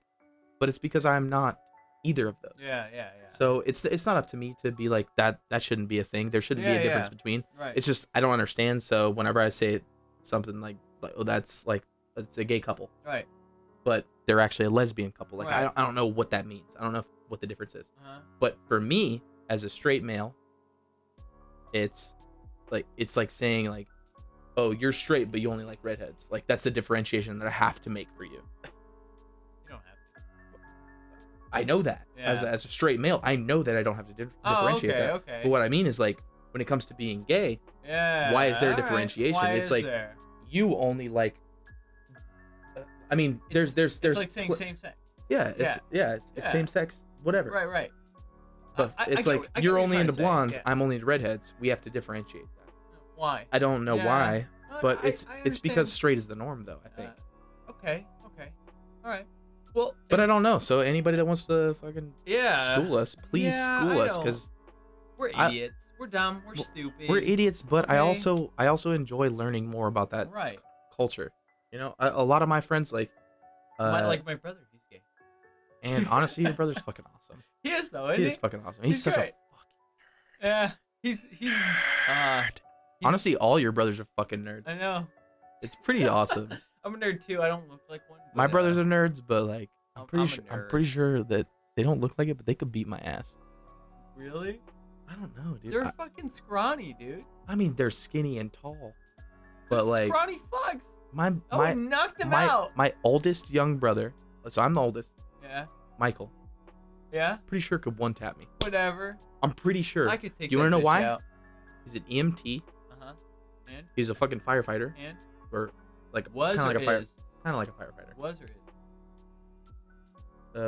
S10: but it's because I'm not either of those.
S4: Yeah. Yeah. Yeah.
S10: So it's it's not up to me to be like that. That shouldn't be a thing. There shouldn't be
S4: Yeah,
S10: a difference
S4: yeah.
S10: between.
S4: right.
S10: It's just I don't understand. So whenever I say something like, like oh, that's like it's a gay couple,
S4: right.
S10: but they're actually a lesbian couple. Like I,
S4: Right.
S10: don't, I don't know what that means. I don't know if, what the difference is.
S4: Uh-huh.
S10: But for me, as a straight male, it's like it's like saying like, "Oh, you're straight, but you only like redheads." Like that's the differentiation that I have to make for you.
S4: You don't have.
S10: I know that as,
S4: Yeah.
S10: as a straight male, I know that I don't have to di-
S4: Oh,
S10: differentiate
S4: okay,
S10: that.
S4: okay.
S10: But what I mean is like when it comes to being gay,
S4: Yeah.
S10: Why is there
S4: all right.
S10: differentiation?
S4: Why
S10: It's
S4: is
S10: like-
S4: there?
S10: you only like. uh, I mean, there's
S4: It's-
S10: there's there's
S4: it's like saying
S10: pl-
S4: same sex.
S10: yeah it's yeah, it's, it's
S4: Yeah.
S10: same sex whatever
S4: Right, right.
S10: but
S4: I- I- I
S10: it's
S4: get
S10: like
S4: what- I get
S10: you're
S4: what
S10: only
S4: trying to
S10: into
S4: say.
S10: blondes
S4: Yeah.
S10: I'm only into redheads we have to differentiate that
S4: Why?
S10: I don't know
S4: Yeah.
S10: why
S4: No,
S10: but
S4: I-
S10: it's
S4: I
S10: it's because
S4: understand.
S10: straight is the norm though I think
S4: Uh, okay, okay, all right. Well,
S10: but I don't know so anybody that wants to fucking
S4: yeah,
S10: school us please
S4: Yeah,
S10: school
S4: I
S10: us
S4: don't-
S10: because
S4: we're
S10: I-
S4: idiots. we're dumb. We're
S10: Well,
S4: stupid.
S10: we're idiots but I
S4: Okay.
S10: also I also enjoy learning more about that
S4: Right.
S10: culture you know a, a lot of my friends like uh,
S4: my, like my brother, he's gay.
S10: and honestly your brother's fucking awesome
S4: He is though, <laughs> isn't
S10: he
S4: he?
S10: is fucking awesome he's,
S4: He's
S10: such a
S4: great. yeah, he's he's. Uh, he's-
S10: honestly all your brothers are fucking nerds
S4: I know.
S10: it's
S4: <laughs>
S10: pretty awesome
S4: I'm a nerd too. I don't look like one.
S10: My
S4: but, uh,
S10: brothers are nerds, but like I'm
S4: I'm-
S10: pretty
S4: I'm a
S10: sure I'm
S4: nerd.
S10: pretty sure that they don't look like it, but they could beat my ass.
S4: really.
S10: I don't know, dude.
S4: They're
S10: I,
S4: fucking scrawny, dude.
S10: I mean, they're skinny and tall, but
S4: They're
S10: like
S4: scrawny fucks.
S10: my
S4: I
S10: my
S4: would knock them
S10: my,
S4: out.
S10: my oldest young brother, so I'm the oldest,
S4: yeah,
S10: Michael.
S4: yeah,
S10: Pretty sure could one tap me.
S4: whatever.
S10: I'm pretty sure.
S4: I could take.
S10: Do you
S4: want to
S10: know why? He's an EMT.
S4: Uh huh. And
S10: He's a fucking firefighter,
S4: and
S10: or like
S4: was
S10: kind
S4: or
S10: of like a fire,
S4: is
S10: kind of like a
S4: was or is.
S10: firefighter.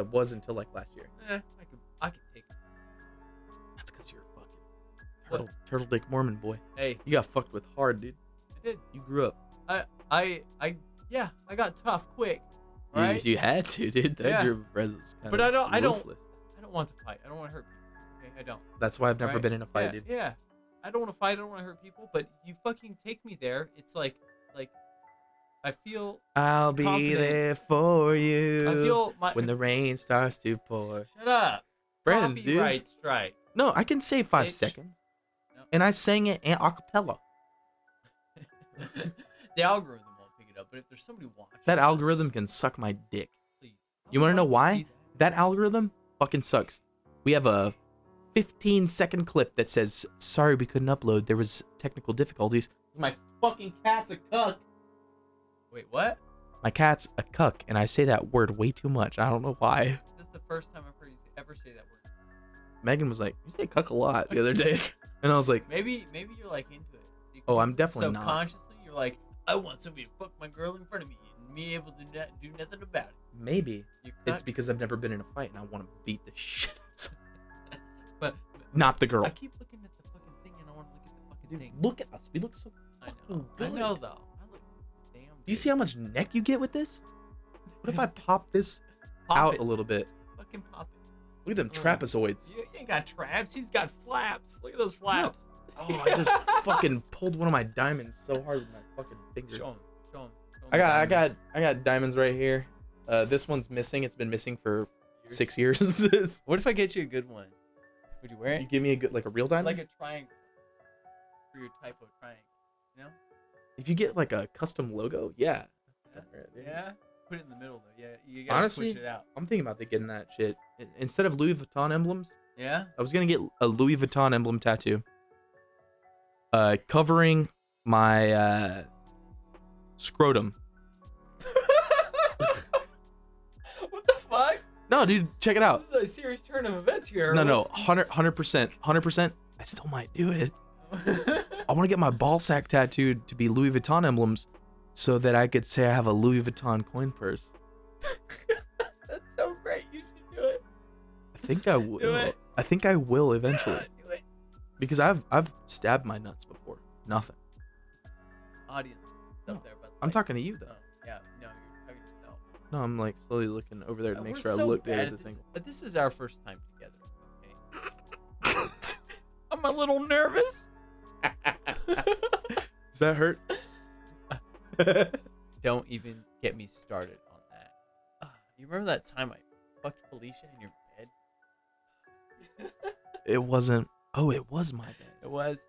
S10: Uh, was until like last year.
S4: Eh, I could I could take. it.
S10: That's because you're a fucking
S4: What?
S10: turtle, turtle dick Mormon boy.
S4: Hey,
S10: You got fucked with hard, dude.
S4: I did.
S10: You grew up.
S4: I I I yeah, I got tough quick.
S10: You-
S4: All right.
S10: You, had to, dude. That
S4: Yeah.
S10: group of friends was kind
S4: But
S10: of
S4: I don't- I don't-
S10: ruthless.
S4: I don't want to fight. I don't want to hurt people. Okay, I don't.
S10: That's why I've never
S4: right?
S10: been in a fight,
S4: yeah,
S10: dude.
S4: Yeah. I don't want to fight. I don't want to hurt people, but you fucking take me there. It's like like I feel
S10: I'll
S4: be Confident. there
S10: for you.
S4: I feel my
S10: when the rain starts to pour.
S4: Shut up.
S10: Friends, dude.
S4: Copyright strike.
S10: No, I can say five
S4: Bitch.
S10: seconds.
S4: No.
S10: And I sang it in acapella.
S4: <laughs> the algorithm won't pick it up, but if there's somebody watching
S10: That
S4: this,
S10: algorithm can suck my dick.
S4: please. I
S10: You
S4: would
S10: want to know
S4: love to
S10: why?
S4: see
S10: That algorithm fucking sucks. We have a 15 second clip that says, "Sorry we couldn't upload. There was technical difficulties." My fucking cat's a cuck.
S4: that. Wait, what?
S10: My cat's a cuck, and I say that word way too much. I don't know why.
S4: This is the first time I've heard you ever say that word.
S10: Megan was like, "You say cuck a lot" the other day, <laughs> and I was like,
S4: Maybe maybe you're like into it. You
S10: Oh,
S4: could-
S10: I'm definitely not.
S4: subconsciously you're like, I want somebody to fuck my girl in front of me and me able to not do nothing about it.
S10: "Maybe
S4: You
S10: it's
S4: cunt.
S10: because I've never been in a fight, and I want to beat the <laughs> shit." out of someone."
S4: but
S10: Not the
S4: I
S10: girl.
S4: keep looking at the fucking thing and I want to look at the fucking
S10: Dude,
S4: thing.
S10: look at us. We look so.
S4: I know.
S10: fucking
S4: I know
S10: good.
S4: though. I look damn.
S10: Do you see how much neck you get with this?
S4: <laughs>
S10: What if I pop this
S4: Pop
S10: out
S4: it.
S10: a little bit?
S4: Fucking pop it.
S10: Look at them
S4: Oh.
S10: trapezoids.
S4: You, you ain't got traps. He's got flaps. Look at those flaps.
S10: Oh,
S4: <laughs>
S10: I just fucking pulled one of my diamonds so hard with my fucking finger.
S4: Show him. Show him. Show him
S10: I got, I got,
S4: diamonds.
S10: I got diamonds right here. Uh, this one's missing. It's been missing for six years. <laughs>
S4: What if I get you a good one? Would you wear
S10: you
S4: it?
S10: give me a good, like a real diamond.
S4: Like a triangle. For your type of triangle. You know?
S10: if you get like a custom logo, yeah.
S4: Yeah.
S10: Alright, dude.
S4: Yeah. Put it in the middle though. Yeah. You gotta
S10: Honestly-
S4: switch it out.
S10: I'm thinking about getting that shit I- instead of Louis Vuitton emblems.
S4: Yeah.
S10: I was gonna get a Louis Vuitton emblem tattoo, uh, covering my uh, scrotum.
S4: <laughs> what the fuck?
S10: No, dude, check it out.
S4: This is a serious turn of events here.
S10: No, no,
S4: What's-
S10: 100 percent, hundred percent. I still might do it. I want to get my ball sack tattooed to be Louis Vuitton emblems, so that I could say I have a Louis Vuitton coin purse.
S4: <laughs> That's so great. You should do it.
S10: I think I will.
S4: it.
S10: I think I will eventually,
S4: God, <laughs> do it.
S10: because I've I've stabbed my nuts before. Nothing.
S4: Audience up there, but
S10: I'm
S4: like,
S10: talking to you though.
S4: No, Oh, yeah, no, you're talking to yourself.
S10: No, I'm like slowly looking over there to
S4: Uh,
S10: make
S4: we're
S10: sure I
S4: so
S10: look good
S4: bad
S10: at this thing.
S4: But this is our first time together. Okay. <laughs> I'm a little <laughs> nervous.
S10: Does that hurt? <laughs>
S4: Don't even get me started on that. Ah, you remember that time I fucked Felicia in your bed?
S10: It wasn't. Oh, it was my <sighs>
S4: It was.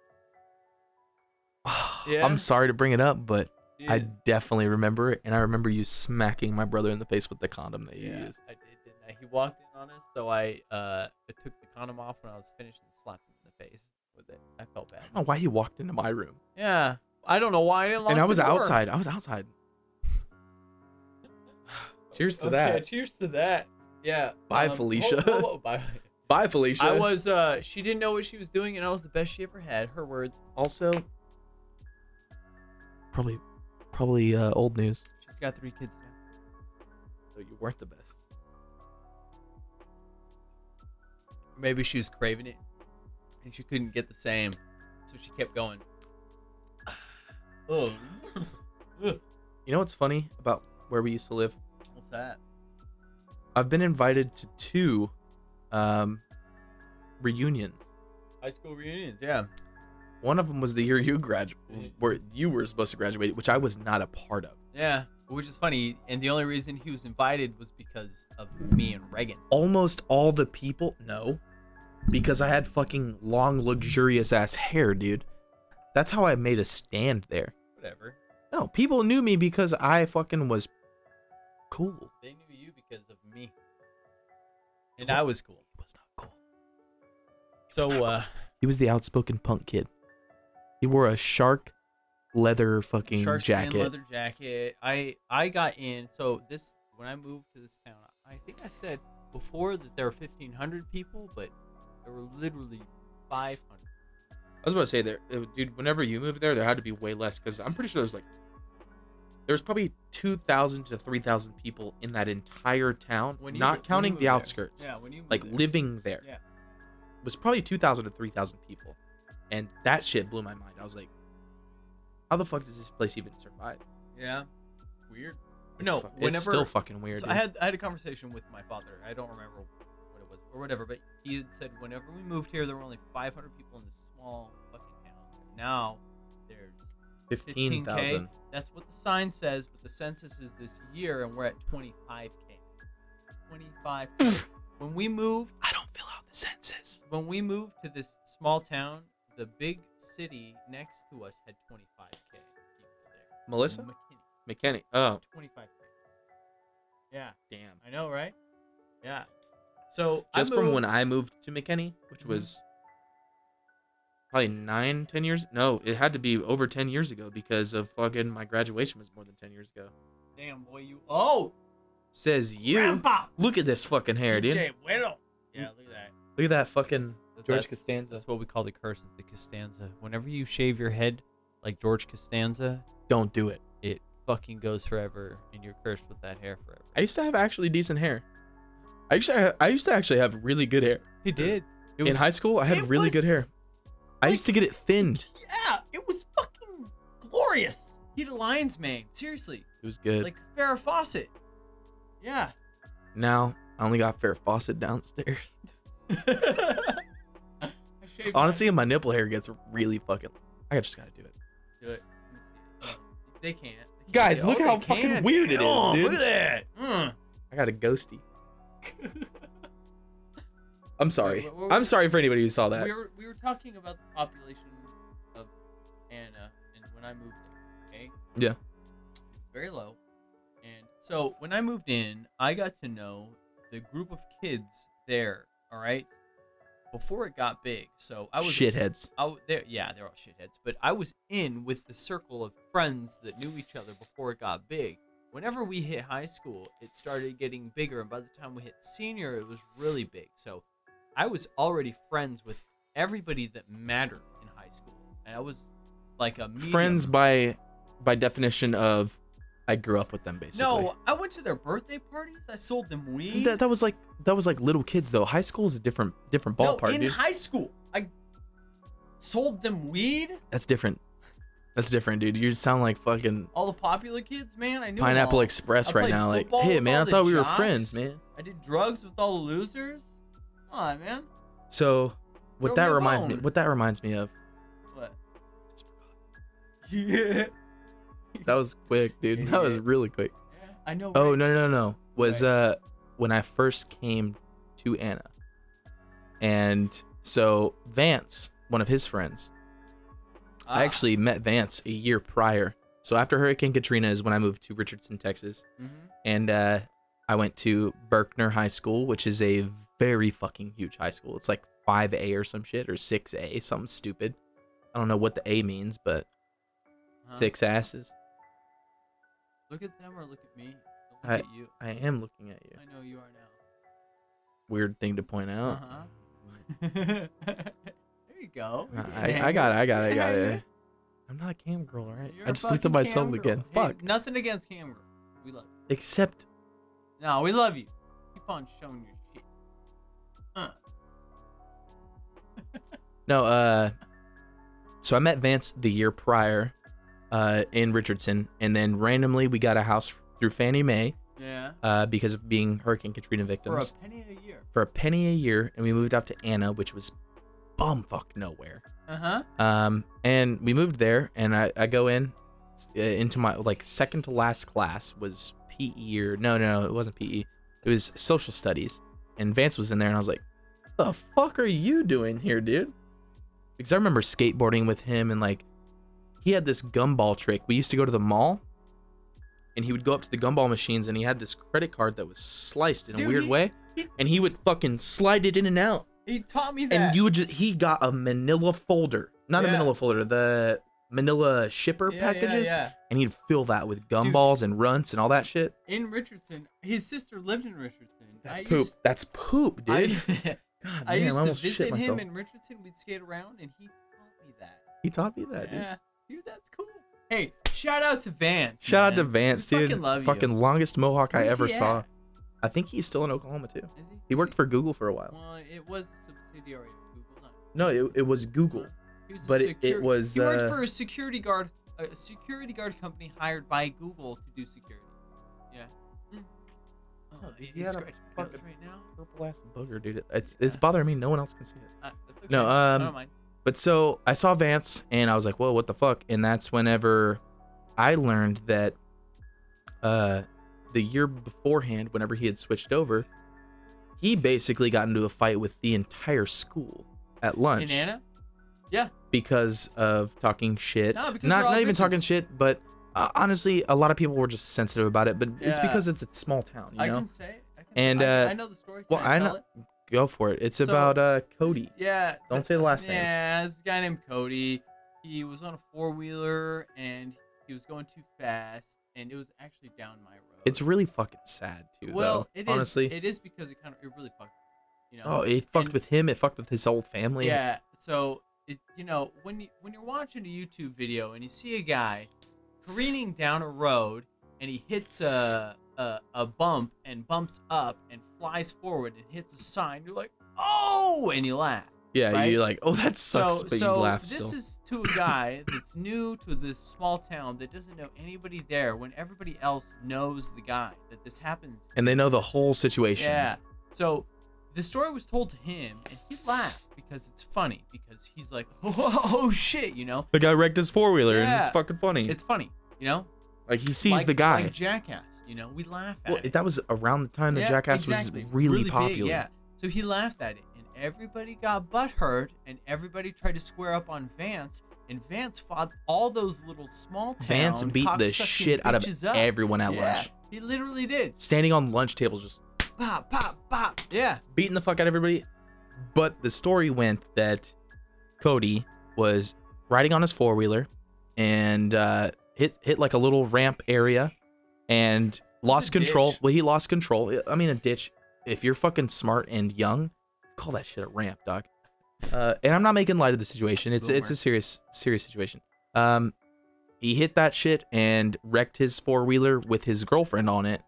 S10: bad.
S4: Yeah?
S10: I'm sorry to bring it up, but I
S4: Dude,
S10: definitely remember it, and I remember you smacking my brother in the face with the condom that you
S4: yeah,
S10: used.
S4: I did, didn't I? He walked in on us, so I uh I took the condom off when I was finished and slapped him in the face with it. I felt bad.
S10: I don't know why he walked into my room,
S4: Yeah. I don't know why I didn't lock
S10: Oh. and I
S4: the
S10: was
S4: door.
S10: outside. I <sighs> was outside. Cheers to
S4: Okay,
S10: that.
S4: Oh, Cheers to that. Yeah.
S1: Bye,
S4: um,
S1: Felicia.
S4: whoa, whoa, whoa,
S10: <laughs>
S4: bye.
S1: Bye, Felicia.
S4: I was. uh She didn't know what she was doing, and I was the best she ever had. Her words.
S1: also
S10: Probably, probably uh, old news.
S4: She's got three kids now.
S1: so you weren't the best.
S4: Maybe she was craving it, and she couldn't get the same, so she kept going.
S10: <laughs>
S4: Oh,
S10: You know what's funny about where we used to live?
S4: what's that?
S10: I've been invited to two um, reunions.
S4: High school reunions. Yeah.
S10: One of them was the year you
S4: Mm-hmm.
S10: graduated, where you were supposed to graduate, which I was not a part of.
S4: Yeah. Which is funny, and the only reason he was invited was because of me and Reagan.
S10: Almost all the people, no, because I had fucking long, luxurious ass hair, dude. That's how I made a stand there.
S4: Whatever.
S10: No, people knew me because I fucking was cool.
S4: They knew you because of me. And I was cool.
S10: He was not cool.
S4: So uh
S10: He was the outspoken punk kid. He wore a shark leather fucking
S4: shark
S10: jacket.
S4: skin leather jacket. I I got in. So this when I moved to this town, I think I said before that there were fifteen hundred people, but there were literally five hundred.
S10: I was about to say there, it- dude. Whenever you moved there, there had to be way less because I'm pretty sure there's like, there's probably two thousand to three thousand people in that entire town,
S4: When you
S10: not
S4: when you
S10: counting
S4: moved
S10: the
S4: there.
S10: outskirts.
S4: Yeah, when you moved
S10: Like
S4: there.
S10: living there
S4: Yeah.
S10: was probably two thousand to three thousand people, and that shit blew my mind. I was like, how the fuck does this place even survive?
S4: Yeah. It's weird.
S10: It's
S4: no,
S10: fu-
S4: whenever
S10: it's still fucking weird.
S4: So
S10: dude.
S4: I had I had a conversation with my father. I don't remember what it was or whatever, but he had said whenever we moved here, there were only 500 people in this small fucking town. Now there's 15K.
S10: fifteen thousand.
S4: That's what the sign says, but the census is this year, and we're at 25k. 25.
S10: <laughs>
S4: when we moved,
S10: I don't fill out the census.
S4: when we moved to this small town, the big city next to us had 25k people
S10: Melissa
S4: there.
S10: McKenny. Oh,
S4: McKinney, 25k. Yeah.
S10: damn.
S4: I know, right? Yeah. So
S10: just
S4: I
S10: from when
S4: moved- Mm-hmm.
S10: I moved to McKinney, which was probably nine, ten years. No, it had to be over ten years ago because of fucking my graduation was more than ten years ago.
S4: Damn boy, you oh
S10: Says you. Look at this fucking hair, dude.
S4: DJ Willow. Yeah, look at that.
S10: Look at that fucking George
S4: That's-
S10: Costanza.
S4: That's what we call the curse of the Costanza. Whenever you shave your head like George Costanza,
S10: Don't do it.
S4: it fucking goes forever, and you're cursed with that hair forever.
S10: I used to have actually decent hair. I used to. Have, I used to actually have really good hair
S4: He did. It
S10: in high school. I had
S4: it
S10: really
S4: was-
S10: good hair. I used to get it thinned.
S4: Yeah, it was fucking glorious. He had a lion's mane. Seriously,
S10: It was good.
S4: like Farrah Fawcett. Yeah. <laughs>
S10: now I only got Farrah Fawcett downstairs. <laughs>
S4: I shaved my-
S10: Honestly, my nipple hair gets really fucking. I just gotta do it.
S4: Do it. Let me see. They can't. They
S10: Guys,
S4: can't.
S10: look
S4: Oh,
S10: how
S4: they
S10: fucking
S4: can.
S10: weird it is,
S4: Oh,
S10: dude.
S4: Look at that. Mm.
S10: I got a ghosty. I'm sorry.
S4: Wait, what- what-
S10: I'm sorry for anybody who saw that.
S4: We were we were talking about the population of Anna and when I moved in, okay?
S10: Yeah.
S4: It was very low. And so when I moved in, I got to know the group of kids there, all right? Before it got big. So I was
S10: Shitheads.
S4: I w- there yeah, they're all shitheads, but I was in with the circle of friends that knew each other before it got big. Whenever we hit high school, it started getting bigger, and by the time we hit senior, it was really big. So I was already friends with everybody that mattered in high school, and I was like a medium.
S10: Friends by by definition of I grew up with them basically.
S4: No, I went to their birthday parties. I sold them weed.
S10: That, that was like that was like little kids though. High school is a different different
S4: no,
S10: ballpark, part,
S4: in
S10: dude.
S4: high school, I sold them weed.
S10: That's different. That's different, dude. You sound like fucking
S4: All the popular kids, man. I knew 'em
S10: Pineapple
S4: all.
S10: Express
S4: I
S10: right
S4: played
S10: now. Like,
S4: football
S10: hey
S4: with
S10: man,
S4: all
S10: I
S4: the
S10: thought we were
S4: jocks.
S10: friends, man.
S4: I did drugs with all the losers. Come on, man.
S10: So what
S4: Throw
S10: that
S4: me a
S10: reminds me
S4: bone.
S10: what that reminds me of.
S4: What? Yeah.
S10: That was quick, dude. That was really quick.
S4: <laughs> I know.
S10: Oh
S4: right?
S10: no no no! Was uh when I first came to Anna, and so Vance, one of his friends,
S4: Ah,
S10: I actually met Vance a year prior. So after Hurricane Katrina is when I moved to Richardson, Texas,
S4: mhm.
S10: and uh, I went to Berkner High School, which is a very fucking huge high school. It's like five A or some shit or six A, something stupid. I don't know what the A means, but
S4: Huh?
S10: six asses.
S4: Look at them or look at me. Don't
S10: I-
S4: Look at you.
S10: I am looking at you.
S4: I know you are now.
S10: weird thing to point out.
S4: Uh-huh. <laughs> there Uh-huh. you go.
S10: <laughs> I, I got it. I got it. I got it. I'm not a cam girl, all right? I just looked at myself again. Fuck.
S4: nothing against cam girl. We love you.
S10: Except
S4: No, we love you. Keep on showing your shit.
S10: No, uh so I met Vance the year prior uh in Richardson and then randomly we got a house through Fannie Mae
S4: Yeah.
S10: uh because of being Hurricane Katrina
S4: For a
S10: victims
S4: penny a year.
S10: for a penny a year and we moved out to Anna which was bumfuck nowhere.
S4: Uh huh.
S10: Um and we moved there and I I go in uh, into my like second to last class was PE or no no it wasn't PE. It was social studies and Vance was in there and I was like the fuck are you doing here, dude? Because I remember skateboarding with him and like he had this gumball trick. We used to go to the mall and he would go up to the gumball machines and he had this credit card that was sliced in a
S4: Dude,
S10: weird
S4: he-
S10: way
S4: he-
S10: and he would fucking slide it in and out.
S4: He taught me that.
S10: And you would just he got a manila folder. Not a
S4: Yeah.
S10: manila folder, the manila shipper
S4: Yeah, yeah,
S10: packages.
S4: yeah.
S10: And he'd fill that with gumballs and runts and all that shit.
S4: in Richardson. His sister lived in Richardson.
S10: That's
S4: I
S10: poop.
S4: used-
S10: That's poop, dude.
S4: <laughs> I,
S10: <laughs> God,
S4: I
S10: man,
S4: used to
S10: almost shit
S4: visit him
S10: myself.
S4: in Richardson. We'd skate around, and he taught me that.
S10: He taught me that, dude.
S4: yeah, dude, that's cool. Hey, shout out to Vance.
S10: Shout out
S4: man.
S10: to Vance,
S4: We
S10: dude.
S4: Fucking love you.
S10: Fucking longest mohawk I
S4: Where's
S10: ever
S4: he
S10: saw.
S4: at?
S10: I think he's still in Oklahoma too.
S4: Is
S10: He worked
S4: Is
S10: for Google for a while.
S4: Well, it was a subsidiary of Google. Not,
S10: No, it, it was Google.
S4: he was a
S10: But it- it
S4: secur-
S10: was,
S4: He worked
S10: uh,
S4: for a security guard, a security guard company hired by Google to do security. Yeah. Oh, he-
S10: he
S4: he's
S10: had a
S4: scratching my nose
S10: fucking-
S4: right now.
S10: Purple ass booger, dude. It's it's bothering me. No one else can see it.
S4: Uh, that's okay.
S10: No,
S4: I
S10: um,
S4: don't mind.
S10: But so I saw Vance and I was like, whoa, what the fuck? And that's whenever I learned that uh the year beforehand, whenever he had switched over, he basically got into a fight with the entire school at lunch.
S4: And Anna?
S10: because of talking shit.
S4: No, because
S10: not
S4: they're all
S10: not even
S4: bitches.
S10: talking shit, but uh, honestly, a lot of people were just sensitive about it. But it's
S4: Yeah.
S10: because it's a small town, you
S4: I
S10: know.
S4: can say. I can,
S10: And,
S4: I,
S10: uh,
S4: I know the story. Can
S10: well, I
S4: tell
S10: know-
S4: it?
S10: Go for it. It's
S4: So-
S10: about uh Cody.
S4: Yeah.
S10: Don't say the last names.
S4: Yeah, this guy named Cody. He was on a four wheeler and he was going too fast, and it was actually down my road.
S10: It's really fucking sad too.
S4: well,
S10: though,
S4: it is-
S10: honestly.
S4: it is because it kind of it really fucked. You know.
S10: oh, it fucked
S4: and-
S10: with him. It fucked with his whole family.
S4: Yeah. So it, you know when you when you're watching a YouTube video and you see a guy careening down a road and he hits a a, a bump and bumps up and flies forward and hits a sign, you're like, oh, and you laugh.
S10: yeah.
S4: right?
S10: You're like, oh, that sucks,
S4: so,
S10: but
S4: so
S10: you laugh
S4: this
S10: still.
S4: is to a guy that's new to this small town that doesn't know anybody there when everybody else knows the guy that this happens.
S10: and they know the whole situation.
S4: yeah. So the story was told to him, and he laughed because it's funny because he's like, <laughs> oh shit, you know,
S10: The guy wrecked his four wheeler, and it's
S4: Yeah.
S10: fucking funny.
S4: it's funny, you know.
S10: like he sees
S4: Like-
S10: the guy.
S4: like jackass, you know. We laugh at
S10: well,
S4: it.
S10: that was around the time that
S4: Yeah,
S10: Jackass
S4: exactly.
S10: was really,
S4: big,
S10: popular.
S4: yeah. So he laughed at it, and everybody got butthurt, and everybody tried to square up on Vance, and Vance fought all those little small town
S10: Vance beat the
S4: cocksucking
S10: shit out of
S4: bitches up.
S10: everyone at
S4: yeah,
S10: lunch.
S4: He literally did.
S10: Standing on lunch tables, just
S4: Pop, pop, pop. Yeah.
S10: beating the fuck out of everybody. But the story went that Cody was riding on his four wheeler and uh, hit hit like a little ramp area and lost
S4: a ditch.
S10: control. Well, he lost control. I mean, a ditch. If you're fucking smart and young, call that shit a ramp, dog. Uh, and I'm not making light of the situation. It's it's a
S4: Boomer.
S10: serious serious situation. Um, he hit that shit and wrecked his four wheeler with his girlfriend on it,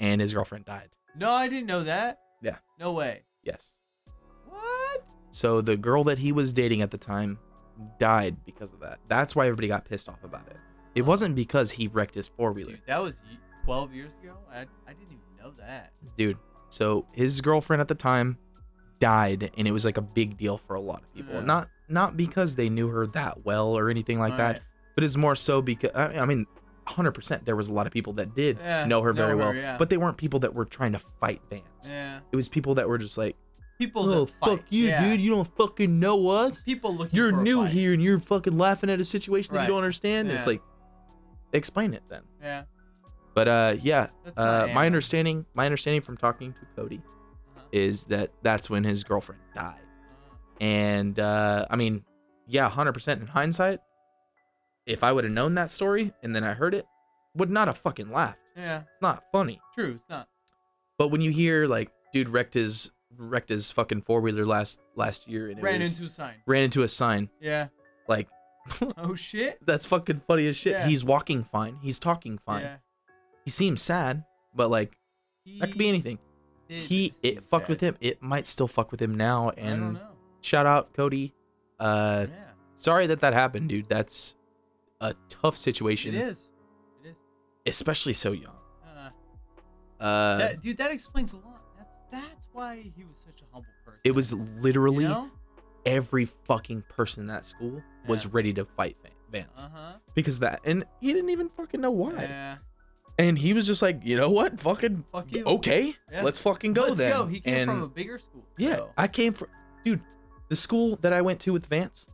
S10: and his girlfriend died.
S4: No, I didn't know that.
S10: Yeah.
S4: No way.
S10: Yes.
S4: What?
S10: So the girl that he was dating at the time died because of that. That's why everybody got pissed off about it. It wasn't because he wrecked his four wheeler,
S4: Dude, that was y- 12 years ago. I, I didn't even know that.
S10: dude. So his girlfriend at the time died, and it was like a big deal for a lot of people.
S4: Yeah.
S10: Not not because they knew her that well or anything like that,
S4: Right.
S10: but it's more so because I I mean, hundred percent, there was a lot of people that did
S4: Yeah,
S10: know her
S4: know
S10: very
S4: her,
S10: well,
S4: yeah.
S10: but they weren't people that were trying to fight Vance.
S4: Yeah.
S10: It was people that were just like,
S4: People
S10: "Oh
S4: that fight.
S10: fuck you,
S4: yeah.
S10: dude! You don't fucking know us."
S4: People looking
S10: you're
S4: for a
S10: new
S4: fight.
S10: here and you're fucking laughing at a situation that
S4: Right.
S10: you don't understand. It's
S4: Yeah.
S10: like, explain it then.
S4: Yeah.
S10: But uh, yeah,
S4: That's not
S10: uh, my
S4: Anna.
S10: understanding, my understanding from talking to Cody
S4: Uh-huh.
S10: is that that's when his girlfriend
S4: Uh,
S10: died. And uh, I mean, yeah, hundred percent in hindsight, if I would have known that story and then I heard it, would not have fucking laughed.
S4: Yeah,
S10: It's not funny.
S4: true. It's not.
S10: But when you hear like, dude wrecked his wrecked his fucking four wheeler last last year and it
S12: Ran
S10: was-
S12: into a sign.
S10: ran into a sign.
S12: Yeah.
S10: Like
S12: Oh shit.
S10: that's fucking funny as shit.
S12: Yeah.
S10: He's walking fine. He's talking fine.
S12: Yeah.
S10: He seems sad, but like that could be anything.
S12: did
S10: he
S12: seem
S10: it fucked
S12: sad.
S10: with him. It might still fuck with him
S12: I
S10: now.
S12: don't
S10: And
S12: know.
S10: shout out Cody. Uh,
S12: yeah.
S10: sorry that that happened, dude. That's a tough situation,
S12: It is. It is.
S10: especially so young.
S12: Uh,
S10: Uh,
S12: that, dude, that explains a lot. That's that's why he was such a humble person.
S10: it was
S12: you
S10: literally
S12: know?
S10: every fucking person in that school was
S12: Yeah.
S10: ready to fight Van- Vance
S12: Uh huh.
S10: because of that, and he didn't even fucking know why.
S12: Yeah.
S10: And he was just like, you know what, fucking
S12: Fuck you.
S10: okay,
S12: Yeah.
S10: let's fucking go
S12: Let's
S10: then.
S12: go. He came
S10: and
S12: from a bigger school.
S10: yeah,
S12: so-
S10: I came from, dude, the school that I went to with Vance.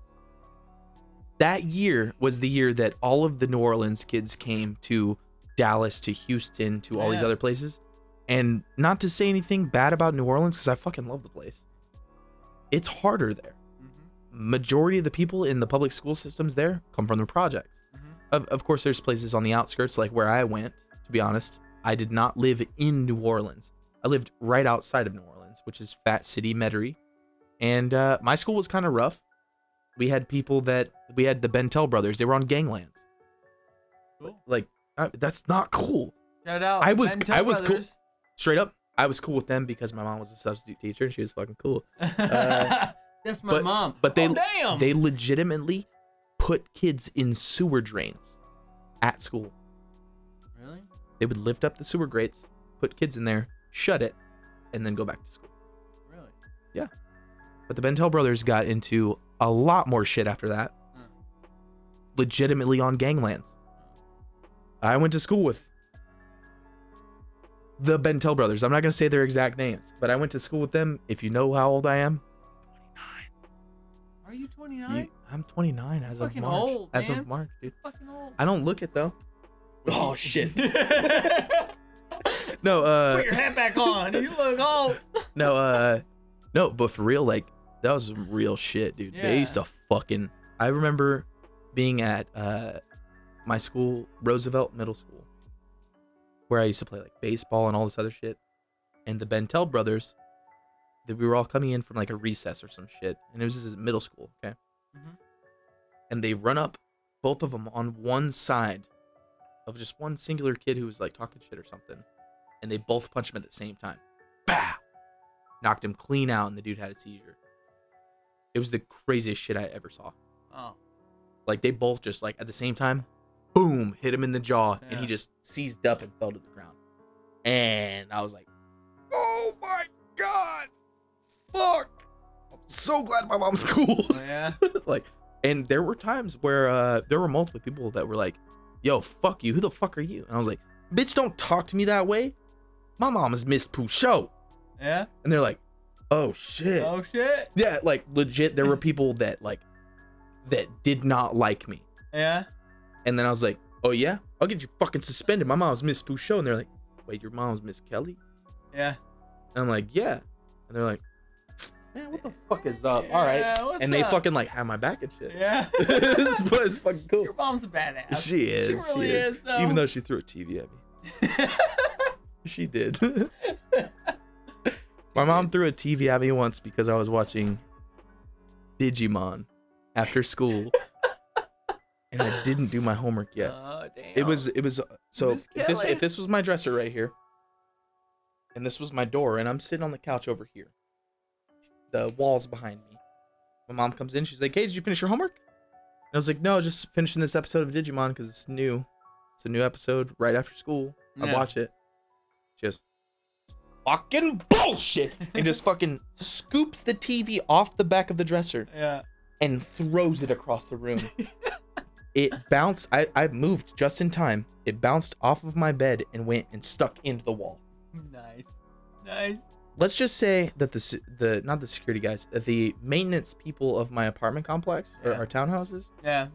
S10: That year was the year that all of the New Orleans kids came to Dallas, to Houston, to all these
S12: Yeah.
S10: other places. And not to say anything bad about New Orleans, because I fucking love the place. It's harder there.
S12: Mhm.
S10: Majority of the people in the public school systems there come from the projects.
S12: Mhm.
S10: Of, of course, there's places on the outskirts, like where I went. To be honest, I did not live in New Orleans. I lived right outside of New Orleans, which is Fat City, Metairie. And uh, my school was kind of rough. We had people that we had the Bentel brothers. They were on ganglands.
S12: Cool.
S10: Like uh, that's not cool.
S12: Shout out.
S10: I was-
S12: Bento
S10: I was cool.
S12: Brothers.
S10: Straight up, I was cool with them because my mom was a substitute teacher and she was fucking cool.
S12: <laughs> That's my
S10: Uh, but-
S12: mom.
S10: but they-
S12: oh, damn.
S10: They legitimately put kids in sewer drains at school.
S12: really?
S10: They would lift up the sewer grates, put kids in there, shut it, and then go back to school.
S12: Really?
S10: But the Bentel brothers got into a lot more shit after that.
S12: Huh.
S10: Legitimately on ganglands. I went to school with the Bentel brothers. I'm not going to say their exact names, but I went to school with them. If you know how old I am,
S12: Are you 29?
S10: you, I'm 29 as
S12: Fucking
S10: of March.
S12: old,
S10: as
S12: man.
S10: of March, dude.
S12: fucking old. <laughs>
S10: I don't look it though. Oh shit. <laughs> no,
S12: Put
S10: uh
S12: your hat back on. You look old.
S10: no, uh no, but for real, like that was some real shit, dude. They
S12: Yeah.
S10: used to fucking I remember being at uh my school, Roosevelt Middle School, where I used to play like baseball and all this other shit. And the Bentel brothers, that we were all coming in from like a recess or some shit. And it was this is middle school, okay?
S12: Mhm.
S10: And they run up both of them on one side of just one singular kid who was like talking shit or something. And they both punched him at the same time. Bah! Knocked him clean out, and the dude had a seizure. It was the craziest shit I ever saw.
S12: Oh,
S10: Like they both just like at the same time, boom, hit him in the jaw, and he
S12: Yeah.
S10: just seized up and fell to the ground. And I was like, "Oh my god, fuck!" I'm so glad my mom's <laughs> cool.
S12: oh, yeah.
S10: <laughs> like, and there were times where uh there were multiple people that were like, "Yo, fuck you. Who the fuck are you?" And I was like, "Bitch, don't talk to me that way. My mom is Miss Pouchot."
S12: Yeah.
S10: And they're like, "Oh shit."
S12: Oh shit.
S10: Yeah, like legit, there were people that like that did not like me.
S12: Yeah.
S10: And then I was like, oh yeah, I'll get you fucking suspended. My mom's Miss Pouchot. And they're like, wait, your mom's Miss Kelly?
S12: Yeah.
S10: And I'm like, yeah. And they're like, man, what the fuck is up? All right.
S12: Yeah, what's
S10: And they
S12: up?
S10: fucking like have my back and shit.
S12: Yeah.
S10: <laughs> it's, it's fucking
S12: <laughs>
S10: cool.
S12: Your mom's a badass.
S10: She is.
S12: She really is, though.
S10: Even though she threw a TV at me.
S12: <laughs>
S10: she did. <laughs> my mom threw a TV at me once because I was watching Digimon after school. and I didn't do my homework yet.
S12: Oh damn.
S10: It was it was so
S12: Miss
S10: if this
S12: Kelly.
S10: if this was my dresser right here, and this was my door, and I'm sitting on the couch over here. The walls behind me. My mom comes in. She's like, "Hey, did you finish your homework?" And I was like, "No, just finishing this episode of Digimon because it's new. It's a new episode right after school. I
S12: Yeah.
S10: watch it." She goes, "Fucking bullshit!" and just fucking scoops the TV off the back of the dresser
S12: Yeah.
S10: and throws it across the <laughs> room. it bounced. I, I moved just in time. It bounced off of my bed and went and stuck into the wall.
S12: Nice. Nice.
S10: Let's just say that the se- the not the security guys, that the maintenance people of my apartment complex or
S12: Yeah.
S10: our townhouses,
S12: Yeah.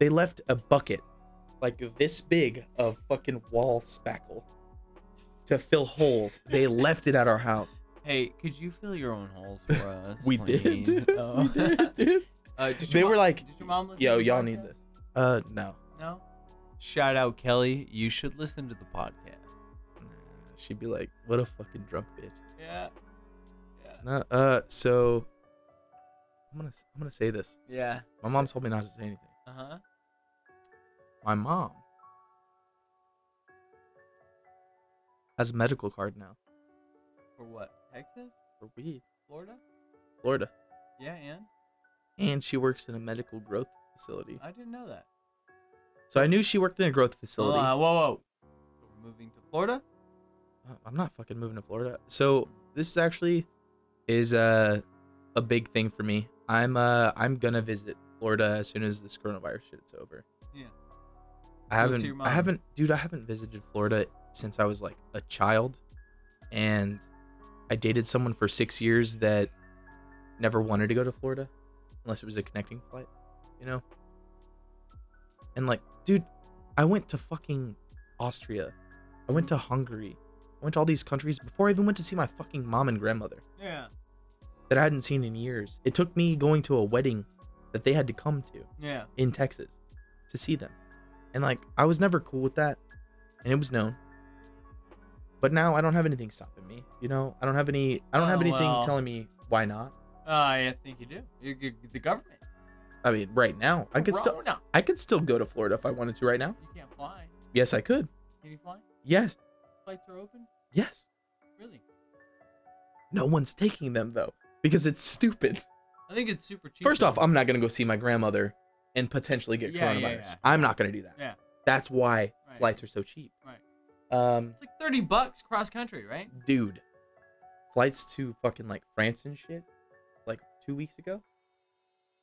S10: they left a bucket like this big of fucking wall spackle to fill holes. They left it at our house.
S12: Hey, could you fill your own holes for us?
S10: <laughs> <laughs> We did.
S12: please? Oh. <laughs>
S10: we did, dude.
S12: Uh, did your
S10: They
S12: mom-
S10: were like,
S12: did your mom listen
S10: "Yo,
S12: to the
S10: y'all need
S12: podcast?
S10: this." Uh, no.
S12: No.
S4: Shout out Kelly. You should listen to the podcast.
S10: She'd be like, "What a fucking drunk bitch."
S12: Yeah. Yeah.
S10: No, uh, so I'm gonna I'm gonna say this.
S4: Yeah.
S10: My mom told me not to say anything.
S4: Uh
S12: Uh-huh.
S4: huh.
S10: My mom has a medical card now
S4: For what? Texas?
S10: for weed,
S4: Florida?
S10: Florida,
S4: Yeah, and
S10: and she works in a medical growth facility.
S4: I didn't know that.
S10: So I knew she worked in a growth facility.
S4: Uh, whoa, whoa. So we're moving to Florida?
S10: Uh, I'm not fucking moving to Florida. So this is actually is a a big thing for me. I'm uh I'm gonna visit Florida as soon as this coronavirus shit's over.
S4: Yeah. Go
S10: I
S4: see
S10: haven't
S4: your
S10: I
S4: mom.
S10: haven't dude I haven't visited Florida since I was like a child, and I dated someone for six years that never wanted to go to Florida unless it was a connecting flight, you know. And like, dude, I went to fucking Austria. I went to Hungary. I went to all these countries before I even went to see my fucking mom and grandmother
S4: Yeah.
S10: that I hadn't seen in years. It took me going to a wedding that they had to come to
S4: Yeah.
S10: in Texas to see them. And like, I was never cool with that. And it was known. But now I don't have anything stopping me. You know, I don't have any, I don't have
S4: Oh,
S10: anything
S4: well.
S10: telling me why not.
S4: Uh, I think you do. You- you- the government.
S10: I mean, right now I could still,
S4: Corona.
S10: I could still go to Florida if I wanted to right now.
S4: You can't fly.
S10: Yes, I could.
S4: Can you fly?
S10: Yes.
S4: Flights are open?
S10: Yes.
S4: Really?
S10: No one's taking them though because it's stupid.
S4: I think it's super cheap.
S10: First
S4: though.
S10: off, I'm not gonna go see my grandmother and potentially get
S4: Yeah,
S10: coronavirus.
S4: yeah, yeah.
S10: I'm not gonna do that.
S4: Yeah.
S10: That's why
S4: Right.
S10: flights are so cheap.
S4: Right.
S10: Um,
S4: It's like 30 bucks cross country, right?
S10: dude, flights to fucking like France and shit, like two weeks ago,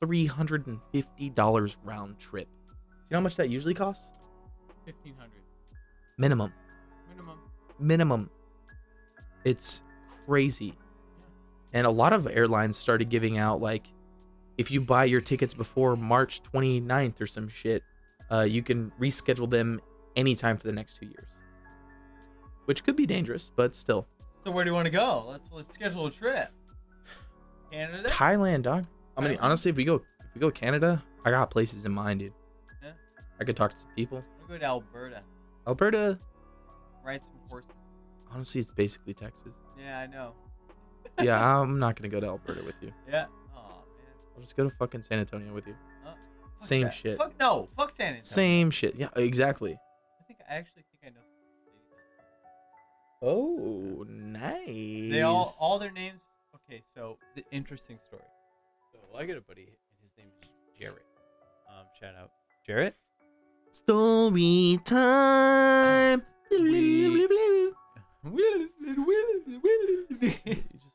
S10: three hundred and fifty dollars round trip. Do you know how much that usually costs?
S4: 1500
S10: Minimum.
S4: minimum.
S10: minimum. It's crazy. And a lot of airlines started giving out like if you buy your tickets before March 29th or some shit, uh, you can reschedule them anytime for the next 2 years. Which could be dangerous, but still.
S4: So where do you want to go? Let's let's schedule a trip. Canada?
S10: Thailand, dog. I mean,
S4: Thailand?
S10: honestly, if we go if we go Canada, I got places in mind, dude.
S4: Yeah.
S10: I could talk to some people.
S4: We'll go to Alberta.
S10: Alberta,
S4: Ride some horses.
S10: honestly, it's
S4: <laughs>
S10: basically Texas.
S4: Yeah, I know.
S10: Yeah, I'm not gonna go to Alberta with you.
S4: Yeah. Oh man.
S10: I'll just go to fucking San Antonio with you.
S4: Uh, Fuck
S10: Same
S4: that.
S10: shit.
S4: Fuck no. Fuck San Antonio.
S10: Same shit. Yeah, exactly.
S4: I think I actually think I know.
S10: Oh, nice.
S4: They all all their names. Okay, so the interesting story. So I got a buddy, and his name is Jarrett. Um, shout out <laughs> Jarrett.
S10: story time.
S4: <laughs> We-
S10: You
S4: no.
S10: just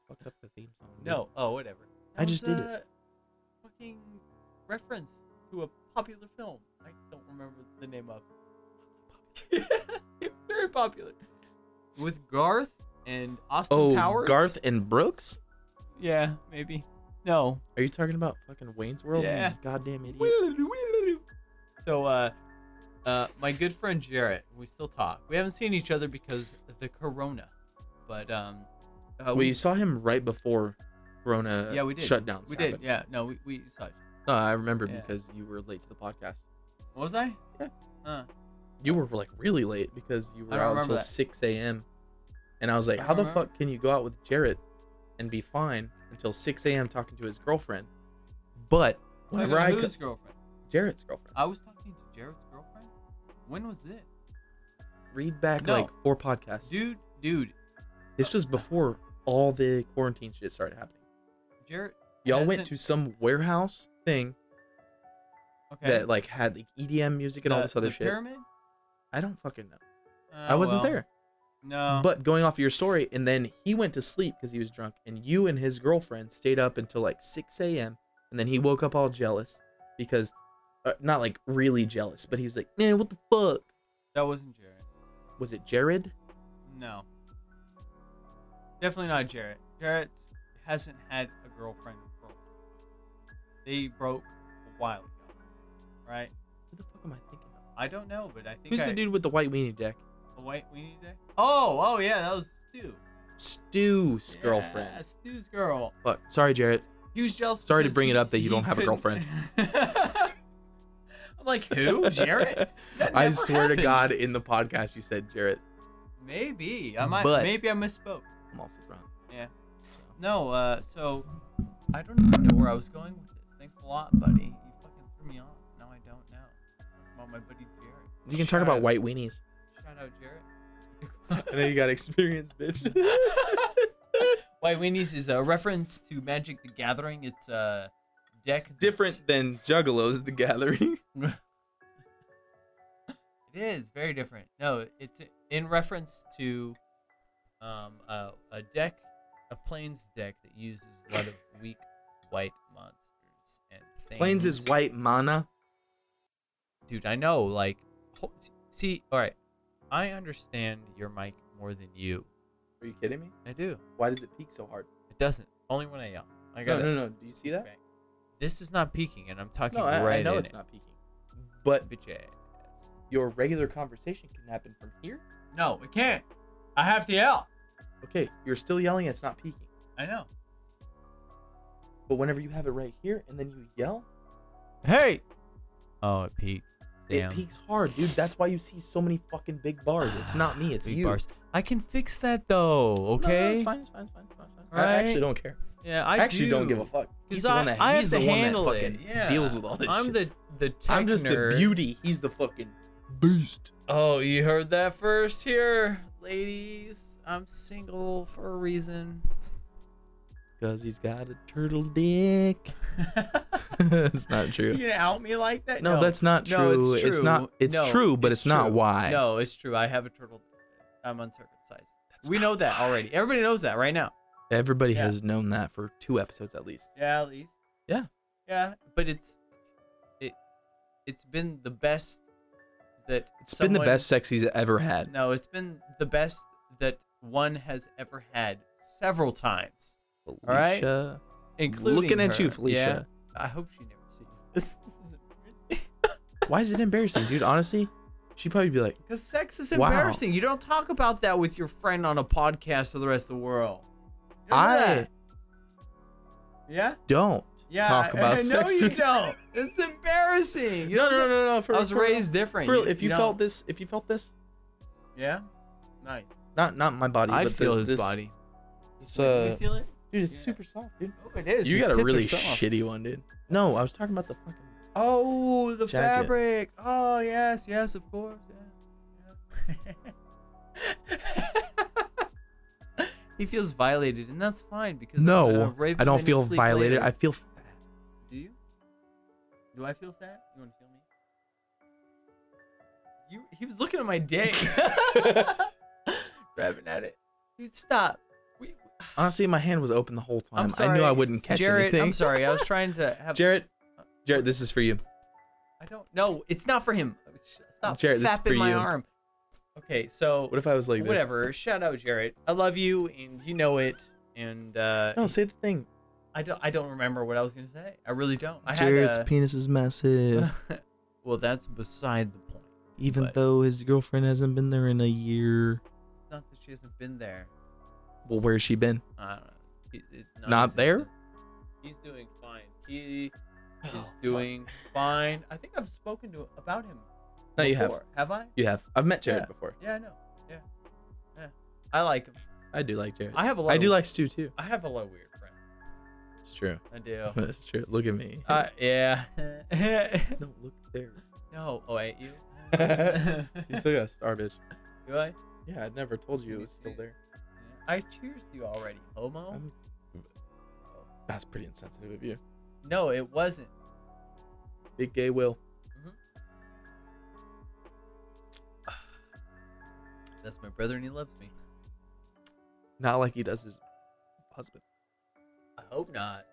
S10: fucked up the theme song. dude.
S4: Oh, whatever.
S10: I just
S4: was
S10: did it.
S4: a Fucking reference to a popular film. I don't remember the name of. it was <laughs> very popular. With Garth and Austin
S10: Oh,
S4: Powers.
S10: Garth and Brooks?
S4: Yeah, maybe. No.
S10: Are you talking about fucking Wayne's World? You
S4: Yeah.
S10: Goddamn idiot.
S4: So, uh, uh, my good friend Jarrett, we still talk. We haven't seen each other because of the corona, but um, uh,
S10: well, you saw him right before Corona
S4: yeah we did
S10: shutdowns
S4: We did.
S10: happened.
S4: Yeah. No, we we saw. each-
S10: No, I remember
S4: Yeah.
S10: because you were late to the podcast.
S4: What was I?
S10: Yeah.
S4: Huh.
S10: You were like really late because you were
S4: I don't
S10: out
S4: remember
S10: until
S4: that.
S10: 6 a.m. And I was like,
S4: I
S10: how the
S4: remember.
S10: fuck can you go out with Jarrett and be fine until 6 a.m. talking to his girlfriend? But whenever I
S4: whose
S10: co-
S4: girlfriend?
S10: Jarrett's girlfriend,
S4: I was talking to Jared's girlfriend. When was this?
S10: read back
S4: No.
S10: like four podcasts.
S4: Dude, uh, dude,
S10: this was before all the quarantine shit started happening.
S4: Jared.
S10: Y'all went
S4: hasn't-
S10: to some warehouse thing
S4: okay.
S10: that like had like EDM music and all
S4: The-
S10: this other
S4: the
S10: shit.
S4: Pyramid?
S10: I don't fucking know.
S4: Uh,
S10: I wasn't
S4: well,
S10: there.
S4: No.
S10: But going off of your story, and then he went to sleep because he was drunk, and you and his girlfriend stayed up until like 6 a.m. And then he woke up all jealous because, uh, not like really jealous, but he was like, man, what the fuck?
S4: that wasn't Jared.
S10: Was it Jared?
S4: No. Definitely not Jarrett. Jarrett hasn't had a girlfriend for a while. They broke a while ago. Right?
S10: Who the fuck am I thinking of?
S4: I don't know, but I think
S10: Who's
S4: I,
S10: the dude with the white weenie deck?
S4: a white we need to Oh, oh yeah, that was Stu.
S10: Stu's
S4: Yeah,
S10: girlfriend.
S4: Stu's girl.
S10: Fuck. Sorry, Jared.
S4: He was jealous.
S10: Sorry to
S4: because
S10: bring it
S4: he-
S10: up that you
S4: he
S10: don't have a
S4: couldn't-
S10: girlfriend.
S4: <laughs> I'm like, who?
S10: <laughs>
S4: Jarrett? That
S10: I
S4: never
S10: swear to
S4: happened.
S10: God, in the podcast, you said Jared.
S4: Maybe. I might
S10: But-
S4: maybe I misspoke.
S10: Oh, I'm also drunk.
S4: Yeah. No, uh, so I don't even know where I was going with this. Thanks a lot, buddy. You fucking threw me off. Now I don't know about my buddy Jared.
S10: You can talk
S4: Shout
S10: about
S4: out-
S10: white weenies.
S4: Shout out Jared.
S10: <laughs> And then you got experience, bitch.
S4: <laughs> White Windies is a reference to Magic the Gathering. It's a deck.
S10: It's different than Juggalos the Gathering.
S4: that's- It is very different. No, it's in reference to um, a, a deck, a Plains deck that uses a lot of weak white monsters and things.
S10: Plains is white mana.
S4: dude i know like ho- see all right i understand your mic more than you
S10: Are you kidding me?
S4: i do
S10: Why does it peak so hard?
S4: it doesn't only when i yell i
S10: No,
S4: got
S10: no, no. Do you see that?
S4: Okay. this is not peaking and i'm talking
S10: No, I,
S4: right
S10: I know
S4: in
S10: it's
S4: it.
S10: not peaking. But
S4: bitch ass
S10: your regular conversation can happen from here.
S4: no it can't i have to yell
S10: Okay, you're still yelling. It's not peaking.
S4: i know
S10: But whenever you have it right here and then you yell,
S6: Hey,
S4: oh it peaked damn
S10: it peaks hard, dude. That's why you see so many fucking big bars. It's not me. It's
S4: Big
S10: you.
S4: bars. i can fix that though
S10: No, no,
S4: okay
S10: it's fine. It's fine. It's fine. It's fine. it's fine. I
S4: Right?
S10: actually don't care.
S4: yeah i
S10: I actually do. not give a fuck. He's the one that,
S4: I, I
S10: he's
S4: have
S10: the
S4: to
S10: one that
S4: handle
S10: fucking
S4: it. Yeah.
S10: deals with all this
S4: I'm
S10: shit.
S4: the the tech
S10: I'm just the
S4: nerd.
S10: beauty. He's the fucking beast.
S4: Oh, you heard that first here, ladies. I'm single for a reason.
S10: Because he's got a
S4: <laughs>
S10: turtle dick. That's not
S4: You
S10: true.
S4: gonna out me like that?
S10: No, that's not true.
S4: No, it's true.
S10: not. It's
S4: No,
S10: true, but it's, not
S4: true.
S10: why.
S4: No, it's true. I have a turtle. I'm uncircumcised. we know that already. Everybody knows that right now.
S10: Everybody
S4: Yeah.
S10: has known that for two episodes at least.
S4: Yeah, at least.
S10: Yeah.
S4: Yeah, but it's it it's been the best that
S10: It's
S4: It's
S10: been the best sex he's ever had.
S4: No, it's been the best that one has ever had several times, right.
S10: Felicia.
S4: including
S10: Looking at
S4: her.
S10: you,
S4: Yeah.
S10: Felicia.
S4: I hope she never sees this. <laughs> This is embarrassing.
S10: Why is it embarrassing, dude? Honestly, she'd probably be like,
S4: Because sex is
S10: Wow.
S4: embarrassing. You don't talk about that with your friend on a podcast to the rest of the world. You don't do
S10: I
S4: that. Yeah?
S10: don't
S4: Yeah.
S10: talk
S4: I-
S10: about
S4: <laughs> I,
S10: sex.
S4: No, you
S10: with-
S4: don't. It's embarrassing. You
S10: No,
S4: don't
S10: no,
S4: do-
S10: no, no. For,
S4: I was
S10: for-
S4: raised different.
S10: For real, if you
S4: don't-
S10: felt this, if you felt this,
S4: Yeah? Nice.
S10: not not my body,
S4: I'd
S10: but the-
S4: feel his
S10: this-
S4: body.
S10: It's, uh,
S4: you feel it?
S10: dude, it's
S4: Yeah.
S10: super soft, dude.
S4: Oh, it is.
S10: You
S4: His
S10: got a
S4: tits are
S10: really
S4: soft.
S10: shitty one, dude. No, I was talking about the fucking.
S4: Oh, the
S10: Jacket.
S4: fabric. Oh, yes, yes, of course. Yeah. yeah. <laughs> he feels violated, and that's fine because uh,
S10: No,
S4: rape
S10: I don't
S4: and you
S10: feel
S4: sleep
S10: violated.
S4: later.
S10: I feel
S4: Do you? Do I feel fat? You want to feel me? You. He was looking at my
S10: <laughs>
S4: dick, <laughs> grabbing at it. Dude, stop. We,
S10: honestly, my hand was open the whole time.
S4: I'm
S10: Um, I
S4: sorry.
S10: knew I wouldn't catch
S4: Jared,
S10: anything.
S4: I'm sorry. I was trying to have.
S10: Jarrett, Jarrett, this is for you.
S4: I don't. No, it's not for him. Sh- Stop
S10: Jared, this is
S4: fapping
S10: for
S4: my
S10: you.
S4: arm. Okay, so
S10: What if I was like this?
S4: whatever. Shout out, Jared. I love you, and you know it. And uh,
S10: No, say the thing.
S4: I don't. I don't remember what I was gonna say. I really don't. I
S10: Jared's
S4: had
S10: penis is
S4: a,
S10: massive,
S4: <laughs> Well, that's beside the point.
S10: even
S4: but-
S10: though his girlfriend hasn't been there in a year.
S4: Not that she hasn't been there.
S10: Well, where's she been?
S4: I don't know. It- it-
S10: Not there? Oh,
S4: non-existent. He's doing fine. He is doing fine. I think I've spoken to about him.
S10: No, you have.
S4: before. Have I?
S10: You have. I've met Jared
S4: Yeah.
S10: before.
S4: Yeah, I know. Yeah, yeah. I like him.
S10: I do like Jared.
S4: I have a lot.
S10: I
S4: of-
S10: do like Stu too.
S4: I have a lot of weird friends.
S10: It's true.
S4: I do.
S10: <laughs> That's true. Look at me.
S4: Uh, yeah. <laughs>
S10: no, look there.
S4: no. Oh, wait,
S10: <laughs>
S4: you. <laughs>
S10: You still got a star, bitch.
S4: Do I?
S10: Yeah, I never told you it
S4: You
S10: was still
S4: see?
S10: there.
S4: I cheers you already, homo.
S10: I'm- That's pretty insensitive of you.
S4: No, it wasn't.
S10: Big gay will.
S4: That's my brother, and he loves me.
S10: Not like he does his husband.
S4: I hope not.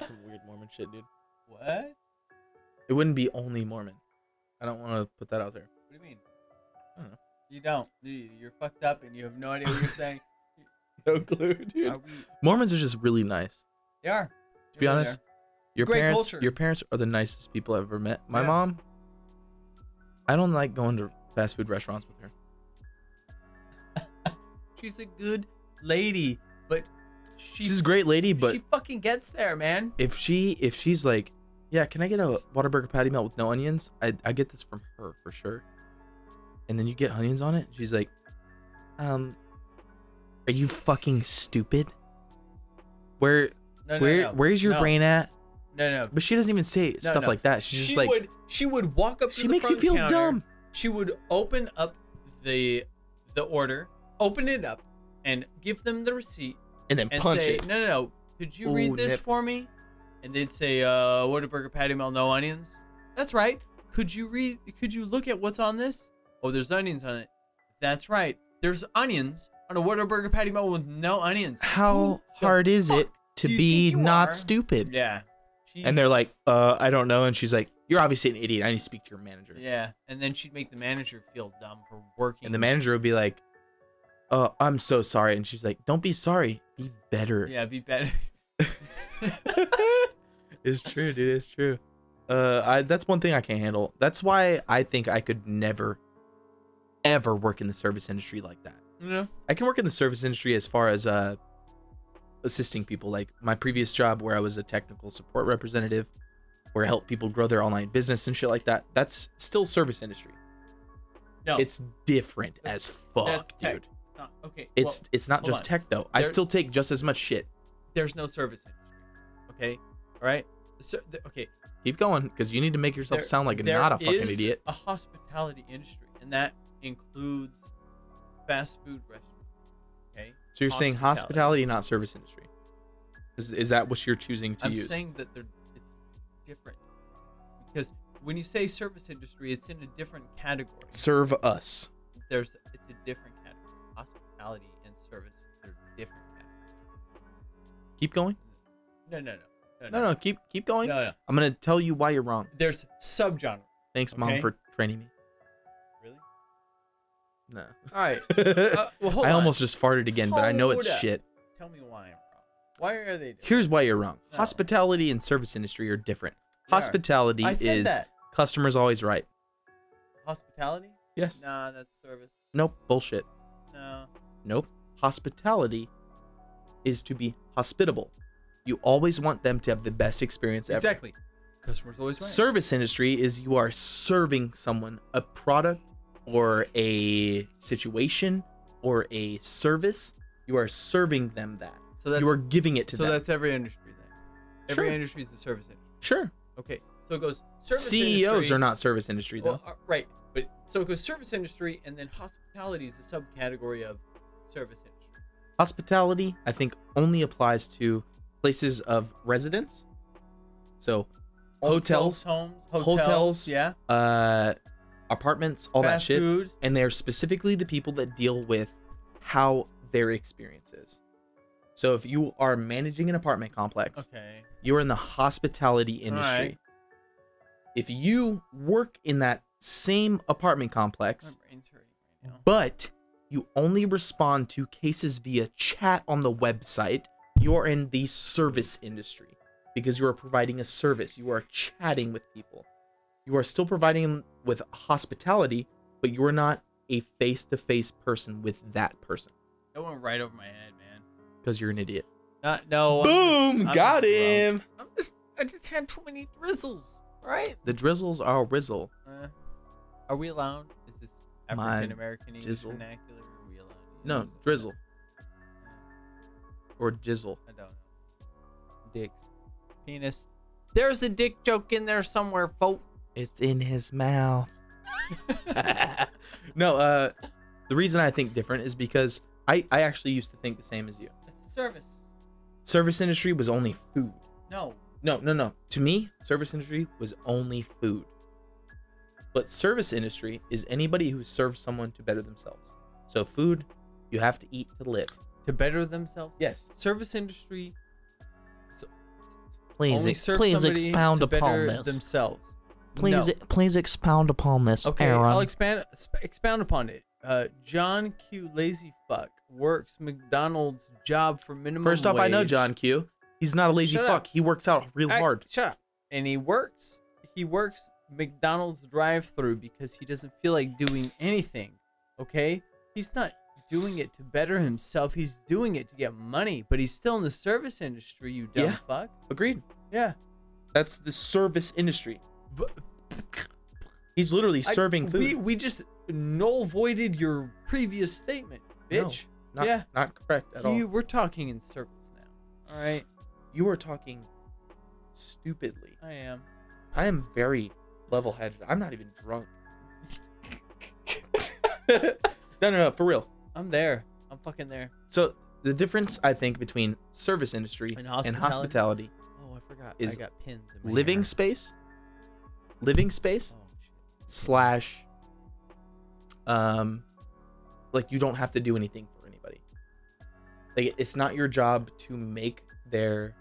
S10: Some weird Mormon shit, dude.
S4: What? What
S10: It wouldn't be only Mormon. I don't want to put that out there.
S4: do you mean?
S10: I don't know.
S4: You don't. do you? You're fucked up, and you have no idea what you're saying.
S10: No clue, <laughs> dude.
S4: Are we?
S10: Mormons are just really nice.
S4: They are.
S10: To be honest, your
S4: great
S10: parents,
S4: culture.
S10: your parents are the nicest people I've ever met. My
S4: Yeah.
S10: mom, I don't like going to fast food restaurants with her.
S4: she's a good lady, but she
S10: She's a great lady, but
S4: she fucking gets there, man.
S10: if she if she's like, yeah, can I get a Whataburger patty melt with no onions? I I get this from her for sure. And then you get onions on it. She's like, um, Are you fucking stupid? Where
S4: No, no,
S10: where
S4: no.
S10: where's your
S4: No.
S10: brain at?
S4: No, no.
S10: But she doesn't even say stuff
S4: no.
S10: like that. She's
S4: she
S10: just like
S4: would she would walk up to the
S10: she makes you
S4: front
S10: feel
S4: counter,
S10: dumb.
S4: she would open up the the order open it up and give them the receipt
S10: and then
S4: and
S10: punch
S4: say
S10: it.
S4: no no no could you
S10: Ooh,
S4: read this
S10: nip.
S4: for me and they'd say uh whataburger patty melt no onions that's right could you read could you look at what's on this oh there's onions on it that's right there's onions on a whataburger patty melt with no onions
S10: How
S4: Who the
S10: hard is it
S4: fuck
S10: to
S4: do you
S10: be
S4: think you
S10: not
S4: are?
S10: stupid?
S4: yeah She-
S10: And they're like, uh, I don't know. And she's like, You're obviously an idiot. I need to speak to your manager.
S4: yeah and then she'd make the manager feel dumb for working
S10: And the manager would be like, Uh, I'm so sorry. And she's like, Don't be sorry. Be better.
S4: yeah be
S10: <laughs>
S4: better <laughs>
S10: It's true, dude. It's true. Uh, I, that's one thing I can't handle. That's why I think I could never, ever work in the service industry like that.
S4: no
S10: I can work in the service industry as far as uh, assisting people. Like my previous job, where I was a technical support representative, where I helped people grow their online business and shit like that. That's still service industry.
S4: no
S10: It's different
S4: That's-
S10: as fuck,
S4: that's tech.
S10: dude.
S4: Not- okay.
S10: It's it's not
S4: hold
S10: just
S4: on.
S10: tech though. I
S4: There-
S10: still take just as much shit.
S4: well, there's no service industry. Okay. All right. So, th- okay.
S10: Keep going, because you need to make yourself
S4: there-
S10: sound like
S4: there
S10: not a fucking
S4: is
S10: idiot.
S4: A hospitality industry, and that includes fast food restaurants. Okay.
S10: So you're saying hospitality, not service industry. Is, is that what you're choosing to
S4: I'm
S10: use?
S4: saying that they're it's different because when you say service industry, it's in a different category.
S10: Serve us.
S4: There's it's a different category. Hospitality and service they're different. Categories.
S10: Keep going.
S4: No, no, no,
S10: No, no, keep keep going.
S4: no, no.
S10: I'm gonna tell you why you're wrong.
S4: There's subgenre.
S10: Thanks, mom,
S4: Okay.
S10: for training me.
S4: Really?
S10: No.
S4: All
S10: <laughs>
S4: right. Uh, well, hold
S10: I
S4: on.
S10: almost just farted again, but I know it's
S4: Hold up.
S10: shit.
S4: Tell me why I'm wrong. Why are they? Different?
S10: Here's why you're wrong.
S4: No.
S10: Hospitality and service industry are different.
S4: Oh. They are.
S10: Hospitality
S4: I said
S10: is
S4: that.
S10: customers always right.
S4: Hospitality?
S10: Yes.
S4: Nah, that's service.
S10: Nope. Bullshit.
S4: No.
S10: Nope. Hospitality is to be hospitable. You always want them to have the best experience ever.
S4: Exactly. Customers always right.
S10: service industry is you are serving someone a product or a situation or a service you are serving them that
S4: So that's
S10: you are giving it to
S4: so
S10: them
S4: that's every industry then. Every
S10: Sure.
S4: industry is a service industry.
S10: sure
S4: Okay. So it goes service
S10: ceos
S4: industry,
S10: E are not service industry though
S4: well, uh, right. But so it goes service industry and then hospitality is a subcategory of service industry.
S10: hospitality i think only applies to places of residence so hotels
S4: homes, hotels,
S10: hotels,
S4: yeah,
S10: uh apartments all that
S4: fast
S10: shit
S4: food.
S10: and they're specifically the people that deal with how their experience is. So if you are managing an apartment complex,
S4: Okay.
S10: you're in the hospitality industry.
S4: Alright.
S10: If you work in that same apartment
S4: My
S10: complex,
S4: brain's hurting right now.
S10: but you only respond to cases via chat on the website, you're in the service industry because you are providing a service. You are chatting with people. You are still providing them with hospitality, but you are not a face to face person with that person
S4: That went right over my head, man.
S10: because you're an idiot.
S4: Not Uh, no.
S10: Boom!
S4: I'm
S10: got
S4: just
S10: him!
S4: I'm just I just had too many drizzles. All right.
S10: The drizzles are rizzle.
S4: Uh, are we allowed? Is this
S10: My
S4: African American English
S10: jizzle.
S4: vernacular? Are we allowed? to
S10: No,
S4: use it?
S10: drizzle. Or jizzle.
S4: I don't know. Dicks, penis. There's a dick joke in there somewhere, <laughs> folks.
S10: It's in his mouth. <laughs> no, uh, the reason I think different is because I, I actually used to think the same as you.
S4: It's a service.
S10: Service industry was only food.
S4: No.
S10: No, no, no. To me, service industry was only food. But service industry is anybody who serves someone to better themselves. So food, you have to eat to live.
S4: To better themselves.
S10: Yes.
S4: Service industry
S13: Please,
S4: only
S13: ex-
S4: serves
S13: please
S4: somebody
S13: expound
S4: to
S13: upon
S4: better
S13: this.
S4: themselves.
S13: please,
S4: No.
S13: please expound upon this,
S4: Okay,
S13: Aaron.
S4: I'll expand sp- expound upon it. Uh, John Q. Lazy Fuck works McDonald's job for minimum.
S10: First off, I know
S4: wage.
S10: John Q. He's not a lazy
S4: Shut
S10: fuck.
S4: up.
S10: He works out real
S4: I-
S10: hard.
S4: Shut up. And he works. He works McDonald's drive-through because he doesn't feel like doing anything. Okay, he's not doing it to better himself. He's doing it to get money. But he's still in the service industry. You dumb
S10: Yeah.
S4: fuck.
S10: Agreed.
S4: Yeah.
S10: That's the service industry.
S4: But
S10: He's literally
S4: I-
S10: serving food.
S4: We we just null voided your previous statement,
S10: No.
S4: bitch.
S10: Not,
S4: Yeah.
S10: Not correct at all.
S4: You, we're talking in circles now. All right,
S1: You are talking stupidly. <laughs>
S4: I am.
S1: I am very level headed. I'm not even drunk. no, no, no, for real.
S4: I'm there. I'm fucking there.
S1: So the difference I think between service industry
S4: And
S1: and
S4: hospitality?
S1: hospitality,
S4: Oh, I forgot.
S1: Is
S4: I got pinned. in my
S1: living
S4: hair.
S1: space, living space
S4: Oh, shit.
S1: slash, um, like you don't have to do anything for anybody. Like it's not your job to make their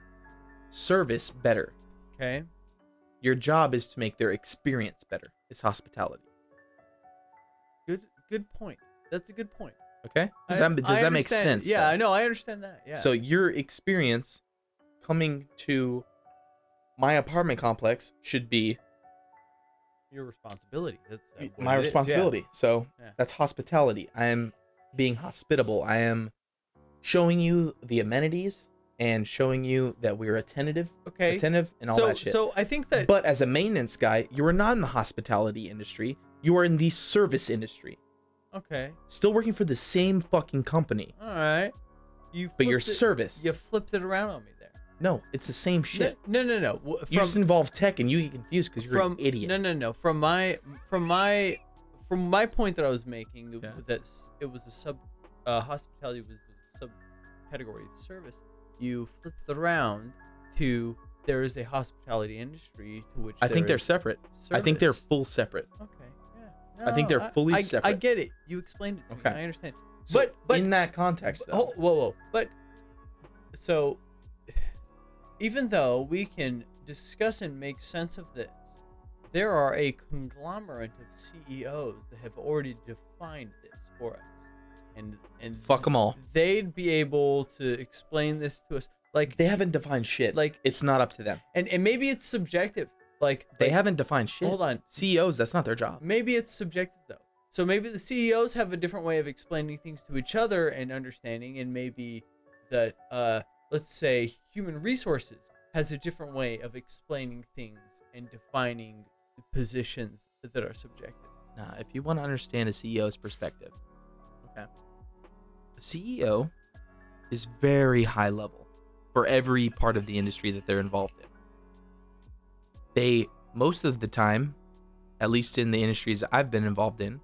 S1: service better.
S4: Okay.
S1: Your job is to make their experience better. It's hospitality.
S4: Good. Good point. That's a good point.
S1: Okay. Does
S4: I-
S1: that does
S4: I
S1: that make
S4: understand.
S1: sense?
S4: Yeah,
S1: though?
S4: I know. I understand that. Yeah.
S1: So your experience coming to my apartment complex should be
S4: your responsibility. That's uh, what
S1: my
S4: it is, yeah.
S1: responsibility. So
S4: Yeah.
S1: that's hospitality. I am being hospitable. I am showing you the amenities and showing you that we're attentive,
S4: Okay.
S1: attentive, and all
S4: so,
S1: that shit.
S4: so I think that
S1: but as a maintenance guy, you are not in the hospitality industry. You are in the service industry.
S4: okay.
S1: Still working for the same fucking company,
S4: All right. You.
S1: but your
S4: flipped it,
S1: service.
S4: You flipped it around on me there.
S1: no, it's the same shit.
S4: No, no, no. no. Wh-
S1: you just involve tech and you get confused because you're
S4: from
S1: an idiot.
S4: No, no, no. From my from my from my point that I was making
S1: Yeah.
S4: that s- it was a sub uh, hospitality was a subcategory of service. You flipped it around to there is a hospitality industry to which
S1: I think
S4: there
S1: they're
S4: is
S1: separate. I think they're
S4: service.
S1: full separate.
S4: okay. Yeah.
S1: I think they're fully
S4: I, I
S1: separate.
S4: get it. You explained it to
S1: Okay.
S4: me. I understand.
S1: So
S4: but but
S1: in that context,
S4: but-
S1: though,
S4: ho- Oh, whoa, whoa. But so, even though we can discuss and make sense of this, there are a conglomerate of CEOs that have already defined this for us, and and
S1: fuck them all.
S4: They'd be able to explain this to us, like
S1: They haven't defined shit.
S4: Like-
S1: it's not up to them.
S4: and and maybe it's subjective, like
S1: They
S4: like,
S1: haven't defined shit. E
S4: Hold on.
S1: CEOs, that's not their job.
S4: Uh, Maybe it's subjective though. So maybe the CEOs have a different way of explaining things to each other and understanding, and maybe that uh, let's say human resources has a different way of explaining things and defining the positions that are subjective.
S10: Nah, if you want to understand a
S1: E
S10: CEO's perspective, okay, a CEO E is very high level for every part of the industry that they're involved in. They, most of the time, at least in the industries I've been involved in,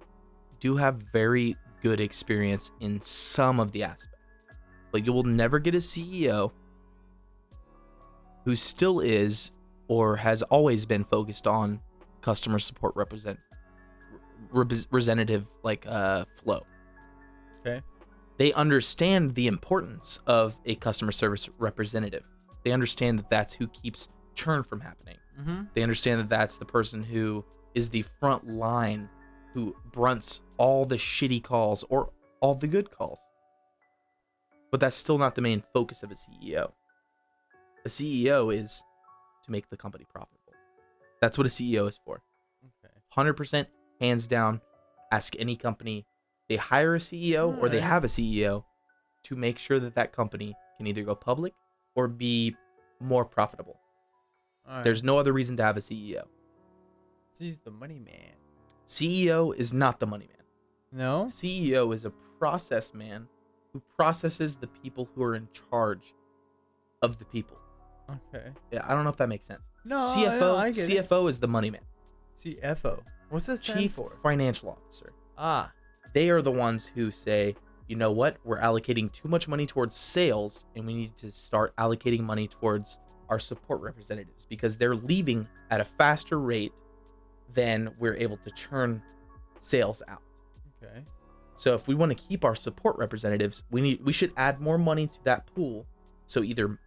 S10: do have very good experience in some of the aspects. But you will never get a CEO who still is or has always been focused on customer support represent representative like uh flow.
S4: Okay.
S10: They understand the importance of a customer service representative. They understand that that's who keeps churn from happening.
S4: Mm-hmm.
S10: They understand that that's the person who is the front line who brunts all the shitty calls or all the good calls. But that's still not the main focus of a CEO. A CEO is to make the company profitable. That's what a CEO is for
S4: Okay.
S10: 100% hands down ask any company they hire a ceo or they
S4: Alright.
S10: have a ceo to make sure that that company can either go public or be more profitable
S4: All right.
S10: there's no other reason to have a E ceo
S4: he's the money man.
S10: ceo E is not the money man
S4: No.
S10: ceo is a process man who processes the people who are in charge of the people
S4: Okay.
S10: yeah i don't know if that makes sense
S4: No.
S10: cfo
S4: no, I get it.
S10: cfo is the money man
S4: CFO. What's that stand
S10: chief
S4: for?
S10: financial officer
S4: Ah.
S10: they are the ones who say, you know what, we're allocating too much money towards sales and we need to start allocating money towards our support representatives because they're leaving at a faster rate than we're able to churn sales out.
S4: Okay.
S10: So if we want to keep our support representatives, we need we should add more money to that pool. So either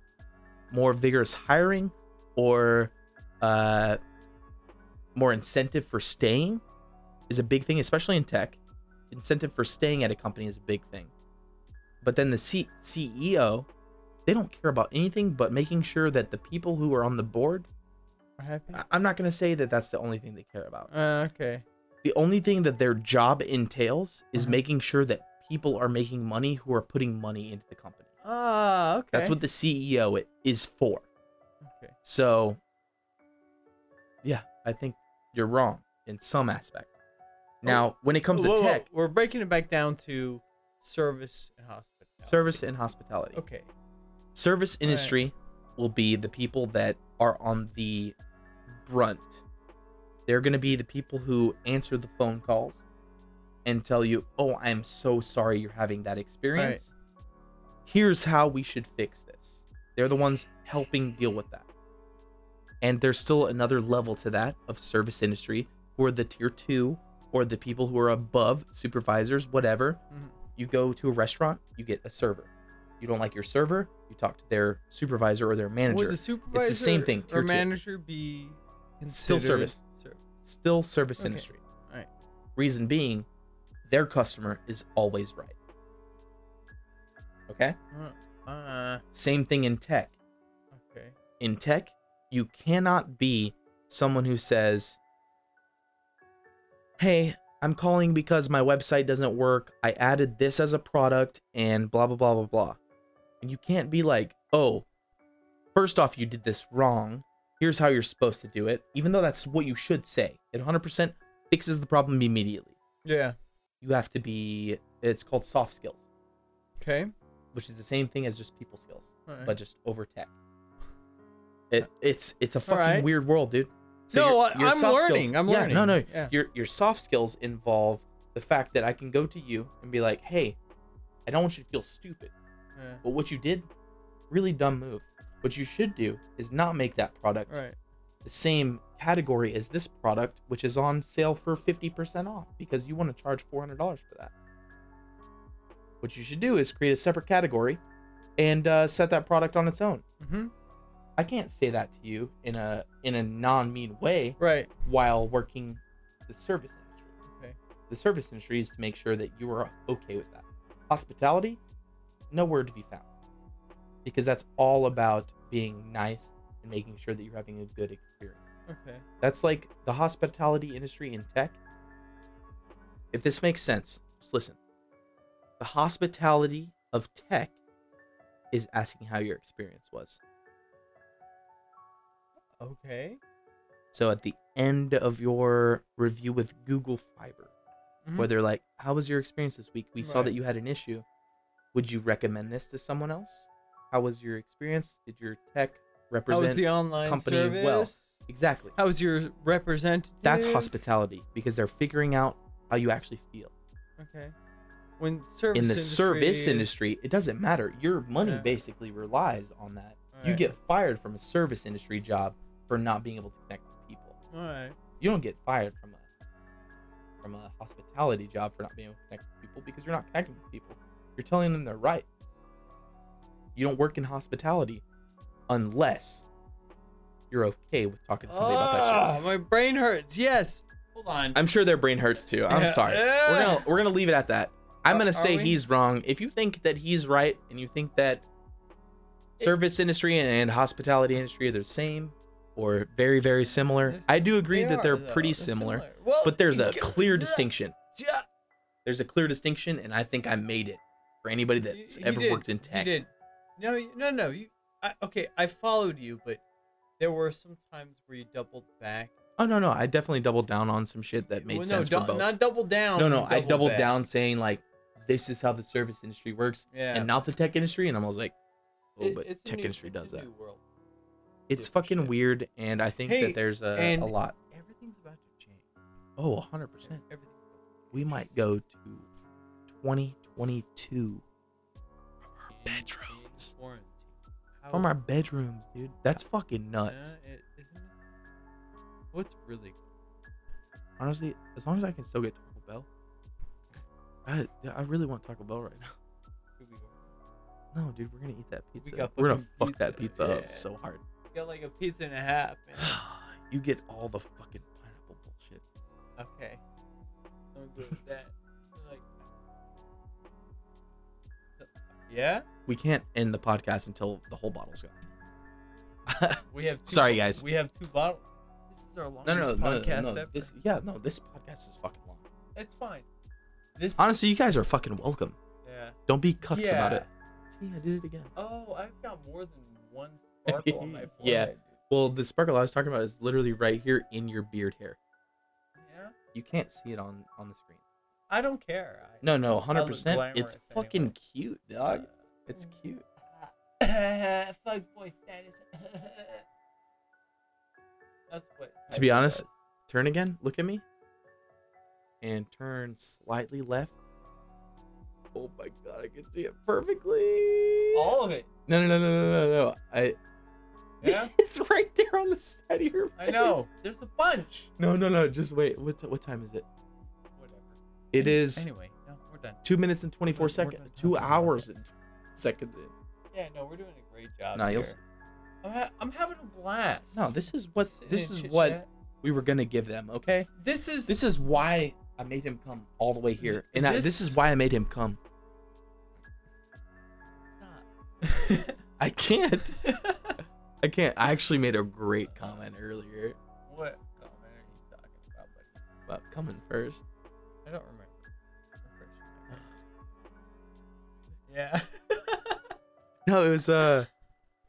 S10: more vigorous hiring or uh, more incentive for staying is a big thing, especially in tech. Incentive for staying at a company is a big thing. But then the C- CEO, they don't care about anything but making sure that the people who are on the board.
S4: Are happy.
S10: I- I'm not gonna say that that's the only thing they care about
S4: Uh, okay.
S10: the only thing that their job entails is
S4: Mhm.
S10: making sure that people are making money who are putting money into the company.
S4: Ah. Okay.
S10: That's what the CEO i- is for.
S4: Okay.
S10: So, yeah, I think you're wrong in some aspect. Now, when it comes to
S4: Oh, Whoa, whoa,
S10: tech,
S4: we're breaking it back down to service and hospital.
S10: Service and hospitality.
S4: Okay.
S10: Service
S4: All right.
S10: industry will be the people that are on the brunt. They're going to be the people who answer the phone calls and tell you, "Oh, I'm so sorry you're having that experience. Here's how we should fix this." They're the ones helping deal with that. And there's still another level to that of service industry who are the tier 2 or the people who are above supervisors, whatever. You go to a restaurant, you get a server. You don't like your server, you talk to their supervisor or their manager.
S4: Would the supervisor
S10: same thing, tier
S4: or
S10: two.
S4: manager be
S10: Still
S4: considered
S10: service.
S4: ser-
S10: Still service
S4: Okay.
S10: industry.
S4: Alright.
S10: Reason being, their customer is always right. Okay?
S4: Uh,
S10: Same thing in tech.
S4: okay.
S10: in tech, you cannot be someone who says, Hey, I'm calling because my website doesn't work. I added this as a product and blah, blah, blah, blah, blah. And you can't be like, Oh, first off, you did this wrong. Here's how you're supposed to do it, even though that's what you should say. It 100% fixes the problem immediately.
S4: Yeah.
S10: You have to be, it's called soft skills,
S4: Okay.
S10: which is the same thing as just people skills
S4: Alright.
S10: but just over tech. It, it's it's a fucking
S4: Alright.
S10: weird world, dude.
S4: No, I- I'm
S10: soft
S4: learning, I'm
S10: yeah, No, no.
S4: learning, yeah.
S10: Your your soft skills involve the fact that I can go to you and be like, "Hey, I don't want you to feel stupid,
S4: Yeah.
S10: but what you did, really dumb move. What you should do is not make that product
S4: Right.
S10: the same category as this product, which is on sale for 50% off because you want to charge $400 for that. What you should do is create a separate category and uh, set that product on its own.
S4: Mhm.
S10: I can't say that to you in a in a non-mean way
S4: Right.
S10: while working the service industry.
S4: Okay.
S10: The service industry is to make sure that you are okay with that. Hospitality, nowhere to be found. Because that's all about being nice and making sure that you're having a good experience.
S4: Okay.
S10: That's like the hospitality industry in tech. If this makes sense, just listen. The hospitality of tech is asking how your experience was.
S4: Okay.
S10: So at the end of your review with Google Fiber,
S4: Mhm.
S10: where they're like, How was your experience this week? We saw
S4: Right.
S10: that you had an issue. Would you recommend this to someone else? How was your experience? Did your tech
S4: How
S10: represent
S4: was the online
S10: company
S4: service?
S10: well? Exactly.
S4: How was your representative?
S10: That's hospitality because they're figuring out how you actually feel.
S4: Okay. When service
S10: in the service
S4: industry is-
S10: industry, it doesn't matter. Your money
S4: Yeah.
S10: basically relies on that. You
S4: Right.
S10: get fired from a service industry job for not being able to connect with people.
S4: All right.
S10: You don't get fired from a from a hospitality job for not being able to connect with people because you're not connecting with people. You're telling them they're right. You don't work in hospitality unless you're okay with talking to somebody about that
S4: Ah,
S10: shit.
S4: my brain hurts. Yes. Hold on.
S10: I'm sure their brain hurts too. I'm
S4: Yeah. Uh,
S10: sorry. We're gonna we're gonna leave it at that. I'm gonna say he's wrong. If you think that he's right and you think that service industry and, and hospitality industry are the same or very very similar, I do agree that they're pretty similar,
S4: Well,
S10: But there's a
S4: g-
S10: clear
S4: yeah,
S10: distinction.
S4: yeah.
S10: There's a clear distinction, and I think I made it for anybody that's
S4: You- you
S10: ever
S4: did,
S10: worked in tech.
S4: You did. No, you- no, no. You, I, okay, I followed you, but there were some times where you doubled back.
S10: Oh no no, I definitely doubled down on some shit that made
S4: Well,
S10: sense
S4: no,
S10: for
S4: dou-
S10: both.
S4: Not double down.
S10: no no, I doubled
S4: back.
S10: down saying like this is how the service industry works
S4: Yeah.
S10: and not the tech industry, and I was like, oh,
S4: It-
S10: but
S4: it's a
S10: tech
S4: new-
S10: industry
S4: it's a
S10: does that.
S4: new world.
S10: it's
S4: different
S10: fucking
S4: shit.
S10: weird and i think
S4: Hey,
S10: that there's a,
S4: and-
S10: a lot
S4: Everything's about to change.
S10: oh 100%
S4: Everything's
S10: we might go to 2022
S4: about to change.
S10: bedrooms.
S4: In quarantine. How-
S10: from our bedrooms dude that's fucking
S4: Yeah,
S10: nuts
S4: it- isn't it? What's really
S10: honestly as long as i can still get taco bell i, I really want taco bell right now <laughs>
S4: could we go?
S10: no dude we're gonna eat that pizza
S4: got
S10: we are gonna
S4: fucking
S10: fuck that
S4: pizza,
S10: pizza
S4: yeah.
S10: up so hard
S4: We Got like a pizza and a half.
S10: <sighs>
S4: man. <laughs>
S10: you get all the fucking pineapple bullshit
S4: okay. I'm good with that. Like, yeah,
S10: we can't end the podcast until the whole bottle's gone
S4: we have. Two
S10: Sorry, guys.
S4: We have two bottles. This is our
S10: no
S4: longest
S10: no no,
S4: podcast
S10: no, no.
S4: ever.
S10: this yeah no this podcast is fucking long
S4: It's fine. This.
S10: Honestly, you guys are fucking welcome.
S4: yeah.
S10: Don't be cucks about
S4: Yeah.
S10: it. See, I did it again.
S4: Oh, I've got more than
S10: <laughs>
S4: one sparkle on my forehead.
S10: Yeah. Well, the sparkle I was talking about is literally right here in your beard hair.
S4: Yeah.
S10: You can't see it on on the screen.
S4: I don't care. I,
S10: No, no,
S4: I look
S10: 100%. It's
S4: glamorous
S10: fucking
S4: anyway.
S10: cute, dog. It's cute.
S4: <laughs> fuck boy status. <laughs> That's what.
S10: To be honest- Turn again. Look at me. And turn slightly left. Oh my god, I can see it perfectly.
S4: all of it.
S10: No, no, no, no, no, no, no. I. <laughs>
S4: Yeah,
S10: it's right there on the side of your face.
S4: I know. There's a bunch.
S10: No, no, no. Just wait. What t- what time is it?
S4: Whatever.
S10: It is
S4: Anyway, no, we're done.
S10: two minutes and twenty four
S4: we're
S10: seconds.
S4: done
S10: Two
S4: talking about
S10: hours
S4: that.
S10: and seconds. In.
S4: Yeah, no, we're doing a great job.
S10: Nah,
S4: here.
S10: you'll
S4: I'm, ha- I'm having a blast.
S10: No, this is what
S4: Sitting
S10: this
S4: and
S10: is
S4: chit
S10: what
S4: chat.
S10: we were gonna give them. Okay.
S4: This is
S10: This is why I made him come all the way here, and I, this
S4: This-
S10: is why I made him come. <laughs> I can't. I can't. I actually made a great comment earlier
S4: what comment are you talking about, buddy?
S10: about coming first.
S4: I don't remember. Yeah.
S10: No, it was uh,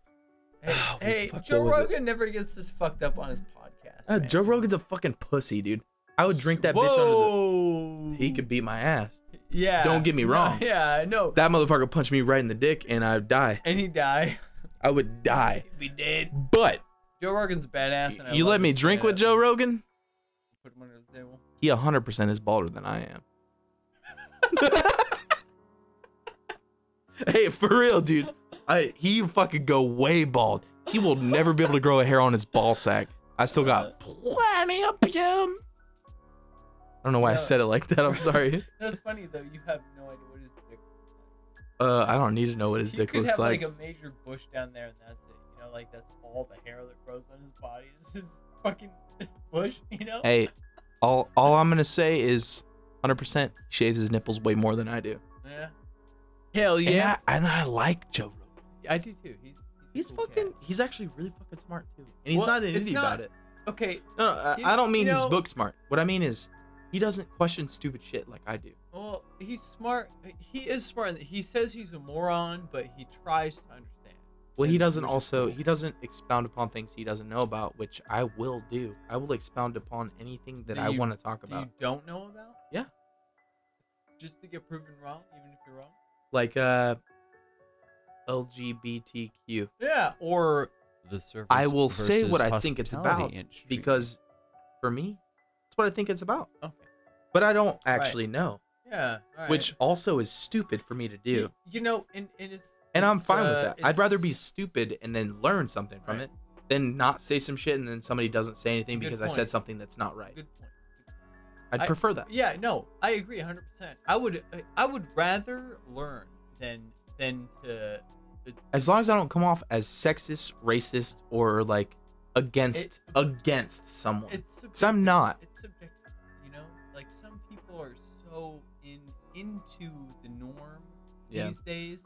S4: <laughs> hey,
S10: Oh,
S4: hey,
S10: fuck,
S4: Joe
S10: what was it?
S4: Rogan never gets this fucked up on his podcast.
S10: uh
S4: man.
S10: Joe Rogan's a fucking pussy, dude. I would drink that bitch under
S4: Whoa.
S10: the. He could beat my ass.
S4: Yeah.
S10: Don't get me
S4: No,
S10: wrong.
S4: yeah, I know.
S10: That motherfucker punched me right in the dick, and I'd die.
S4: And he die.
S10: I would die.
S4: He'd be dead.
S10: But
S4: Joe Rogan's badass. And I
S10: you
S4: love
S10: let me
S4: his
S10: drink with
S4: stand-up.
S10: Joe Rogan?
S4: Put him under the table.
S10: He 100% is balder than I am. <laughs> hey, for real, dude. I he fucking go way bald. He will never be able to grow a hair on his ball sack. I still got plenty of him. I don't know why I said it like that. I'm sorry.
S4: <laughs> That's funny though. You have no idea what his dick.
S10: Uh, I don't need to know what his
S4: he
S10: dick
S4: could
S10: looks
S4: have
S10: like.
S4: like a major bush down there, and that's it. You know, like that's all the hair that grows on his body is his fucking <laughs> bush. You know.
S10: hey, all all I'm gonna say is 100% shaves his nipples way more than I do.
S4: Yeah.
S6: Hell
S10: And
S6: yeah.
S10: I, and I like Joe Rogan.
S4: I do too. He's
S10: He's
S4: a cool cat.
S10: fucking. He's actually really fucking smart too, and he's
S4: Well,
S10: not an
S4: it's
S10: idiot
S4: not-
S10: about it.
S4: okay.
S10: No, I,
S4: He's-
S10: I don't mean
S4: you
S10: he's
S4: know-
S10: book smart. What I mean is, he doesn't question stupid shit like I do.
S4: Well, he's smart. He is smart. in that He says he's a moron, but he tries to understand.
S10: Well, he
S4: And
S10: doesn't
S4: which is
S10: also.
S4: cool.
S10: He doesn't expound upon things he doesn't know about, which I will do. I will expound upon anything that
S4: Do
S10: I
S4: you-
S10: want to talk
S4: That
S10: about.
S4: you don't know about.
S10: Yeah.
S4: Just to get proven wrong, even if you're wrong.
S10: Like uh, LGBTQ.
S4: Yeah. Or the service.
S10: I will say what I think it's about because, for me, it's what I think it's about.
S4: Okay.
S10: But I don't actually know,
S4: Yeah. all right.
S10: which also is stupid for me to do.
S4: You, you know, and, and it's.
S10: and I'm
S4: it's,
S10: fine
S4: uh,
S10: with that. I'd rather be
S4: it's-
S10: stupid and then learn something from
S4: Right.
S10: it than not say some shit and then somebody doesn't say anything
S4: Good
S10: because I
S4: point.
S10: said something that's not right.
S4: Good point.
S10: I'd
S4: I-
S10: prefer that.
S4: Yeah, no, I agree 100%. I would I would rather learn than than to
S10: As long as I don't come off as sexist, racist, or like against against someone.
S4: it's
S10: So I'm
S4: subjective.
S10: not.
S4: It's subjective, you know? Like some people are so in into the norm
S10: Yeah.
S4: these days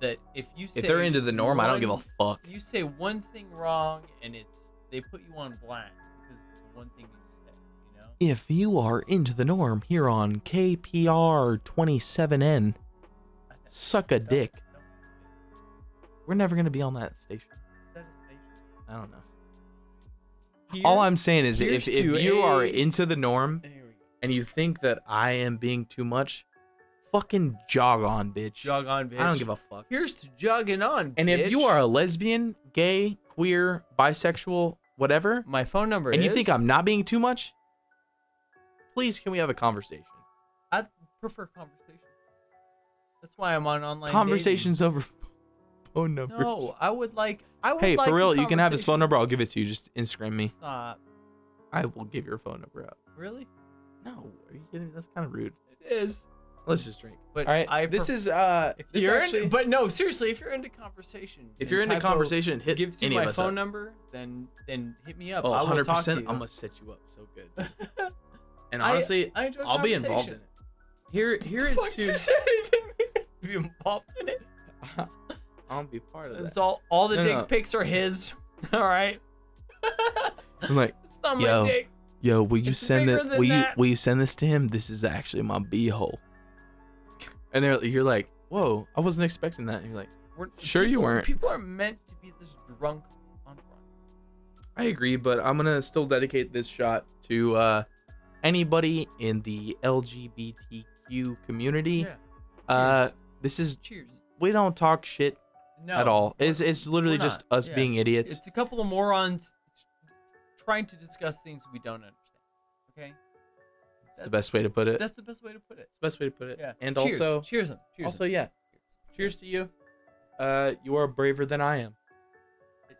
S4: that if you say
S10: if they're into the norm, I don't give a
S4: one-
S10: fuck.
S4: You say one thing wrong and it's they put you on blast because of the one thing you said, you know?
S10: If you are into the norm here on KPR 27N, suck a dick. We're never gonna be on that station.
S4: Is that a station?
S10: I don't know. All
S4: Here-
S10: I'm saying is if,
S4: here's
S10: if
S4: to
S10: you are
S4: a-
S10: into the norm,
S4: Here we go.
S10: and you think that I am being too much, fucking jog on, bitch.
S4: Jog on, bitch.
S10: I don't give a fuck.
S4: Here's to jogging on.
S10: And if you
S4: bitch.
S10: are a lesbian, gay, queer, bisexual, whatever,
S4: my phone number,
S10: and you
S4: is-
S10: think I'm not being too much, please can we have a conversation?
S4: I prefer conversation. That's why I'm on online. dating.
S10: Conversations over <laughs> phone numbers.
S4: No, I would like. I would
S10: Hey,
S4: like
S10: for
S4: a
S10: real, you can have his phone
S4: conversation.
S10: number. I'll give it to you. Just Instagram me.
S4: Stop.
S10: I will give your phone number out.
S4: Really?
S10: No, are you kidding me? That's kind of rude.
S4: It is.
S10: Let's just drink.
S4: But
S10: All right.
S4: I
S10: this
S4: pref-
S10: is uh.
S4: If
S10: this
S4: you're in-
S10: actually-
S4: but no, seriously, if you're into conversation,
S10: if
S4: and
S10: you're into
S4: Typo
S10: conversation, hit
S4: gives you
S10: any
S4: my
S10: of us
S4: phone
S10: up.
S4: number, then then hit me up.
S10: Oh,
S4: I will
S10: 100
S4: talk to
S10: percent.
S4: you. <laughs>
S10: I'm gonna set you up so good. And
S4: I-
S10: honestly,
S4: I enjoy
S10: I, will be involved in
S4: conversation.
S10: it. Here, here is
S4: Fuck,
S10: to.
S4: does that even mean? Be involved in it.
S10: I'll be part of
S4: It's
S10: that.
S4: all all the
S10: No,
S4: dick
S10: no.
S4: pics are his. <laughs> All right.
S10: I'm like,
S4: It's not my
S10: Yo.
S4: dick.
S10: yo, will you
S4: It's
S10: send
S4: bigger
S10: it?
S4: than
S10: Will you
S4: that.
S10: will you send this to him? This is actually my beehole. And they're, you're like, whoa, I wasn't expecting that. And you're like,
S4: We're-
S10: Sure you
S4: people-
S10: weren't.
S4: People are meant to be this drunk on rock.
S10: I agree, but I'm gonna still dedicate this shot to uh, anybody in the LGBTQ you community.
S12: Yeah.
S10: Uh, this is
S12: Cheers.
S10: we don't talk shit
S12: No.
S10: at all. It's it's literally
S12: we're
S10: just
S12: not.
S10: us
S12: Yeah.
S10: being idiots.
S4: It's a couple of morons trying to discuss things we don't understand. Okay,
S10: It's the best way to put it.
S4: that's the best way to put it.
S10: best way to put it.
S4: Yeah.
S10: And
S4: Cheers.
S10: also,
S4: cheers them. Cheers.
S10: also yeah. Cheers to you. Uh, you are braver than I am.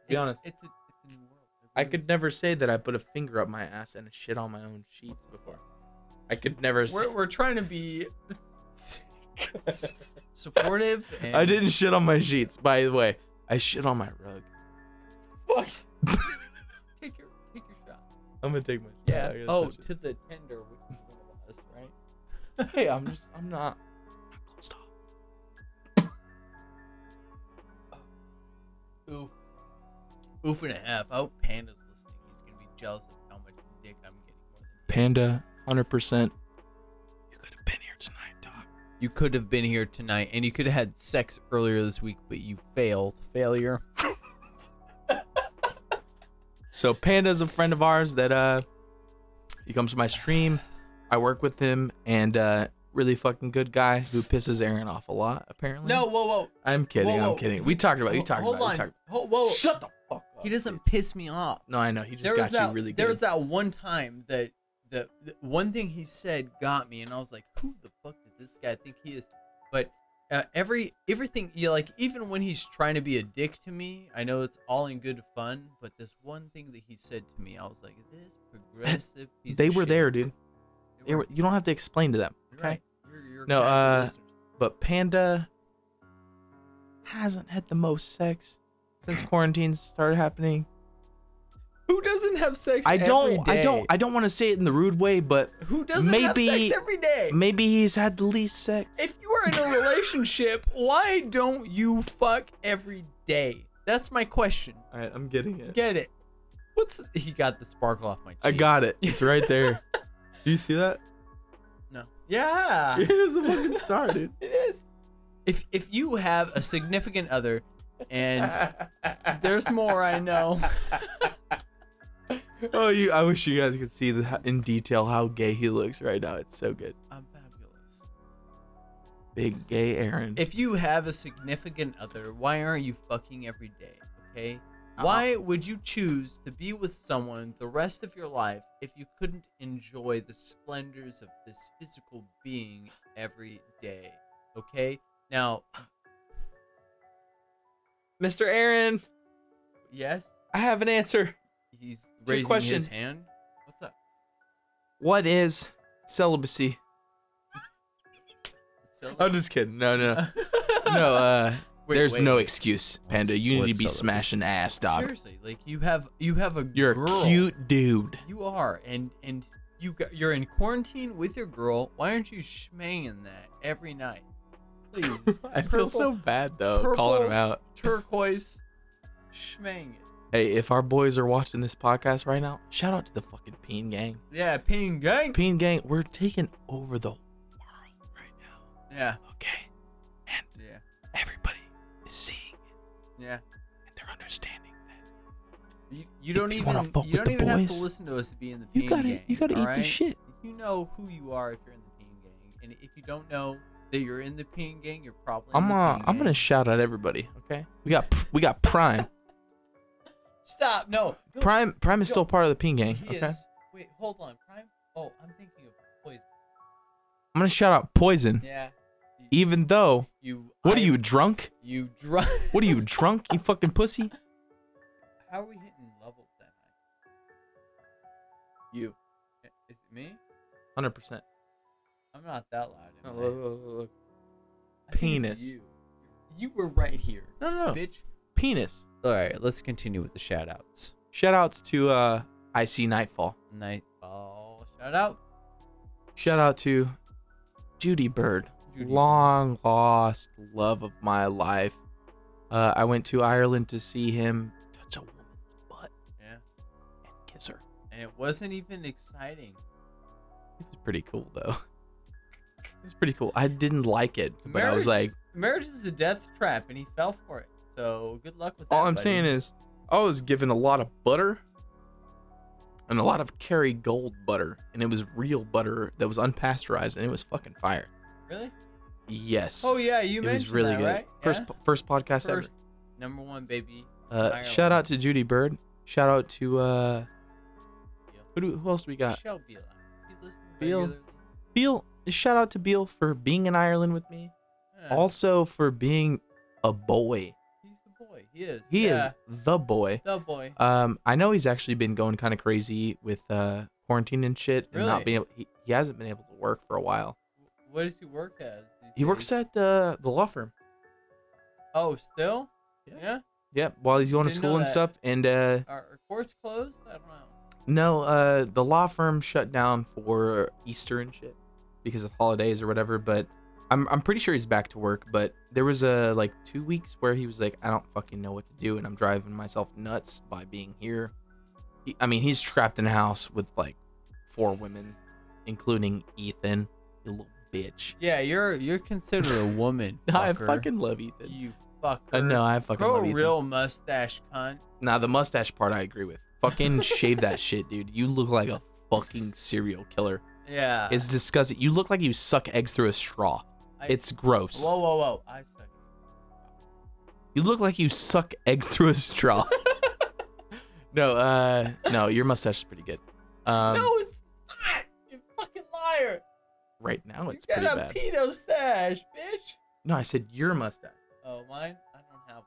S10: be honest.
S4: It's a, it's a new world. It
S10: I
S4: really
S10: could
S4: is.
S10: never say that I put a finger up my ass and shit on my own sheets before. I could never.
S4: <laughs>
S10: Say,
S4: We're, we're trying to
S10: <laughs>
S4: be supportive. And
S10: I didn't shit on my sheets, by the way. I shit on my rug.
S4: take your take your
S10: <laughs>
S4: shot.
S10: I'm gonna take my.
S4: Yeah.
S10: I gotta
S4: oh,
S10: touch it.
S4: to the tender, which is one of us, right?
S10: hey, <laughs> I'm just. I'm not. I'm not closed off.
S4: Oof. Oof and a half. I hope Panda's listening. He's gonna be jealous of how much dick I'm getting. More than he is.
S10: Panda, hundred percent. You could have been here tonight, dog.
S4: You could have been here tonight, and you could have had sex earlier this week, but you failed. Failure.
S10: So Panda's a friend of ours that uh he comes to my stream. I work with him and uh really fucking good guy who pisses Aaron off a lot, apparently.
S4: No, whoa, whoa.
S10: I'm kidding,
S4: Whoa, whoa.
S10: I'm kidding. We talked about it, we talked
S4: Hold
S10: about it.
S4: on.
S10: We talked,
S4: Ho- whoa.
S10: shut the fuck up.
S4: He doesn't piss me off.
S10: No, I know, he just
S4: there
S10: got
S4: was that,
S10: you really good.
S4: There was that one time that the, the one thing he said got me, and I was like, "Who the fuck did this guy think he is?" But uh, every everything, yeah, like even when he's trying to be a dick to me, I know it's all in good fun. But this one thing that he said to me, I was like, "This progressive." Piece
S10: they
S4: of
S10: were
S4: shit."
S10: there, dude.
S4: They
S10: They
S4: were-
S10: were, you don't have to explain to them,
S4: you're
S10: okay?
S4: right. You're- you're
S10: No,
S4: casual
S10: uh,
S4: listeners.
S10: But Panda hasn't had the most sex since quarantine started happening.
S4: who doesn't have sex?
S10: I don't I don't I don't want to say it in the rude way, but
S4: Who doesn't have
S10: Maybe-
S4: sex every day?
S10: maybe he's had the least sex.
S4: If you are in a relationship, why don't you fuck every day? That's my question.
S10: All right, I'm getting it.
S4: Get it? What's he got the sparkle off my cheek?
S10: I got it. It's right <laughs> there. Do you see that?
S4: no.
S10: <laughs>
S4: Yeah,
S10: It is a fucking star, dude.
S4: it is. If if you have a significant other,
S10: <laughs>
S4: and there's more I know.
S10: <laughs> Oh, you! I wish you guys could see the, in detail how gay he looks right now. It's so good.
S4: I'm fabulous.
S10: Big gay Aaron.
S4: If you have a significant other, why aren't you fucking every day? Okay.
S10: Uh-uh.
S4: Why would you choose to be with someone the rest of your life if you couldn't enjoy the splendors of this physical being every day? Okay? Now,
S10: Mr. Aaron,
S4: yes,
S10: I have an answer.
S4: he's
S10: Good
S4: raising his
S10: question.
S4: hand. What's up?
S10: What is celibacy?
S4: It's still-
S10: I'm just kidding. No, no, no. Uh,
S4: Wait,
S10: there's
S4: wait.
S10: no excuse, Panda. You need
S4: what's
S10: to be
S4: celibacy?
S10: smashing ass,
S4: <laughs>
S10: dog.
S4: Seriously, like you have you have a
S10: You're
S4: girl.
S10: a cute dude.
S4: You are, and and you got, you're in quarantine with your girl. Why aren't you schmanging that every night? Please,
S10: <laughs> I feel so
S4: Purple-
S10: bad though,
S4: purple-
S10: calling him out.
S4: turquoise, schmang it.
S10: Hey, if our boys are watching this podcast right now, shout out to the fucking Peen Gang.
S4: Yeah, ping gang.
S10: Peen Gang, we're taking over the world right now.
S4: Yeah,
S10: Okay? And
S4: yeah,
S10: everybody is seeing
S4: yeah.
S10: and they're understanding that.
S4: You, you don't
S10: If you
S4: even
S10: wanna fuck
S4: you
S10: with
S4: don't
S10: the
S4: even have
S10: boys,
S4: to listen to us to be in the
S10: you
S4: ping
S10: gotta-
S4: gang.
S10: you gotta eat the
S4: alright?
S10: shit.
S4: You know who you are if you're in the ping gang, and if you don't know that you're in the ping gang, you're probably. in
S10: I'm
S4: the
S10: uh,
S4: ping
S10: I'm
S4: gang.
S10: gonna shout out everybody, okay?
S4: <laughs>
S10: We got we got Prime.
S4: stop. No, no,
S10: Prime Prime is still part of the Peen Gang,
S4: He
S10: okay?
S4: is. Wait, hold on, prime. Oh, I'm thinking of
S10: <laughs>
S4: poison.
S10: I'm gonna shout out Poison.
S4: Yeah.
S10: Even though
S4: You.
S10: what
S4: I-
S10: are you drunk?
S4: You drunk. <laughs>
S10: What are you drunk, you fucking pussy?
S4: How are we hitting levels that high? You. Is it me?
S10: 100%.
S4: I'm not that loud. am I? I think it's
S10: Penis.
S4: You. You were right here.
S10: No, no, no.
S4: Bitch.
S10: Penis.
S4: All right, let's continue with the shout outs.
S10: Shout outs to uh I see Nightfall.
S4: Nightfall shout out.
S10: Shout out to Judy Bird,
S4: Judy.
S10: long lost love of my life. Uh, I went to Ireland to see him touch a woman's butt
S4: Yeah.
S10: and kiss her.
S4: And it wasn't even exciting.
S10: It was pretty cool though. <laughs> It was pretty cool. I didn't like it, but I was
S4: Marriage-
S10: like,
S4: Marriage is a death trap, and he fell for it. So good luck with that.
S10: all I'm
S4: buddy.
S10: saying is, I was given a lot of butter and a lot of Kerry Gold butter, and it was real butter that was unpasteurized, and it was fucking fire.
S4: Really?
S10: Yes.
S4: Oh yeah, you
S10: It
S4: mentioned
S10: was really
S4: that,
S10: good.
S4: right?
S10: First
S4: Yeah?
S10: po- first podcast
S4: First, number one, baby.
S10: ever. Uh,
S4: Ireland.
S10: shout out to Judy Bird. Shout out to uh, who, do, who else do we got?
S4: Michelle Beal. You listen
S10: Beal.
S4: regularly?
S10: Beal. Shout out to Beal for being in Ireland with me.
S4: Yeah,
S10: Also for being a boy.
S4: he's the boy. He is.
S10: He
S4: yeah,
S10: is the boy.
S4: the boy.
S10: Um, I know he's actually been going kind of crazy with uh quarantine and shit, and
S4: Really?
S10: not being able. He, he hasn't been able to work for a while.
S4: What does he work as? these
S10: He works
S4: days?
S10: at the the law firm.
S4: Oh, still?
S10: Yeah.
S4: Yeah.
S10: Yep, while he's going to
S4: Didn't know
S10: school and
S4: that.
S10: stuff. And uh,
S4: Are, are courts closed? I don't know.
S10: no, uh, the law firm shut down for Easter and shit because of holidays or whatever. But I'm I'm pretty sure he's back to work. But there was a like two weeks where he was like, I don't fucking know what to do, and I'm driving myself nuts by being here. He, I mean, he's trapped in a house with like four women, including Ethan, you little bitch.
S4: Yeah, you're you're considered a woman.
S10: <laughs> I
S4: fucker.
S10: fucking love Ethan.
S4: you fucker.
S10: Uh, no, I fucking
S4: Grow
S10: love
S4: a
S10: Ethan.
S4: real mustache, cunt.
S10: Nah, the mustache part I agree with. Fucking shave that <laughs> shit, dude. You look like a fucking serial killer.
S4: Yeah.
S10: It's disgusting. You look like you suck eggs through a straw.
S4: I-
S10: It's gross.
S4: Whoa, whoa, whoa! I suck.
S10: You look like you suck eggs through
S4: <laughs>
S10: a straw. no, uh, no, your mustache is pretty good. Um,
S4: no, it's not. You fucking liar.
S10: right now it's
S4: you
S10: pretty
S4: got a
S10: bad.
S4: pedo stash, bitch.
S10: no, I said your mustache.
S4: Oh, mine. I don't have one.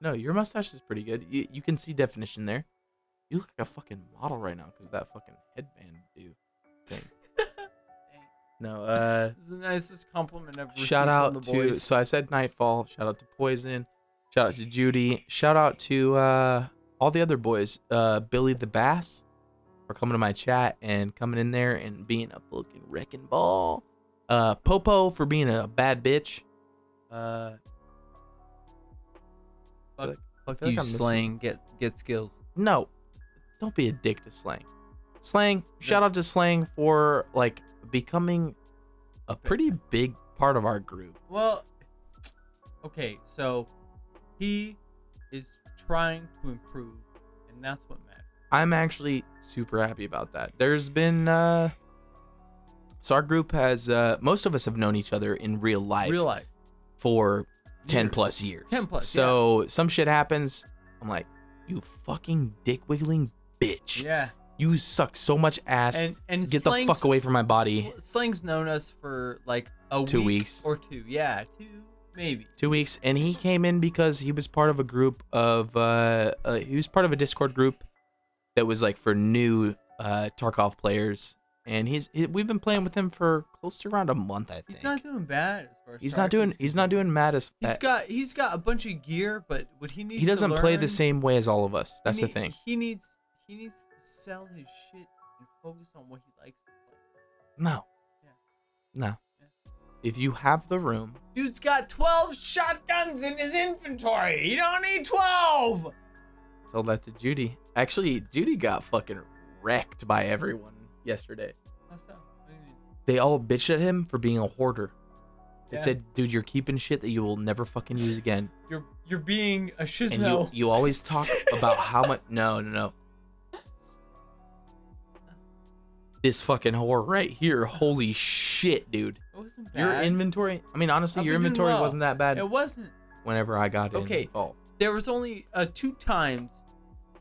S10: No, your mustache is pretty good. You, you can see definition there. You look like a fucking model right now because that fucking headband do thing.
S4: <laughs>
S10: no, uh,
S4: This is the nicest compliment I've received
S10: shout
S4: from
S10: out
S4: the
S10: to
S4: boys.
S10: so I said Nightfall. Shout out to Poison. Shout out to Judy. Shout out to uh, all the other boys. Uh, Billy the Bass for coming to my chat and coming in there and being a fucking wrecking ball. Uh, Popo for being a bad bitch. Uh,
S4: Fuck
S10: feel like
S4: you,
S10: I'm missing-
S4: slang. Get get skills.
S10: no, don't be a dick to Slang. Slang. Shout out to Slang for like becoming a pretty big part of our group.
S4: Well, okay, so he is trying to improve, and that's what matters.
S10: I'm actually super happy about that. There's been uh so our group has uh most of us have known each other in real life
S4: Real life.
S10: for 10
S4: Years.
S10: plus years.
S4: 10 plus,
S10: So some shit happens, I'm like, "You fucking dick wiggling bitch.
S4: Yeah.
S10: You suck so much ass.
S4: And and
S10: Get the
S4: slang's,
S10: fuck away from my body."
S4: Sl- slang's known us for like a
S10: Two
S4: week
S10: weeks.
S4: or two. Yeah, two maybe.
S10: 2 weeks and he came in because he was part of a group of uh, uh he was part of a Discord group that was like for new uh Tarkov players. And he's he, we've been playing with him for close to around a month, I think.
S4: He's not doing bad as far as
S10: He's not doing. He's not doing mad as.
S4: He's
S10: uh,
S4: got he's got a bunch of gear, but what he needs
S10: he doesn't
S4: to
S10: play the
S4: learn-
S10: same way as all of us. That's
S4: he
S10: the
S4: need-
S10: thing.
S4: He needs he needs to sell his shit and focus on what he likes to play.
S10: No.
S4: Yeah.
S10: No. If you have the room,
S4: Dude's got 12 shotguns in his inventory. You don't need 12.
S10: tell that to Judy. Actually, Judy got fucking wrecked by everyone yesterday. They all bitched at him for being a hoarder. They
S4: Yeah.
S10: said, "Dude, you're keeping shit that you will never fucking use <laughs> again,
S4: You're you're being a
S10: and
S4: shizno.
S10: you you
S4: <laughs>
S10: always <laughs> talk about how much." No, no, no. This fucking whore right here. Holy shit, dude.
S4: it wasn't bad.
S10: Your inventory. I mean, honestly,
S4: I've
S10: your
S4: been doing
S10: inventory
S4: well.
S10: wasn't that bad.
S4: It wasn't.
S10: Whenever I got it.
S4: Okay.
S10: <laughs> Oh,
S4: There was only uh, two times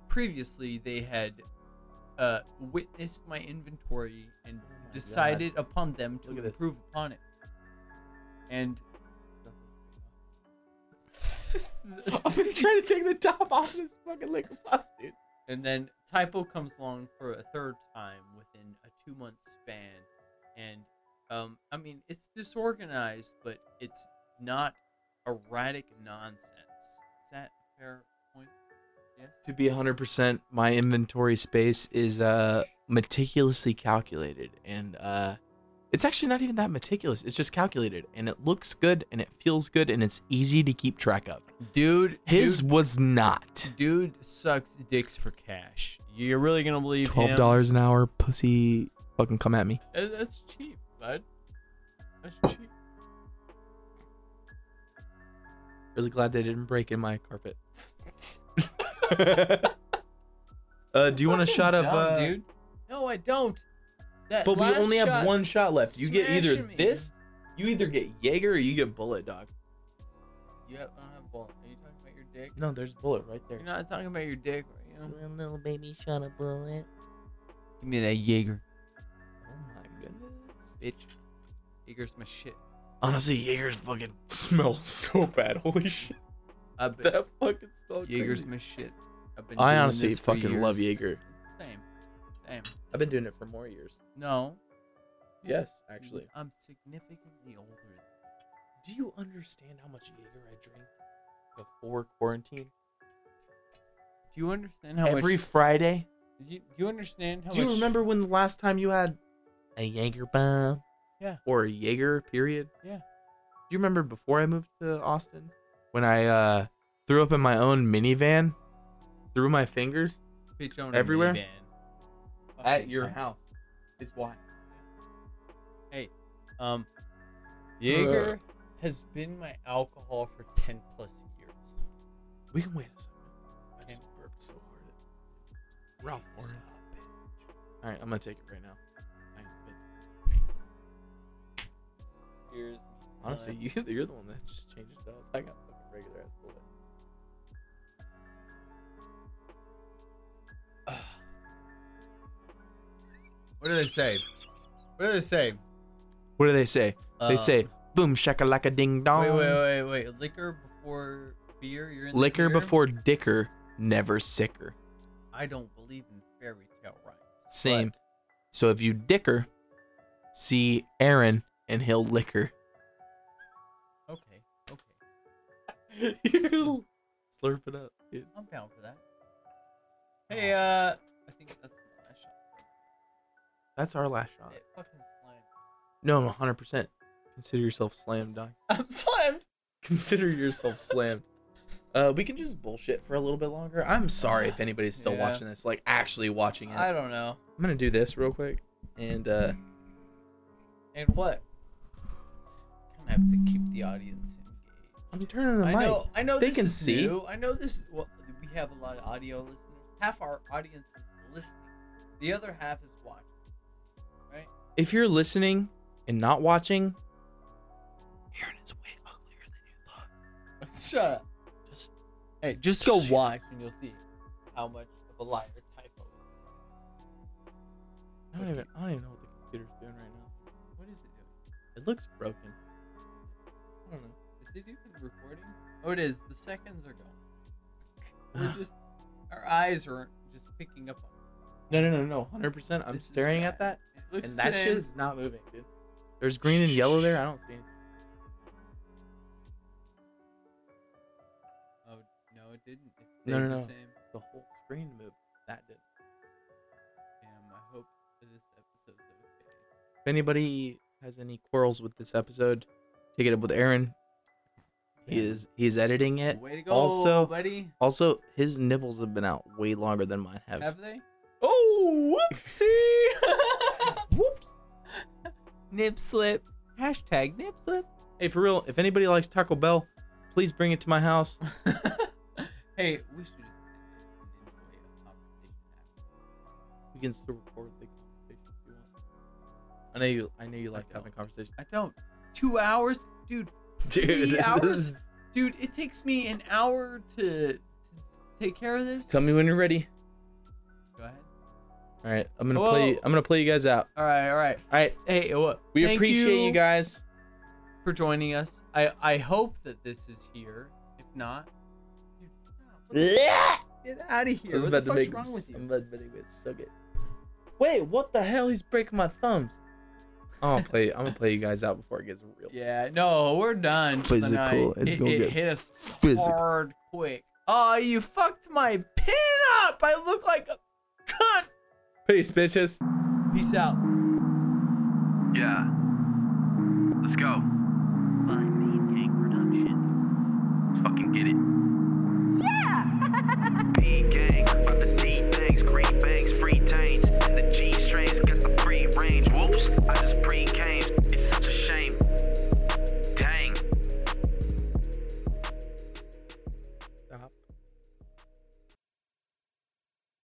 S4: previously they had uh, witnessed my inventory and decided upon them to
S10: Oh Look at this.
S4: improve upon it.
S10: <laughs>
S4: And
S10: I've been trying to take the top off this fucking liquor pot, dude.
S4: And then Typo comes along for a third time within a two month span. And um, I mean, it's disorganized, but it's not erratic nonsense. Is that a fair point? Yes.
S10: To be 100%, my inventory space is uh meticulously calculated and uh it's actually not even that meticulous. It's just calculated and it looks good and it feels good and it's easy to keep track of.
S4: Dude,
S10: His was not.
S4: dude, sucks dicks for cash. You're really going to believe
S10: $12 an hour, pussy. Fucking come at me.
S4: Uh, That's cheap, bud. That's cheap.
S10: Really glad they didn't break in my carpet. <laughs> uh, do you want a
S4: Fucking
S10: shot of
S4: dumb,
S10: uh,
S4: dude? No, I don't. That
S10: But we
S4: last
S10: only have
S4: shot's
S10: one shot left. You get either
S4: smashing me.
S10: this You either get Jaeger or you get Bullet Dog.
S4: You have, I don't have bullet. Are you talking about your dick?
S10: No, there's Bullet right there.
S4: You're not talking about your dick, right? now.
S14: Little, little baby shot a bullet.
S4: Give me that Jaeger,
S10: Oh my goodness.
S4: bitch. Jaeger's my shit.
S10: Honestly, Jaeger's fucking smell <laughs> so bad. Holy shit.
S4: I've been,
S10: That fucking smells
S4: Jaeger's my shit. I've been
S10: I
S4: doing
S10: honestly
S4: this for
S10: fucking love
S4: years.
S10: Jaeger.
S4: Same, same.
S10: I've been doing it for more years. Mm-hmm.
S4: No,
S10: Yes, actually.
S4: I'm significantly older. than
S10: Do you understand how much Jaeger I drink before quarantine?
S4: Do you understand how
S10: Every
S4: much?
S10: Friday?
S4: Do you, do you understand how
S10: Do you
S4: much-
S10: remember when the last time you had
S14: A Jaeger bomb.
S10: or a Jaeger period?
S4: Yeah.
S10: Do you remember before I moved to Austin when I uh, threw up in my own minivan through my fingers
S15: Bitch owned a
S10: everywhere
S15: minivan.
S10: at your house? Is why.
S15: Um, Jaeger has been my alcohol for ten plus years.
S10: We can wait a second. I just burped so hard. Ralph, Lauren. All right, I'm gonna take it right now. Thanks, bitch.
S4: Here's me.
S10: Honestly, you <laughs> you're the one that just changed it up. I got fucking regular ass bullet.
S16: What do they say? What do they say?
S10: What do they say? they
S16: Um,
S10: say boom shakalaka ding dong.
S4: Wait, wait, wait, wait. Liquor before beer. You're in the
S10: Liquor
S4: clear?
S10: before dicker, never sicker.
S4: I don't believe in fairy tale rhymes.
S10: Same. So if you dicker, see Aaron and
S4: <laughs>
S10: he'll liquor.
S4: But- okay, okay.
S10: Slurp it up. dude.
S4: I'm down for that. Hey, uh, I think that's my last shot.
S10: That's our last shot.
S4: It fucking slammed.
S10: No, I'm 100%. Consider yourself slammed, Doc.
S4: I'm slammed. <laughs>
S10: Consider yourself slammed. Uh, we can just bullshit for a little bit longer. I'm sorry if anybody's still
S4: Yeah.
S10: watching this, like actually watching it.
S4: I
S10: I'm
S4: don't know.
S10: gonna do this real quick, and uh,
S4: And what? Kind of have to keep the audience engaged.
S10: I'm turning the
S4: I
S10: mic.
S4: know. I know.
S10: They
S4: this
S10: can
S4: is
S10: see.
S4: New. I know this. Well, we have a lot of audio listeners. Half our audience is listening. The other half is watching.
S10: If you're listening and not watching, Aaron is way uglier than you thought.
S4: <laughs> Shut up.
S10: Just-
S4: hey, just go watch and you'll see how much of a liar typo. is.
S10: I don't even. I don't even know what the computer's doing right now.
S4: What is it
S10: It looks broken. I don't know.
S4: doing? Is it even recording? Oh, it is. The seconds are gone.
S10: <sighs>
S4: We're just our eyes are just picking up on.
S10: No, no, no, no. Hundred percent. I'm
S4: This is
S10: staring at
S4: bad.
S10: that,
S4: It looks
S10: and that
S4: the
S10: shit
S4: same.
S10: is not moving, dude. There's green and yellow there. I don't see anything.
S4: Oh no, it didn't. It stayed
S10: No, no,
S4: the
S10: no.
S4: same.
S10: The whole screen moved. That did.
S4: Damn, I hope this episode's okay.
S10: If anybody has any quarrels with this episode, take it up with Aaron. He is he's editing it.
S4: Way to go,
S10: also-
S4: buddy.
S10: Also, his nipples have been out way longer than mine have.
S4: Have
S10: <laughs>
S4: they? Oh, whoopsie! Whoops. Nip slip. Hashtag nip
S10: <laughs>
S4: slip.
S10: Hey, for real, if anybody likes Taco Bell, please bring it to my house.
S4: hey, we should just enjoy a conversation.
S10: We can still record the conversation if you want. I know you. I know you like having conversation.
S4: I don't. Two hours, dude.
S10: <laughs> Dude,
S4: three
S10: this
S4: hours,
S10: is-
S4: dude. It takes me an hour to, to take care of this.
S10: Tell me when you're ready.
S4: Go ahead.
S10: All right, I'm gonna play.
S4: Whoa.
S10: I'm gonna play you guys out.
S4: All right, all right.
S10: All right,
S4: Hey, what?
S10: we
S4: thank
S10: appreciate you.
S4: you
S10: guys.
S4: for joining us. I I hope that this is here. If not, dude, stop. What the- Get out of here.
S10: I was
S4: What the
S10: about to
S4: fuck's
S10: make.
S4: wrong with you?
S10: I'm about to make it so good. Wait, what the hell? He's breaking my thumbs. I'm gonna play. I'm gonna play you guys out before it gets real.
S4: Yeah, no, we're done. for the night.
S10: Physical. It's
S4: it,
S10: gonna
S4: it
S10: get
S4: hit us
S10: physical.
S4: hard quick. Oh, you fucked my pin up. I look like a cunt.
S10: Peace, bitches.
S4: Peace out.
S2: Yeah. Let's go.